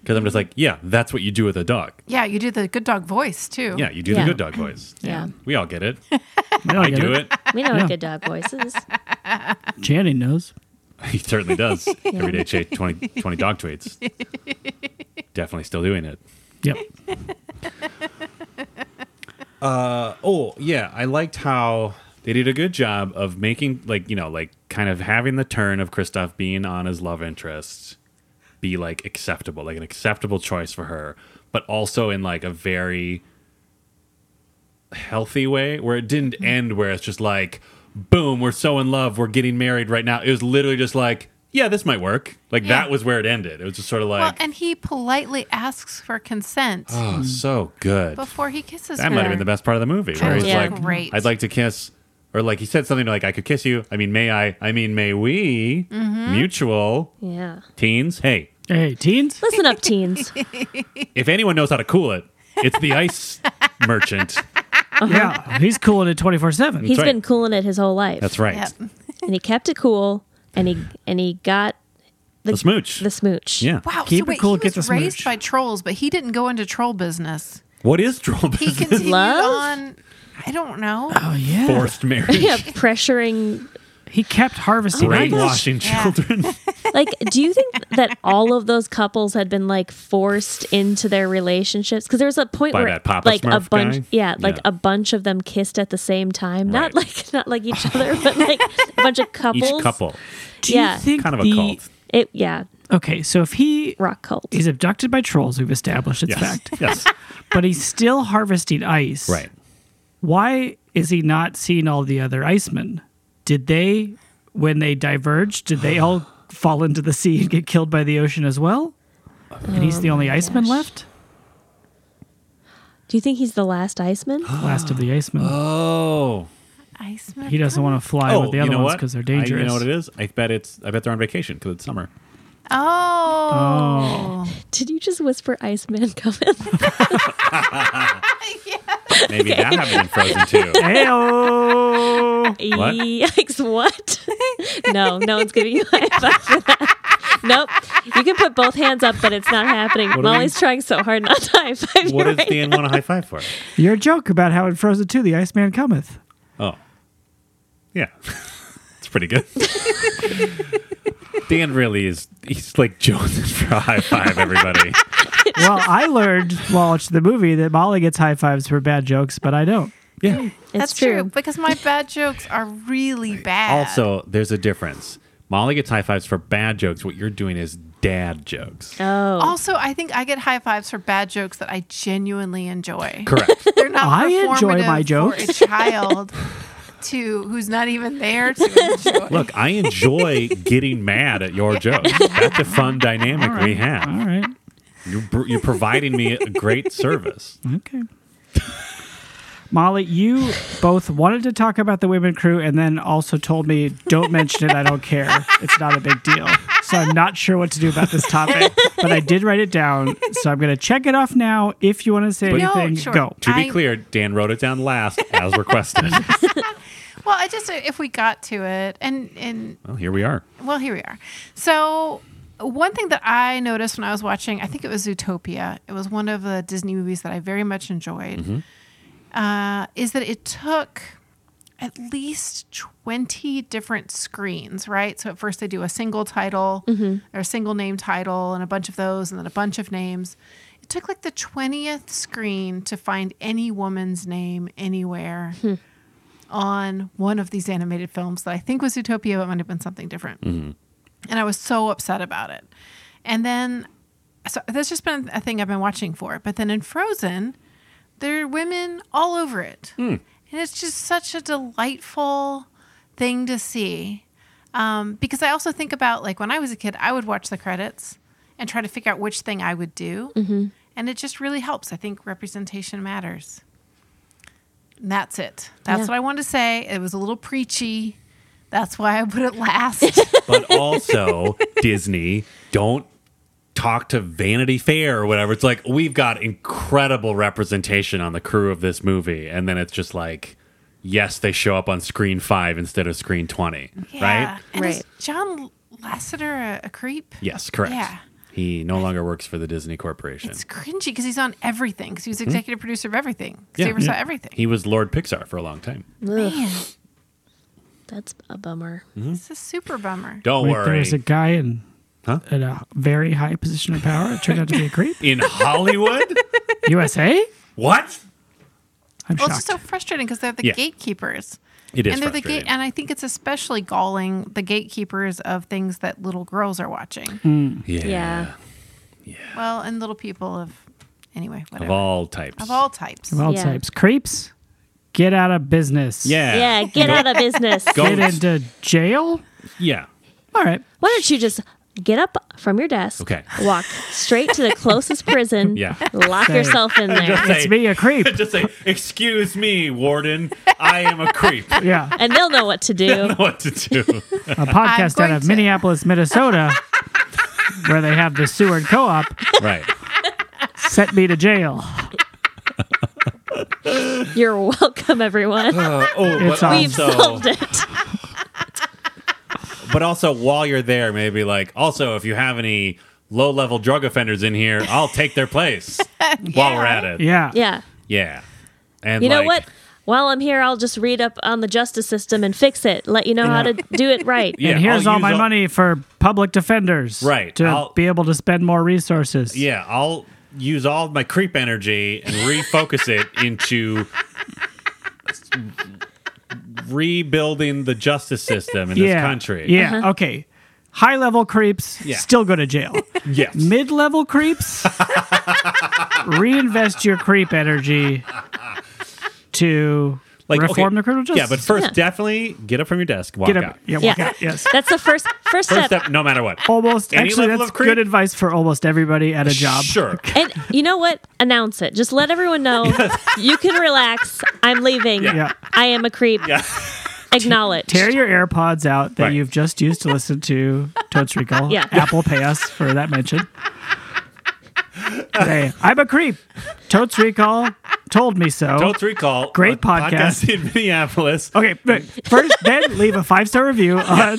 E: Because I'm just like, yeah, that's what you do with a dog.
B: Yeah, you did the good dog voice too.
E: Yeah, you do
C: Yeah.
E: the good dog voice.
C: Yeah.
E: We all get it.
D: We all
E: I
D: get
E: do it.
C: We know what good dog voices.
D: Channing knows.
E: He certainly does. Every day, cha- 20, 20 dog tweets. Definitely still doing it.
D: Yep.
E: Oh, yeah. I liked how they did a good job of making, like, you know, like kind of having the turn of Kristoff being on his love interest be like acceptable, like an acceptable choice for her, but also in like a very healthy way where it didn't
B: Mm-hmm.
E: end where it's just like, boom, we're so in love, we're getting married right now. It was literally just like, yeah, this might work. Like,
B: Yeah.
E: that was where it ended. It was just sort of
B: Well,
E: like,
B: and he politely asks for consent
E: oh, so good.
B: before he kisses
E: That
B: her.
E: might have been the best part of the movie. Where he's
C: Yeah.
E: like,
B: Great.
E: I'd like to kiss. Or like he said something like, I could kiss you. I mean, may I? I mean, may we? Mutual.
C: Yeah.
E: Teens, hey,
D: Hey, teens.
C: Listen up, teens.
E: if anyone knows how to cool it, it's the ice merchant.
C: Uh-huh.
D: Yeah. He's cooling it 24 7.
C: He's
E: right.
C: been cooling it his whole life.
E: That's right.
B: Yep.
C: And he kept it cool and he and he got
E: The smooch.
C: the smooch.
E: yeah.
B: Wow.
D: Keep
B: so
D: it
B: wait,
D: cool,
B: he
D: get
B: was
D: the
B: raised
D: smooch.
B: by trolls, but he didn't go into troll business.
E: What is troll
B: He
E: business?
B: continued
C: Love?
B: on. I don't know.
D: Oh, yeah.
E: Forced marriage.
C: Yeah, pressuring
D: He kept harvesting apples.
E: Brainwashing children.
C: like do you think that all of those couples had been like forced into their relationships because there was a point
E: By
C: where
E: that Papa
C: like a
E: Smurf
C: bunch
E: guy?
C: yeah like
E: Yeah.
C: a bunch of them kissed at the same time
E: Right.
C: not like not like each other but like a bunch of couples
E: Each couple.
D: Do you
C: Yeah.
D: think
E: Kind of
D: the-
E: a cult.
C: it yeah
D: Okay, so if he
C: rock cult
D: he's abducted by trolls, we've established it's
E: Yes.
D: fact,
E: Yes.
D: but he's still harvesting ice.
E: right.
D: why is he not seeing all the other icemen? Did they, when they diverged, did they all fall into the sea and get killed by the ocean as well? And he's the only iceman left?
C: do you think he's the last iceman
D: Last of the icemen.
E: Oh.
B: Iceman.
D: he doesn't want to fly
E: oh,
D: with the
E: you
D: other
E: know
D: ones
E: what?
D: because they're
E: I-
D: dangerous.
E: you know what it is? I bet it's. I bet they're on vacation because it's summer.
B: Oh.
C: Did you just whisper Iceman coming?
E: Maybe that happened in Frozen too.
D: Heyo!
E: What?
C: Yikes, what? no, no one's giving you a high five for that. Nope. You can put both hands up, but it's not happening.
E: do we-
C: Molly's trying so hard not to high five.
E: What
C: you
E: does
C: right
E: Dan want a high five for?
D: Your joke about how in Frozen 2 the Iceman cometh.
E: Oh. Yeah. it's pretty good. Dan really is he's like Jones for a high five, everybody.
D: Well, I learned while watching the movie that Molly gets high fives for bad jokes, but I don't.
E: yeah.
C: now. It's
B: That's true. because my bad jokes are really bad.
E: Also, there's a difference. Molly gets high fives for bad jokes. What you're doing is dad jokes.
C: Oh,
B: Also, I think I get high fives for bad jokes that I genuinely enjoy.
E: Correct.
B: They're not
D: I enjoy
B: performative
D: my jokes.
B: for a child to who's not even there to enjoy.
E: Look, I enjoy getting mad at your jokes. That's a fun dynamic we
D: All
E: have.
D: right.
E: You're, br- you're providing me a great service.
D: Okay. Molly, you both wanted to talk about the women crew and then also told me, don't mention it. I don't care. It's not a big deal. So I'm not sure what to do about this topic, but I did write it down. So I'm going to check it off now. If you want to say
B: No,
D: anything,
B: sure.
D: go.
E: To
B: I-
E: be clear, Dan wrote it down last as requested.
B: Well, I just uh, if we got to it, and and
E: well, here we are.
B: well, here we are. So, one thing that I noticed when I was watching, I think it was Zootopia, it was one of the Disney movies that I very much enjoyed, uh, is that it took at least 20 different screens, right? So, at first they do a single title or a single name title and a bunch of those, and then a bunch of names. It took like the 20th screen to find any woman's name anywhere. On one of these animated films that I think was Utopia, but might have been something different and I was so upset about it. And then, so that's just been a thing I've been watching for. But then in Frozen, there are women all over it, and it's just such a delightful thing to see. Um, because I also think about like when I was a kid, I would watch the credits and try to figure out which thing I would do, and it just really helps. I think representation matters. And that's it. That's
C: Yeah.
B: what I wanted to say. It was a little preachy. That's why I put it last.
E: But also, Disney, don't talk to Vanity Fair or whatever. It's like, we've got incredible representation on the crew of this movie. And then it's just like, yes, they show up on screen five instead of screen 20.
B: Yeah.
E: Right?
B: And Is
C: Right.
B: John Lasseter a, a creep?
E: Yes, correct.
B: Yeah.
E: He no longer works for the Disney Corporation.
B: It's cringy because he's on everything. Because he was executive producer of everything. 'Cause he
E: Hmm? Yeah.
B: oversaw
E: Yeah.
B: everything.
E: He was Lord Pixar for a long time.
C: ugh,
B: Man,
C: that's a bummer.
B: it's a super bummer.
E: Hmm? Don't
D: Wait, there
E: worry.
D: was a guy in,
E: Huh?
D: in a very high position of power. It turned out to be a creep.
E: In Hollywood?
D: USA?
E: what?
D: I'm
B: Well, it's
D: shocked.
B: just so frustrating because they're the
E: Yeah.
B: gatekeepers.
E: It is
B: and they're the gate,
E: frustrating.
B: and I think it's especially galling the gatekeepers of things that little girls are watching.
E: Hmm. Yeah.
C: Yeah.
B: Well, and little people of, anyway, whatever.
E: Of all types.
B: Of all types.
D: All
C: Yeah.
D: types. Creeps, get out of business.
E: Yeah.
C: Yeah, get out of business.
E: Go,
D: Get into jail?
E: yeah.
D: All right.
C: Why don't you just get up from your desk?
E: Okay.
C: Walk straight to the closest prison.
E: Yeah.
C: Lock
D: Say-
C: yourself in there.
E: Just say,
D: It's me, a creep.
E: just say, excuse me, warden. I am a creep. I
D: Yeah.
C: and they'll know what to do.
E: don't know what to do.
D: A podcast out
B: going
D: of
B: to-
D: Minneapolis, Minnesota, where they have the Seward Co op,
E: right.
D: sent me to jail.
C: You're welcome, everyone.
E: Uh, oh,
D: It's
E: but
D: all-
C: We've
E: also,
C: solved it.
E: but also while you're there, maybe like also if you have any low level drug offenders in here, I'll take their place while we're at it.
D: Yeah.
C: Yeah.
E: Yeah. And
C: You know
E: like,
C: what? While I'm here, I'll just read up on the justice system and fix it. Let you know how
D: Yeah.
C: to do it right.
E: Yeah,
D: And here's
E: I'll
D: all
E: use
D: my money for public defenders.
E: Right.
D: To
E: I'll-
D: be able to spend more resources.
E: Yeah, I'll use all of my creep energy and refocus it into rebuilding the justice system in this
D: yeah.
E: country.
D: Yeah. Okay. High level creeps
E: Yeah.
D: still go to jail.
E: Yes.
D: Mid level creeps, reinvest your creep energy to reform
E: okay,
D: the criminal
E: Yeah,
D: justice.
E: but first,
C: Yeah.
E: definitely get up from your desk, walk
D: get
E: out.
D: up. Yeah, walk
C: Yeah.
D: out. Yes.
C: That's the first first
E: First
C: step.
E: step, no matter what.
D: Almost.
E: Any
D: actually,
E: level
D: that's
E: of creep?
D: good advice for almost everybody at a job.
E: Sure.
C: And you know what? Announce it. Just let everyone know you can relax. I'm leaving.
D: Yeah.
C: I am a creep.
E: Yeah.
C: Acknowledge.
D: Tear your AirPods out that
E: Right.
D: you've just used to listen to Totes Recall.
C: Yeah.
D: Apple pay us for that mention. Say, I'm a creep. Totes Recall told me so.
E: Don't recall.
D: Great
E: a
D: podcast.
E: in Minneapolis.
D: Okay, but first, then leave a five star review on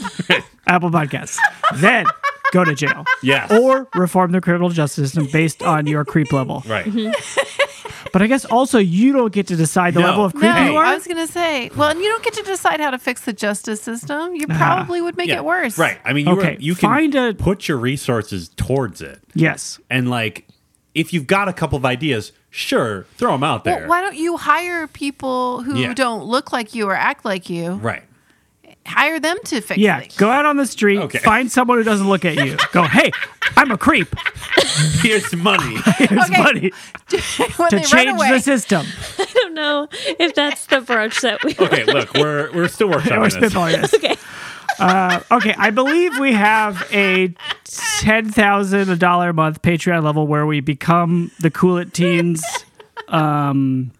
D: Apple Podcasts. Then go to jail.
E: Yes.
D: Or reform the criminal justice system based on your creep level.
E: Right.
B: Mm-hmm.
D: But I guess also you don't get to decide the
E: No.
D: level of creep
B: No,
D: you are.
B: I was gonna say. Well, and you don't get to decide how to fix the justice system. You probably would make
E: Ah. Yeah.
B: it worse.
E: Right. I mean, you,
D: Okay,
E: are, you can
D: find a-
E: put your resources towards it.
D: yes.
E: And like, if you've got a couple of ideas, sure, throw them out there.
B: Well, why don't you hire people who
E: Yeah.
B: don't look like you or act like you
E: Right.
B: hire them to fix
D: Yeah,
B: things.
D: go out on the street,
E: Okay.
D: find someone who doesn't look at you. Go, hey, I'm a creep.
E: Here's money.
D: It's
B: Okay.
D: money
B: when
D: to
B: they run
D: change
B: away,
D: the system.
C: I don't know if that's the approach that we.
E: Okay, look, we're we're still working
D: We're
E: on this.
D: spitballing this. Uh,
C: Okay.
D: Okay, I believe we have a ten thousand a dollar a month Patreon level where we become the Cool It Teens um,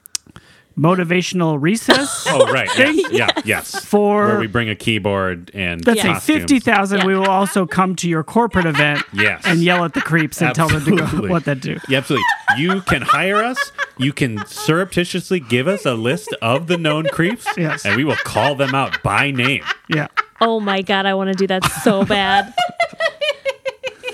D: motivational recess.
E: Oh right, yes, yeah, yes.
D: For-
E: where we bring a keyboard and
D: Let's
C: Yeah.
D: say
E: costumes.
D: fifty thousand. We will also come to your corporate event
E: Yes.
D: and yell at the creeps and tell them to
E: Absolutely.
D: go what they do.
E: Yeah, absolutely. You can hire us. You can surreptitiously give us a list of the known creeps,
D: Yes.
E: and we will call them out by name.
D: Yeah,
C: Oh my god, I want to do that so bad.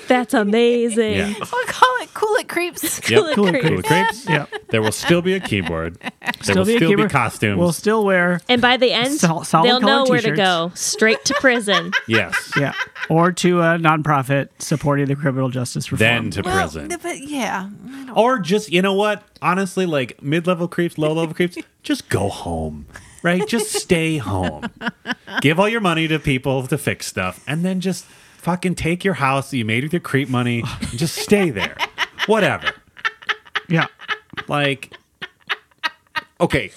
C: That's amazing.
E: Yeah.
B: we'll call it Cool It Creeps.
E: Yep.
C: Cool it
E: Cool it
C: creeps.
E: creeps.
D: yeah.
E: There will still be a keyboard. There will
D: be a
E: still
D: keyboard.
E: be costumes.
D: We'll still wear
C: And by the end,
D: Sol- solid
C: they'll know
D: colored
C: where to
D: t-shirts.
C: go. Straight to prison.
E: yes.
D: yeah, or to a nonprofit supporting the criminal justice reform.
E: Then to
B: Well,
E: prison.
B: th- but yeah, I don't-
E: Or just, you know what? Honestly, like mid level creeps, low level creeps, just go home, right? Just stay home. Give all your money to people to fix stuff and then just fucking take your house that you made with your creep money and just stay there. Whatever.
D: yeah,
E: Like, okay,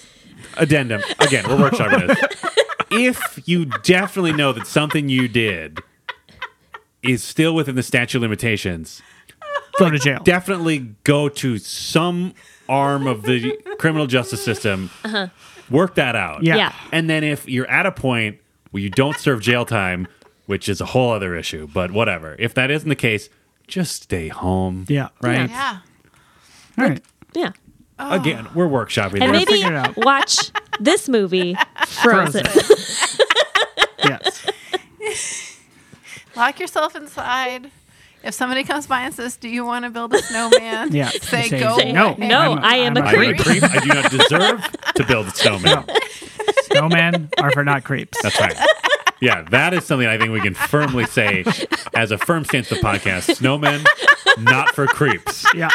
E: addendum. Again, we're workshopping this. If you definitely know that something you did is still within the statute of limitations,
D: go to jail.
E: definitely go to some arm of the criminal justice system, work that out.
D: Yeah.
C: Yeah.
E: And then if you're at a point where you don't serve jail time, which is a whole other issue, but whatever. If that isn't the case, just stay home.
D: Yeah.
E: Right?
B: yeah.
D: All right.
C: Yeah.
E: Again, we're workshopping
C: And
E: this.
C: maybe
D: figure it out.
C: watch this movie, Frozen.
D: Yes.
B: Lock yourself inside. If somebody comes by and says, "Do you want to build a snowman?"
D: Yeah.
B: say,
D: Say
B: go.
D: no.
B: away."
C: No,
D: I'm a-
C: I am a
D: I'm a
E: I'm a
C: creep.
E: creep. I do not deserve to build a snowman.
D: Snowmen are for not creeps.
E: That's right. Yeah, that is something I think we can firmly say as a firm stance of the podcast. Snowmen, not for creeps.
D: Yeah.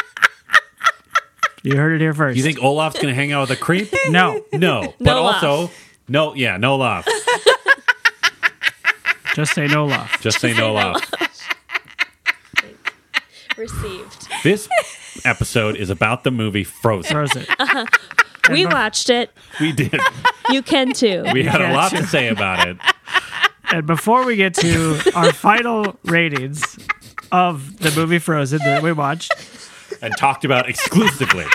D: You heard it here first.
E: You think Olaf's going to hang out with a creep?
D: No,
E: No, but
C: love.
E: also no. Yeah, no love.
D: just say no love.
E: Just say no love.
C: Received.
E: This episode is about the movie Frozen.
D: Throws it.
C: We watched it.
E: We did.
C: You can too.
E: We had a
D: Yeah,
E: lot to
D: sure.
E: say about it.
D: And before we get to our final ratings of the movie Frozen that we watched,
E: and talked about exclusively.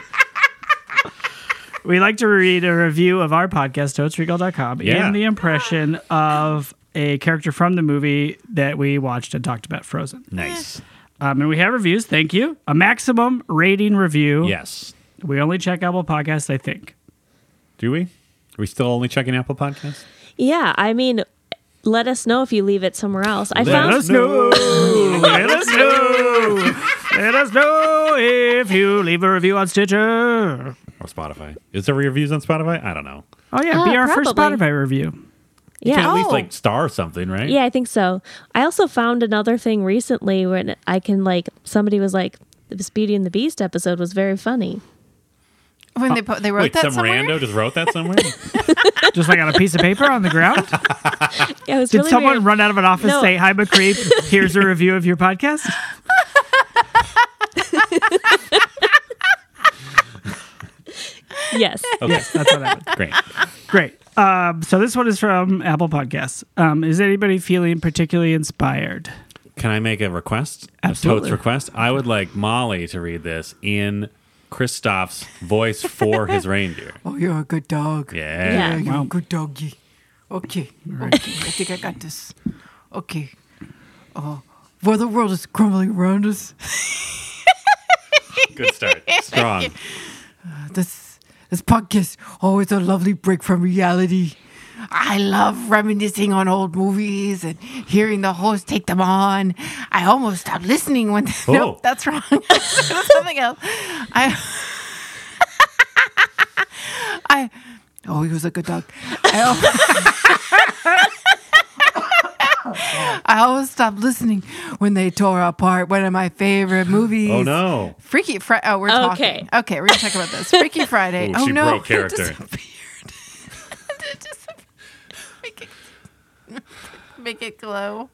D: we like to read a review of our podcast, toadsregal.com,
E: Yeah.
D: in the impression of a character from the movie that we watched and talked about Frozen.
E: Nice.
D: Um, and we have reviews. Thank you. A maximum rating review.
E: Yes.
D: We only check Apple Podcasts, I think.
E: Do we? Are we still only checking Apple Podcasts?
C: Yeah, I mean, let us know if you leave it somewhere else. I
D: Let
C: found
D: us know. Let us know. Let us know if you leave a review on Stitcher.
E: Or Spotify? Is there reviews on Spotify? I don't know.
D: Oh yeah,
C: Ah,
D: be our first
C: probably.
D: Spotify review.
E: You
C: yeah, Oh.
E: can at least
B: Oh.
E: like star something, right?
C: yeah, I think so. I also found another thing recently when I can like somebody was like this Beauty and the Beast episode was very funny.
B: When they put, they wrote
E: Wait,
B: that
E: some
B: somewhere.
E: rando just wrote that somewhere?
D: Just like on a piece of paper on the ground.
C: Yeah, it was
D: Did
C: really
D: someone
C: weird.
D: run out of an office
C: No.
D: say, "Hi, McCreep. Here's a review of your podcast."
C: Yes.
E: Okay,
D: That's what happened.
E: great.
D: Great. Um, so this one is from Apple Podcasts. Um, is anybody feeling particularly inspired?
E: Can I make a request?
D: Absolutely.
E: A totes request. I would like Molly to read this in Christoph's voice for his reindeer.
A: Oh, you're a good dog.
E: Yeah.
C: Yeah.
A: You're
D: Wow.
A: a good doggy. Okay. okay. I think I got this. Okay. Uh, while the world is crumbling around us,
E: Good start. Strong.
A: this this podcast always a lovely break from reality. I love reminiscing on old movies and hearing the host take them on. I almost stopped listening when
E: Oh.
B: Nope, that's wrong. Something else. I,
A: I oh he was a good dog. I al- I always stopped listening when they tore apart one of my favorite movies.
E: Oh no.
B: Freaky Friday. Oh, we're
C: Okay.
B: talking. Okay, we're gonna talk about this. Freaky Friday.
E: Ooh,
B: oh
E: she
B: no,
E: broke character.
B: It disappeared. it disappeared. Make it glow.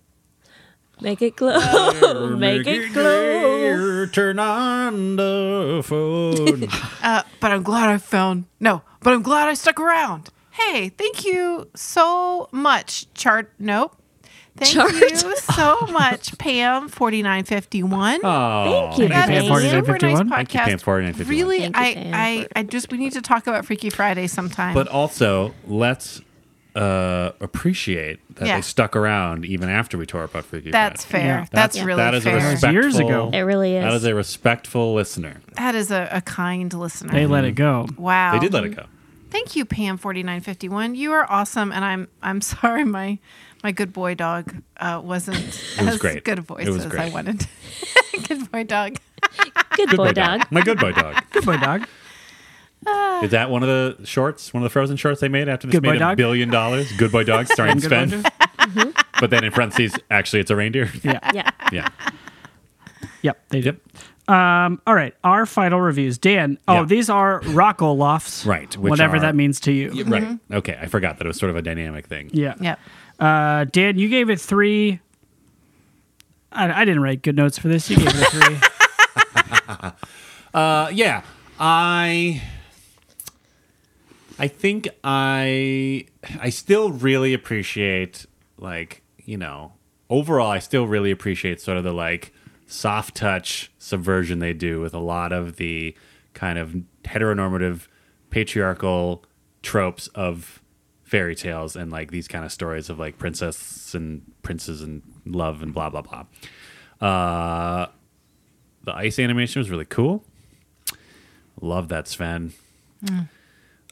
C: Make it glow. Make it glow.
E: Turn on the phone.
B: Uh, but I'm glad I found no. But I'm glad I stuck around. Hey, thank you so much, Chart. Nope. Thank
C: Chart.
B: you so much, Pam. Forty nine fifty one.
E: oh,
C: Thank you,
B: That's
C: Pam.
B: a super nice
D: 4951.
E: Thank you, Pam,
B: podcast.
E: 4951.
B: Really,
C: Thank you, Pam,
B: I, I, I just we need to talk about Freaky Friday sometime.
E: But also, let's uh, appreciate that
B: Yeah.
E: they stuck around even after we tore apart Freaky.
B: that's
E: Friday.
B: fair.
D: Yeah.
B: That's,
E: That's-
B: really
E: that is a
B: fair.
E: respect-
D: years ago.
C: It really is.
E: That is a respectful listener.
B: that is a, a kind listener.
D: They let it go.
B: wow.
E: They did let it
B: Um,
E: go.
B: Thank you, Pam forty nine fifty one. You are awesome, and I'm I'm sorry my my good boy dog uh, wasn't
E: was
B: as
E: great.
B: good a
E: It
B: voice
E: was
B: as I
E: great.
B: wanted. good boy dog.
C: Good boy, dog.
E: My good boy dog.
D: Good boy, dog.
E: Is that one of the shorts? One of the Frozen shorts they made after this
D: Good boy
E: made a
D: dog?
E: billion dollars? Good boy dog starring
D: Good boy
E: Sven.
D: dog.
E: But then in parentheses, actually, it's a reindeer.
D: Yeah.
C: Yeah.
E: Yeah.
D: Yep. They did.
E: Yep.
D: Um, all right. Our final reviews. Dan. Oh,
E: Yeah.
D: these are Rockolofs.
E: Right, which
D: whatever
E: are-
D: that means to you.
E: Right. Okay. I forgot that it was sort of a dynamic thing.
D: Yeah.
B: Yep.
D: Uh, Dan, you gave it three. I, I didn't write good notes for this. You gave it a three.
E: Uh, yeah. I. I think I. I still really appreciate, like, you know, overall, I still really appreciate sort of the, like, soft touch subversion they do with a lot of the kind of heteronormative, patriarchal tropes of fairy tales and, like, these kind of stories of, like, princess and princes and love and blah, blah, blah. Uh, the ice animation was really cool. Love that, Sven.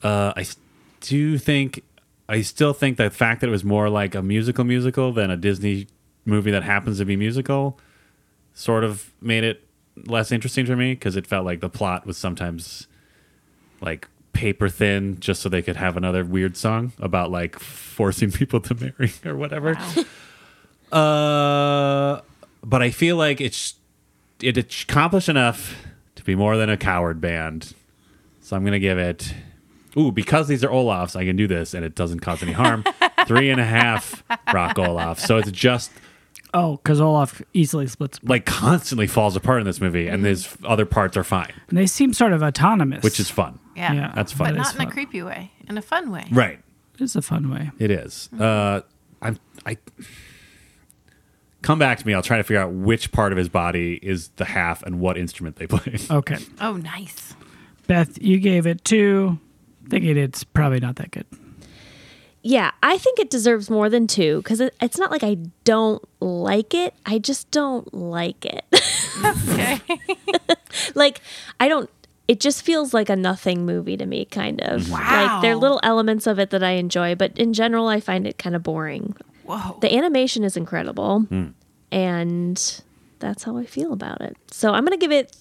E: Uh, I s- do think, I still think the fact that it was more like a musical musical than a Disney movie that happens to be musical sort of made it less interesting for me because it felt like the plot was sometimes like paper thin just so they could have another weird song about like forcing people to marry or whatever. Uh, but I feel like it's it accomplished enough to be more than a coward band. So I'm gonna give it. Ooh, because these are Olafs, I can do this, and it doesn't cause any harm. Three and a half rock Olaf. So it's just
D: oh, because Olaf easily splits.
E: like constantly falls apart in this movie, and these other parts are fine,
D: And they seem sort of autonomous,
E: which is fun.
B: Yeah.
D: Yeah.
E: That's fun.
B: But
E: It is
B: not in a
D: fun.
B: creepy way, in a fun way.
E: Right.
D: it's a fun way.
E: It is. Uh, I'm. I come back to me. I'll try to figure out which part of his body is the half and what instrument they play.
D: Okay.
B: Oh, nice.
D: Beth, you gave it two. Thinking it's probably not that good.
C: Yeah, I think it deserves more than two because it, it's not like I don't like it. I just don't like it.
B: Okay.
C: like, I don't, it just feels like a nothing movie to me, kind of. Like, there are
B: Wow.
C: little elements of it that I enjoy, but in general, I find it kind of boring.
B: Whoa.
C: The animation is incredible, and that's how I feel about it. So I'm going to give it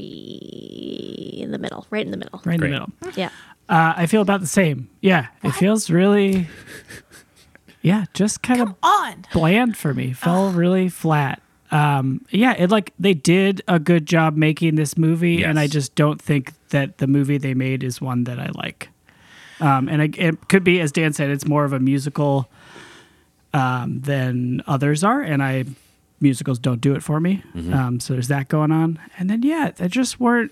C: three in the middle, right in the middle.
D: Right in
E: Great.
D: the middle.
C: Yeah.
D: Uh, I feel about the same. Yeah, it feels really, yeah, just kind of
B: On.
D: bland for me. Fell really flat. Um, yeah, it like they did a good job making this movie, and I
E: Yes.
D: just don't think that the movie they made is one that I like. Um, and I, it could be, as Dan said, it's more of a musical um, than others are, and I musicals don't do it for me. Um, so there's that going on, and then yeah, there just weren't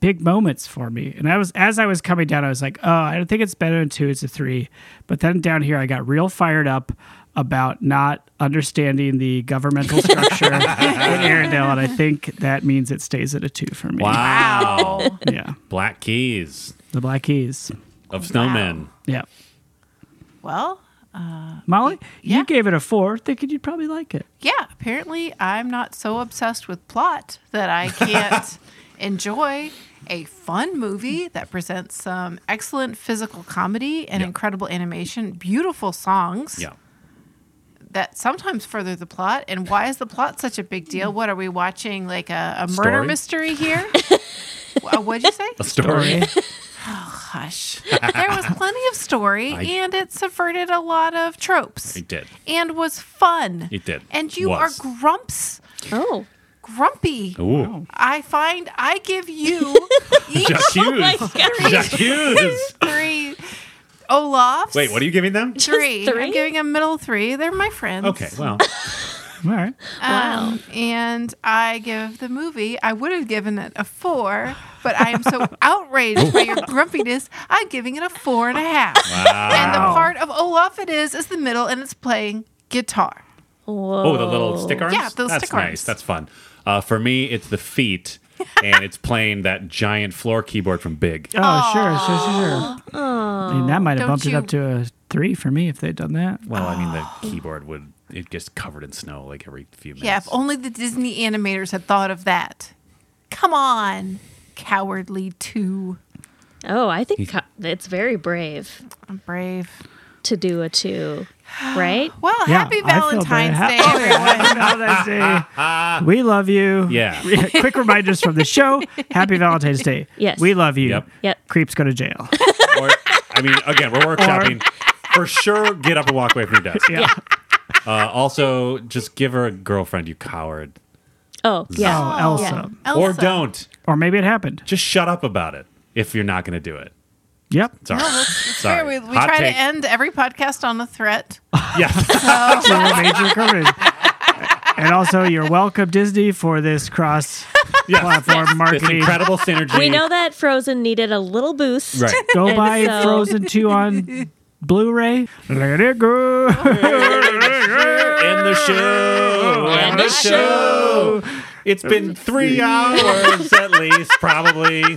D: big moments for me. And I was as I was coming down, I was like, oh, I don't think it's better than two, it's a three. But then down here, I got real fired up about not understanding the governmental structure in Arendelle, and I think that means it stays at a two for me.
E: Wow.
D: Yeah,
E: Black Keys
D: the Black Keys.
E: of Snowmen.
D: Yeah,
B: Well,
D: Molly,
B: Yeah.
D: you gave it a four, thinking you'd probably like it.
B: yeah. Apparently, I'm not so obsessed with plot that I can't enjoy a fun movie that presents some excellent physical comedy and
E: Yeah.
B: incredible animation, beautiful songs.
E: Yeah.
B: that sometimes further the plot. And why is the plot such a big deal? What are we watching? Like a, a murder
E: Story?
B: mystery here? Wha- What'd you say?
E: A story.
B: Hush. There was plenty of story,
E: I-
B: and it subverted a lot of tropes.
E: It did.
B: And was fun.
E: It did.
B: And you
E: Was.
B: are grumps,
C: Oh,
B: grumpy.
E: Ooh.
B: I find I give you each Oh
E: Just Hughes.
C: my God.
E: Just Hughes.
B: three Olaf's.
E: Wait, what are you giving them?
B: Three.
C: Just three?
B: I'm giving them middle three. They're my friends.
E: Okay, well,
D: All right.
B: Um, And I give the movie, I would have given it a four, but I am so outraged by your grumpiness, I'm giving it a four and a half. And the
E: wow.
B: part of Olaf it is, is the middle, and it's playing guitar.
E: oh, the little stick arms.
B: Yeah, those
E: That's
B: stick arms.
E: nice. That's fun. Uh, for me, it's the feet, and it's playing that giant floor keyboard from Big.
D: Oh, sure, sure, sure, sure. I mean, that might
B: Don't
D: have bumped it
B: you-
D: up to a three for me if they'd done that.
E: Well, I mean, the keyboard would it gets covered in snow like every few minutes.
B: Oh. Yeah, if only the Disney animators had thought of that. Come on, cowardly two.
C: Oh, I think co- it's very brave
B: I'm brave.
C: to do a two, right?
B: Well,
D: Yeah,
B: happy
D: I feel very
B: Valentine's
D: hap-
B: Day,
D: Oh,
B: everyone.
D: yeah, Valentine's Day. We love you.
E: Yeah.
D: Quick reminders from the show. Happy Valentine's Day.
C: Yes.
D: We love you.
E: Yep.
C: Yep.
D: Creeps go to jail.
E: Or, I mean, again, we're workshopping. For sure, get up and walk away from your desk.
D: Yeah.
E: Uh, also, just give her a girlfriend, you coward.
C: Oh, yeah.
D: Oh, Elsa.
B: Elsa.
E: Or don't.
D: Or maybe it happened.
E: Just shut up about it if you're not going to do it.
D: Yep.
E: Sorry.
B: It's
E: Sorry.
B: fair. We, we
E: Hot
B: try
E: take.
B: to end every podcast on a threat.
E: Yeah.
D: Two major criminals. And also, you're welcome, Disney, for this cross platform
E: this
D: marketing.
E: incredible synergy.
C: We know that Frozen needed a little boost.
E: Right.
D: Go
C: And
D: buy
C: so-
D: Frozen 2 on Blu ray. Let it go.
E: End the show.
C: End the
E: show. It's been three hours at least, probably.